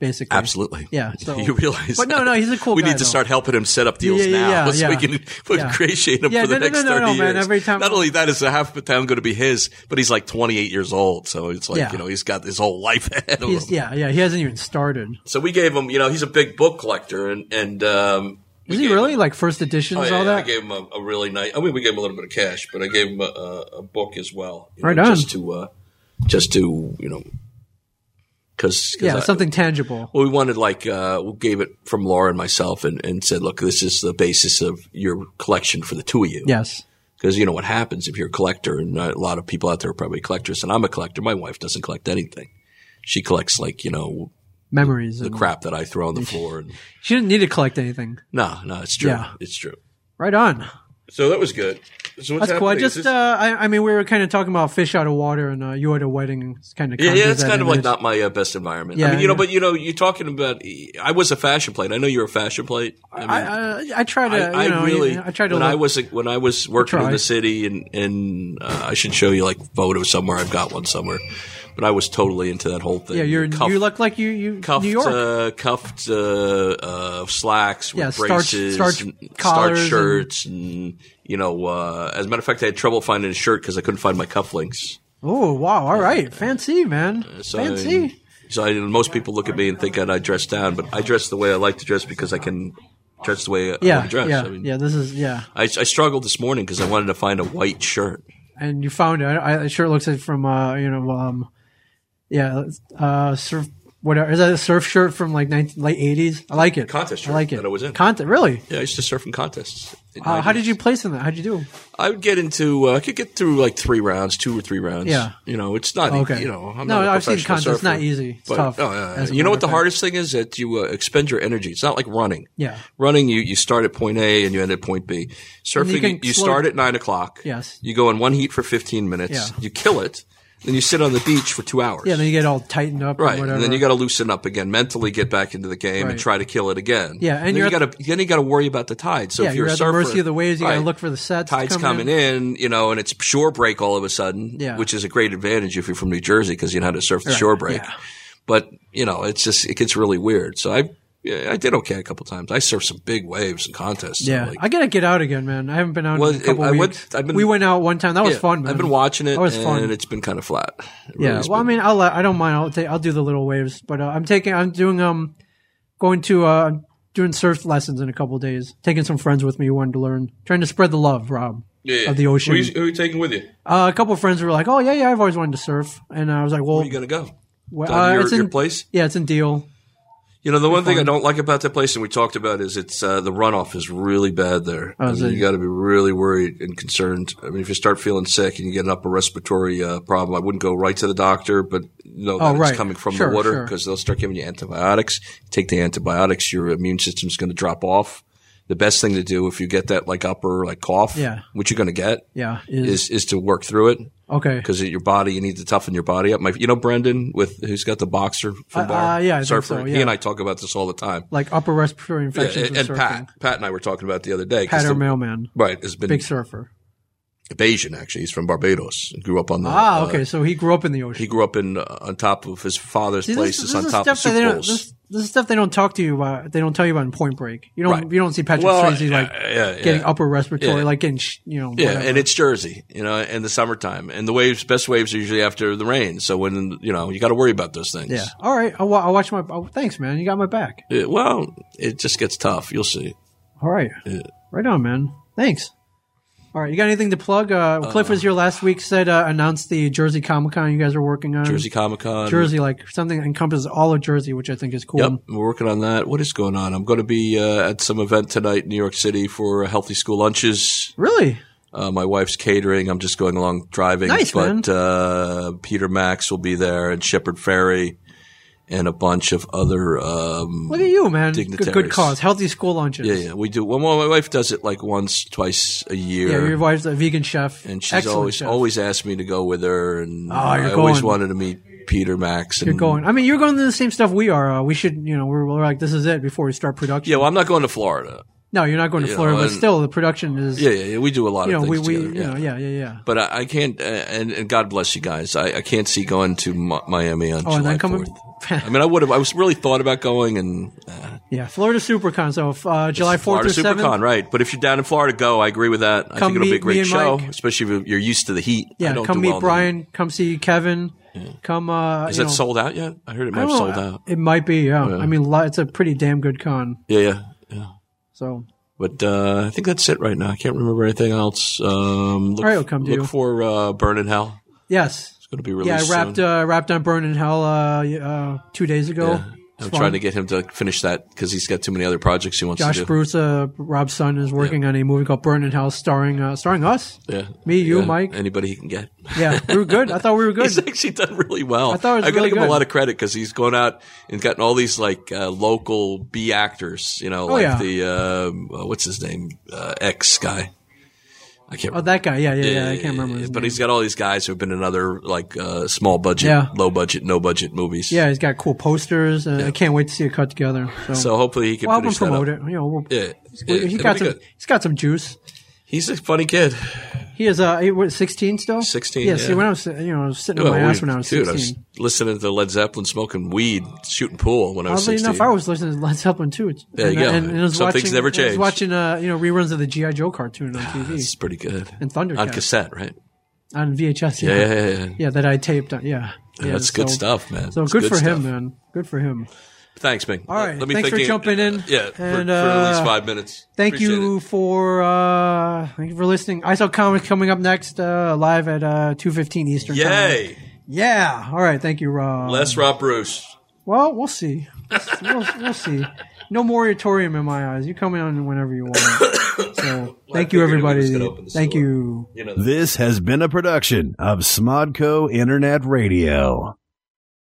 Speaker 2: Basically.
Speaker 8: Absolutely.
Speaker 2: Yeah, so-
Speaker 8: you realize.
Speaker 2: But no, no, he's a cool
Speaker 8: We
Speaker 2: guy,
Speaker 8: need to
Speaker 2: though.
Speaker 8: start helping him set up deals
Speaker 2: Yeah, yeah, yeah,
Speaker 8: now, so we
Speaker 2: yeah.
Speaker 8: can we
Speaker 2: Yeah.
Speaker 8: ingratiate him
Speaker 2: Yeah,
Speaker 8: for the
Speaker 2: no, no,
Speaker 8: next
Speaker 2: no, no,
Speaker 8: thirty
Speaker 2: no,
Speaker 8: years.
Speaker 2: man, every time-
Speaker 8: Not only that, is the half the town going to be his, but he's like twenty eight years old, so it's like
Speaker 2: Yeah.
Speaker 8: you know he's got his whole life ahead of
Speaker 2: He's,
Speaker 8: him.
Speaker 2: yeah, yeah. He hasn't even started.
Speaker 8: So we gave him, you know, he's a big book collector, and and um, we
Speaker 2: Is he
Speaker 8: gave
Speaker 2: really
Speaker 8: him-
Speaker 2: like first editions?
Speaker 8: Oh, yeah,
Speaker 2: all
Speaker 8: yeah, I
Speaker 2: that.
Speaker 8: gave him a, a really nice. I mean, we gave him a little bit of cash, but I gave him a, a, a book as well. you know,
Speaker 2: Right on.
Speaker 8: Just to, uh, just to you know, because
Speaker 2: yeah, something tangible.
Speaker 8: well, we wanted like uh, we gave it from Laura and myself, and, and said, look, this is the basis of your collection for the two of you.
Speaker 2: Yes.
Speaker 8: Because you know what happens if you're a collector, and a lot of people out there are probably collectors, and I'm a collector. My wife doesn't collect anything. She collects like you know
Speaker 2: Memories.
Speaker 8: the
Speaker 2: and-
Speaker 8: crap that I throw on the floor. And,
Speaker 2: She didn't need to collect anything.
Speaker 8: no, no, it's true.
Speaker 2: Yeah.
Speaker 8: It's true.
Speaker 2: Right on.
Speaker 8: So that was good. So what's
Speaker 2: That's cool. I
Speaker 8: happening? Is
Speaker 2: just,
Speaker 8: this-
Speaker 2: uh, I, I mean, we were kind of talking about fish out of water, and uh, you at a wedding. It's kind of
Speaker 8: Yeah, yeah, it's kind of like not my uh, best environment. I
Speaker 2: Yeah,
Speaker 8: mean, you know,
Speaker 2: yeah.
Speaker 8: but you know, you're talking about. I was a fashion plate. I know you're a fashion plate. I mean,
Speaker 2: I, uh, I, I try to,
Speaker 8: I, I
Speaker 2: you know,
Speaker 8: really.
Speaker 2: I try to.
Speaker 8: when I
Speaker 2: look-
Speaker 8: was when I was working in
Speaker 2: try.
Speaker 8: the city, and and uh, I should show you like photos somewhere. I've got one somewhere, but I was totally into that whole thing.
Speaker 2: yeah, you're,
Speaker 8: Cuff-
Speaker 2: you look like you, you
Speaker 8: cuffed,
Speaker 2: New York.
Speaker 8: Uh, cuffed uh, uh, slacks with
Speaker 2: Yeah, starch-
Speaker 8: braces,
Speaker 2: starch
Speaker 8: and starch
Speaker 2: collars and-
Speaker 8: shirts, and you know. Uh, as a matter of fact, I had trouble finding a shirt because I couldn't find my cufflinks.
Speaker 2: oh wow! All right, fancy man,
Speaker 8: Uh, So
Speaker 2: fancy.
Speaker 8: I, so I, most people look at me and think that I dress down, but I dress the way I like to dress because I can dress the way I want
Speaker 2: yeah,
Speaker 8: to dress.
Speaker 2: yeah,
Speaker 8: I mean,
Speaker 2: yeah. This is yeah.
Speaker 8: I, I struggled this morning because I wanted to find a white shirt.
Speaker 2: and you found it. I, it sure looks like from uh, you know, um, yeah, uh, surf. Whatever is that a surf shirt from like 19, late eighties? I like it.
Speaker 8: Contest shirt
Speaker 2: I like it.
Speaker 8: that I was in.
Speaker 2: Contest, really?
Speaker 8: Yeah, I used to surf in contests. in
Speaker 2: Uh, how
Speaker 8: 90s.
Speaker 2: did you place in that? How'd you do?
Speaker 8: I would get into. Uh, I could get through like three rounds, two or three rounds.
Speaker 2: Yeah.
Speaker 8: you know, it's not. e-
Speaker 2: Okay.
Speaker 8: You know, I'm
Speaker 2: No,
Speaker 8: not a
Speaker 2: I've seen
Speaker 8: professional
Speaker 2: contests. It's
Speaker 8: surfer,
Speaker 2: not easy. It's
Speaker 8: but-
Speaker 2: tough,
Speaker 8: oh, yeah, yeah.
Speaker 2: as a
Speaker 8: you know what the
Speaker 2: matter of
Speaker 8: hardest thing is that you uh, expend your energy. It's not like running.
Speaker 2: Yeah.
Speaker 8: Running, you, you start at point A and you end at point B. Surfing,
Speaker 2: can
Speaker 8: you, you
Speaker 2: slow-
Speaker 8: start at nine o'clock.
Speaker 2: Yes.
Speaker 8: You go in one heat for fifteen minutes.
Speaker 2: Yeah.
Speaker 8: You kill it. Then you sit on the beach for two hours.
Speaker 2: Yeah, then you get all tightened up.
Speaker 8: Right,
Speaker 2: Or whatever.
Speaker 8: and then you got to loosen up again mentally, get back into the game, and
Speaker 2: Right.
Speaker 8: try to kill it again.
Speaker 2: Yeah, and
Speaker 8: then
Speaker 2: you're
Speaker 8: you
Speaker 2: at-
Speaker 8: got to then you got to worry about the tide. So
Speaker 2: yeah,
Speaker 8: if you're,
Speaker 2: you're
Speaker 8: a
Speaker 2: at the
Speaker 8: surfer,
Speaker 2: mercy of the waves. You got
Speaker 8: right,
Speaker 2: to look for the sets. to
Speaker 8: tide's
Speaker 2: come
Speaker 8: coming in. you know, and it's shore break all of a sudden,
Speaker 2: Yeah.
Speaker 8: which is a great advantage if you're from New Jersey because you know how to surf the
Speaker 2: Right,
Speaker 8: shore break.
Speaker 2: yeah.
Speaker 8: But you know, it's just it gets really weird. So I yeah, I did okay a couple times. I surfed some big waves and contests. So,
Speaker 2: Yeah,
Speaker 8: like,
Speaker 2: I gotta get out again, man. I haven't been out
Speaker 8: Well,
Speaker 2: in a couple
Speaker 8: I
Speaker 2: weeks.
Speaker 8: went- I've been-
Speaker 2: we went out one time. That was
Speaker 8: yeah,
Speaker 2: fun. Man.
Speaker 8: I've been watching it,
Speaker 2: That was
Speaker 8: and
Speaker 2: fun.
Speaker 8: it's been kind of flat. It really
Speaker 2: Yeah.
Speaker 8: has
Speaker 2: Well, I
Speaker 8: been-
Speaker 2: mean, I'll I don't mind. I'll take I'll do the little waves, but uh, I'm taking I'm doing um going to uh doing surf lessons in a couple days. Taking some friends with me who wanted to learn, trying to spread the love, Rob, of the ocean.
Speaker 8: Who you- who are you taking with you?
Speaker 2: uh, a couple of friends were like, "Oh yeah, yeah, I've always wanted to surf," and I was like, "Well,
Speaker 8: Where are you going to go?
Speaker 2: well,
Speaker 8: Down to
Speaker 2: uh,
Speaker 8: your,
Speaker 2: it's in
Speaker 8: your place?
Speaker 2: yeah, it's in Deal.
Speaker 8: You know, the one thing I don't like about that place, and we talked about, is it's uh, the runoff is really bad there. I mean,
Speaker 2: so-
Speaker 8: you got to be really worried and concerned. I mean, if you start feeling sick and you get an upper respiratory uh, problem, I wouldn't go right to the doctor, but know that
Speaker 2: Oh,
Speaker 8: it's
Speaker 2: right.
Speaker 8: coming from
Speaker 2: Sure,
Speaker 8: the water
Speaker 2: sure.
Speaker 8: because they'll start giving you antibiotics. Take the antibiotics, your immune system's going to drop off. the best thing to do if you get that like upper like cough,
Speaker 2: Yeah.
Speaker 8: which you're going to get,
Speaker 2: Yeah.
Speaker 8: is is to work through it
Speaker 2: okay.
Speaker 8: because your body you need to toughen your body up. My, you know Brendan with who's got the boxer from
Speaker 2: Uh,
Speaker 8: bar,
Speaker 2: uh, yeah, I think
Speaker 8: surfer.
Speaker 2: so,
Speaker 8: He
Speaker 2: yeah.
Speaker 8: and I talk about this all the time.
Speaker 2: Like upper respiratory
Speaker 8: Yeah,
Speaker 2: infections.
Speaker 8: and
Speaker 2: with
Speaker 8: and
Speaker 2: surfing.
Speaker 8: Pat, Pat and I were talking about it the other day. 'cause
Speaker 2: Pat or
Speaker 8: the-
Speaker 2: mailman.
Speaker 8: right, has been
Speaker 2: Big surfer.
Speaker 8: Bayesian actually. He's from Barbados. He grew up on the
Speaker 2: Ah,
Speaker 8: uh,
Speaker 2: okay. So he grew up in the ocean.
Speaker 8: he grew up in uh, on top of his father's
Speaker 2: See,
Speaker 8: place. is on top of
Speaker 2: that they
Speaker 8: Super
Speaker 2: don't,
Speaker 8: Bowls.
Speaker 2: this, this is stuff they don't talk to you about. They don't tell you about in Point Break. You don't.
Speaker 8: Right.
Speaker 2: You don't see Patrick
Speaker 8: Well,
Speaker 2: Swayze like
Speaker 8: yeah, yeah,
Speaker 2: getting
Speaker 8: yeah.
Speaker 2: upper respiratory,
Speaker 8: Yeah.
Speaker 2: like getting sh- you know.
Speaker 8: Yeah,
Speaker 2: whatever.
Speaker 8: and it's Jersey, you know, and the summertime, and the waves, best waves are usually after the rain. So when you know, you got to worry about those things.
Speaker 2: yeah. All right. I'll, wa- I'll watch my. Oh, thanks, man. You got my back.
Speaker 8: Yeah, well, it just gets tough. You'll see.
Speaker 2: All right. Right on, man. Thanks. All right. You got anything to plug? Uh, Cliff was here last week. Said uh, announced the Jersey Comic Con you guys are working on.
Speaker 8: Jersey Comic Con.
Speaker 2: Jersey, like something that encompasses all of Jersey, which I think is cool.
Speaker 8: Yep, we're working on that. What is going on? I'm going to be uh, at some event tonight in New York City for healthy school lunches.
Speaker 2: Really?
Speaker 8: Uh, my wife's catering. I'm just going along driving.
Speaker 2: Nice,
Speaker 8: but Uh, Peter Max will be there, and Shepard Ferry, and a bunch of other. Um,
Speaker 2: Look at you, man. Good, good
Speaker 8: Dignitaries.
Speaker 2: cause. Healthy school lunches.
Speaker 8: yeah, yeah, we do. Well, my wife does it like once, twice a year.
Speaker 2: Yeah, your wife's a vegan chef.
Speaker 8: and she's
Speaker 2: Excellent
Speaker 8: always
Speaker 2: chef.
Speaker 8: always asked me to go with her, and
Speaker 2: Ah, you're
Speaker 8: I always
Speaker 2: going.
Speaker 8: wanted to meet Peter Max. And,
Speaker 2: You're going. I mean, you're going to the same stuff we are. Uh, we should, you know, we're, we're like, this is it before we start production.
Speaker 8: Yeah, well, I'm not going to Florida.
Speaker 2: No, you're not going to
Speaker 8: Yeah,
Speaker 2: Florida, but
Speaker 8: and-
Speaker 2: still, the production is.
Speaker 8: Yeah, yeah, yeah we do a lot
Speaker 2: You know,
Speaker 8: of
Speaker 2: we,
Speaker 8: things
Speaker 2: we,
Speaker 8: together.
Speaker 2: you
Speaker 8: yeah.
Speaker 2: know, yeah, yeah, yeah.
Speaker 8: But I, I can't, uh, and, and God bless you guys. I, I can't see going to Mi- Miami on
Speaker 2: Oh,
Speaker 8: July
Speaker 2: and then coming.
Speaker 8: 4th. I mean, I would have. I was really thought about going, and uh,
Speaker 2: yeah, Florida SuperCon. So uh, July 4th
Speaker 8: Florida
Speaker 2: through 7th.
Speaker 8: SuperCon, right? But if you're down in Florida, go. I agree with that. I
Speaker 2: Come
Speaker 8: think it'll be
Speaker 2: meet
Speaker 8: a great
Speaker 2: me and
Speaker 8: show,
Speaker 2: Mike.
Speaker 8: especially if you're used to the heat. I
Speaker 2: Yeah,
Speaker 8: don't
Speaker 2: come
Speaker 8: do
Speaker 2: meet
Speaker 8: well in the
Speaker 2: Brian. Come see Kevin. Come. Uh,
Speaker 8: heat. Is
Speaker 2: you
Speaker 8: that
Speaker 2: know,
Speaker 8: sold out yet? I heard it
Speaker 2: I
Speaker 8: might
Speaker 2: don't
Speaker 8: have sold
Speaker 2: know,
Speaker 8: out.
Speaker 2: It might be. Yeah. I mean, li- it's a pretty damn good con.
Speaker 8: Yeah, yeah, yeah.
Speaker 2: So
Speaker 8: But uh, I think that's it right now. I can't remember anything else. Um, look,
Speaker 2: All right, we'll come to
Speaker 8: look
Speaker 2: you.
Speaker 8: for uh, Burn in Hell.
Speaker 2: yes.
Speaker 8: It's going to be released
Speaker 2: Yeah, I wrapped
Speaker 8: soon.
Speaker 2: uh, wrapped on Burn in Hell uh, y- uh, two days ago.
Speaker 8: Yeah.
Speaker 2: It's
Speaker 8: I'm
Speaker 2: fun.
Speaker 8: trying to get him to finish that because he's got too many other projects he wants
Speaker 2: Josh
Speaker 8: to do.
Speaker 2: Bruce, uh, Rob's son, is working on a movie called Burn in Hell, starring uh, starring us.
Speaker 8: yeah,
Speaker 2: Me, you,
Speaker 8: Yeah.
Speaker 2: Mike.
Speaker 8: anybody he can get.
Speaker 2: Yeah, we were good. I thought we were good.
Speaker 8: He's actually done really well.
Speaker 2: I thought it was
Speaker 8: I gotta
Speaker 2: really
Speaker 8: give him
Speaker 2: good.
Speaker 8: a lot of credit because he's gone out and gotten all these like uh, local B actors. You know, like
Speaker 2: Oh, yeah.
Speaker 8: the um, uh, what's his name uh, X guy. I can't. Eh,
Speaker 2: Oh, that guy. Yeah, yeah, yeah. I can't remember. His
Speaker 8: But
Speaker 2: name.
Speaker 8: he's got all these guys who've been in other like uh, small budget,
Speaker 2: Yeah.
Speaker 8: low budget, no budget movies.
Speaker 2: yeah, he's got cool posters. Uh, I can't wait to see it cut together. So,
Speaker 8: So hopefully he can
Speaker 2: we'll help him
Speaker 8: finish that
Speaker 2: promote
Speaker 8: up.
Speaker 2: it. You know, we'll,
Speaker 8: Yeah,
Speaker 2: we-
Speaker 8: yeah,
Speaker 2: he
Speaker 8: it'll
Speaker 2: got
Speaker 8: be
Speaker 2: some.
Speaker 8: good.
Speaker 2: He's got some juice.
Speaker 8: He's a funny kid.
Speaker 2: He is. Uh, he was sixteen still.
Speaker 8: 16,
Speaker 2: Yeah, See,
Speaker 8: yeah.
Speaker 2: when I was, you know, I was sitting
Speaker 8: Well,
Speaker 2: on my
Speaker 8: Oh, we-
Speaker 2: ass when I was
Speaker 8: dude,
Speaker 2: sixteen.
Speaker 8: I was listening to Led Zeppelin, smoking weed, shooting pool when I was
Speaker 2: Oddly
Speaker 8: 16.
Speaker 2: enough, I was listening to Led Zeppelin too. It's-
Speaker 8: There
Speaker 2: and,
Speaker 8: you go.
Speaker 2: And, and I was
Speaker 8: Some
Speaker 2: watching,
Speaker 8: things never
Speaker 2: I was
Speaker 8: change.
Speaker 2: watching, uh, you know, reruns of the GI Joe cartoon on TV
Speaker 8: It's pretty good.
Speaker 2: and Thundercats
Speaker 8: On cassette, right?
Speaker 2: on VHS.
Speaker 8: Yeah, yeah, yeah. yeah.
Speaker 2: Yeah, that I taped. On, yeah, yeah,
Speaker 8: That's good
Speaker 2: so-
Speaker 8: stuff, man.
Speaker 2: So
Speaker 8: It's
Speaker 2: good, for him,
Speaker 8: stuff.
Speaker 2: man. Good for him.
Speaker 8: Thanks, Bing.
Speaker 2: All right,
Speaker 8: Let me
Speaker 2: thanks
Speaker 8: thank
Speaker 2: for
Speaker 8: you-
Speaker 2: jumping in,
Speaker 8: Yeah, for-
Speaker 2: and,
Speaker 8: for, at
Speaker 2: uh,
Speaker 8: least five minutes.
Speaker 2: Thank
Speaker 8: Appreciate
Speaker 2: you
Speaker 8: it.
Speaker 2: for uh, thank you for listening. I saw comics coming up next uh, live at uh, two fifteen Eastern. Time.
Speaker 8: Yay!
Speaker 2: Yeah. All right. Thank you, Rob.
Speaker 8: Less Rob Bruce.
Speaker 2: well, we'll see. we'll, we'll see. No moratorium in my eyes. You come in whenever you want. So thank you,
Speaker 8: figured we was gonna
Speaker 2: everybody.
Speaker 8: open the
Speaker 2: Thank
Speaker 8: store.
Speaker 2: you.
Speaker 8: You know.
Speaker 5: This has been a production of Smodco Internet Radio.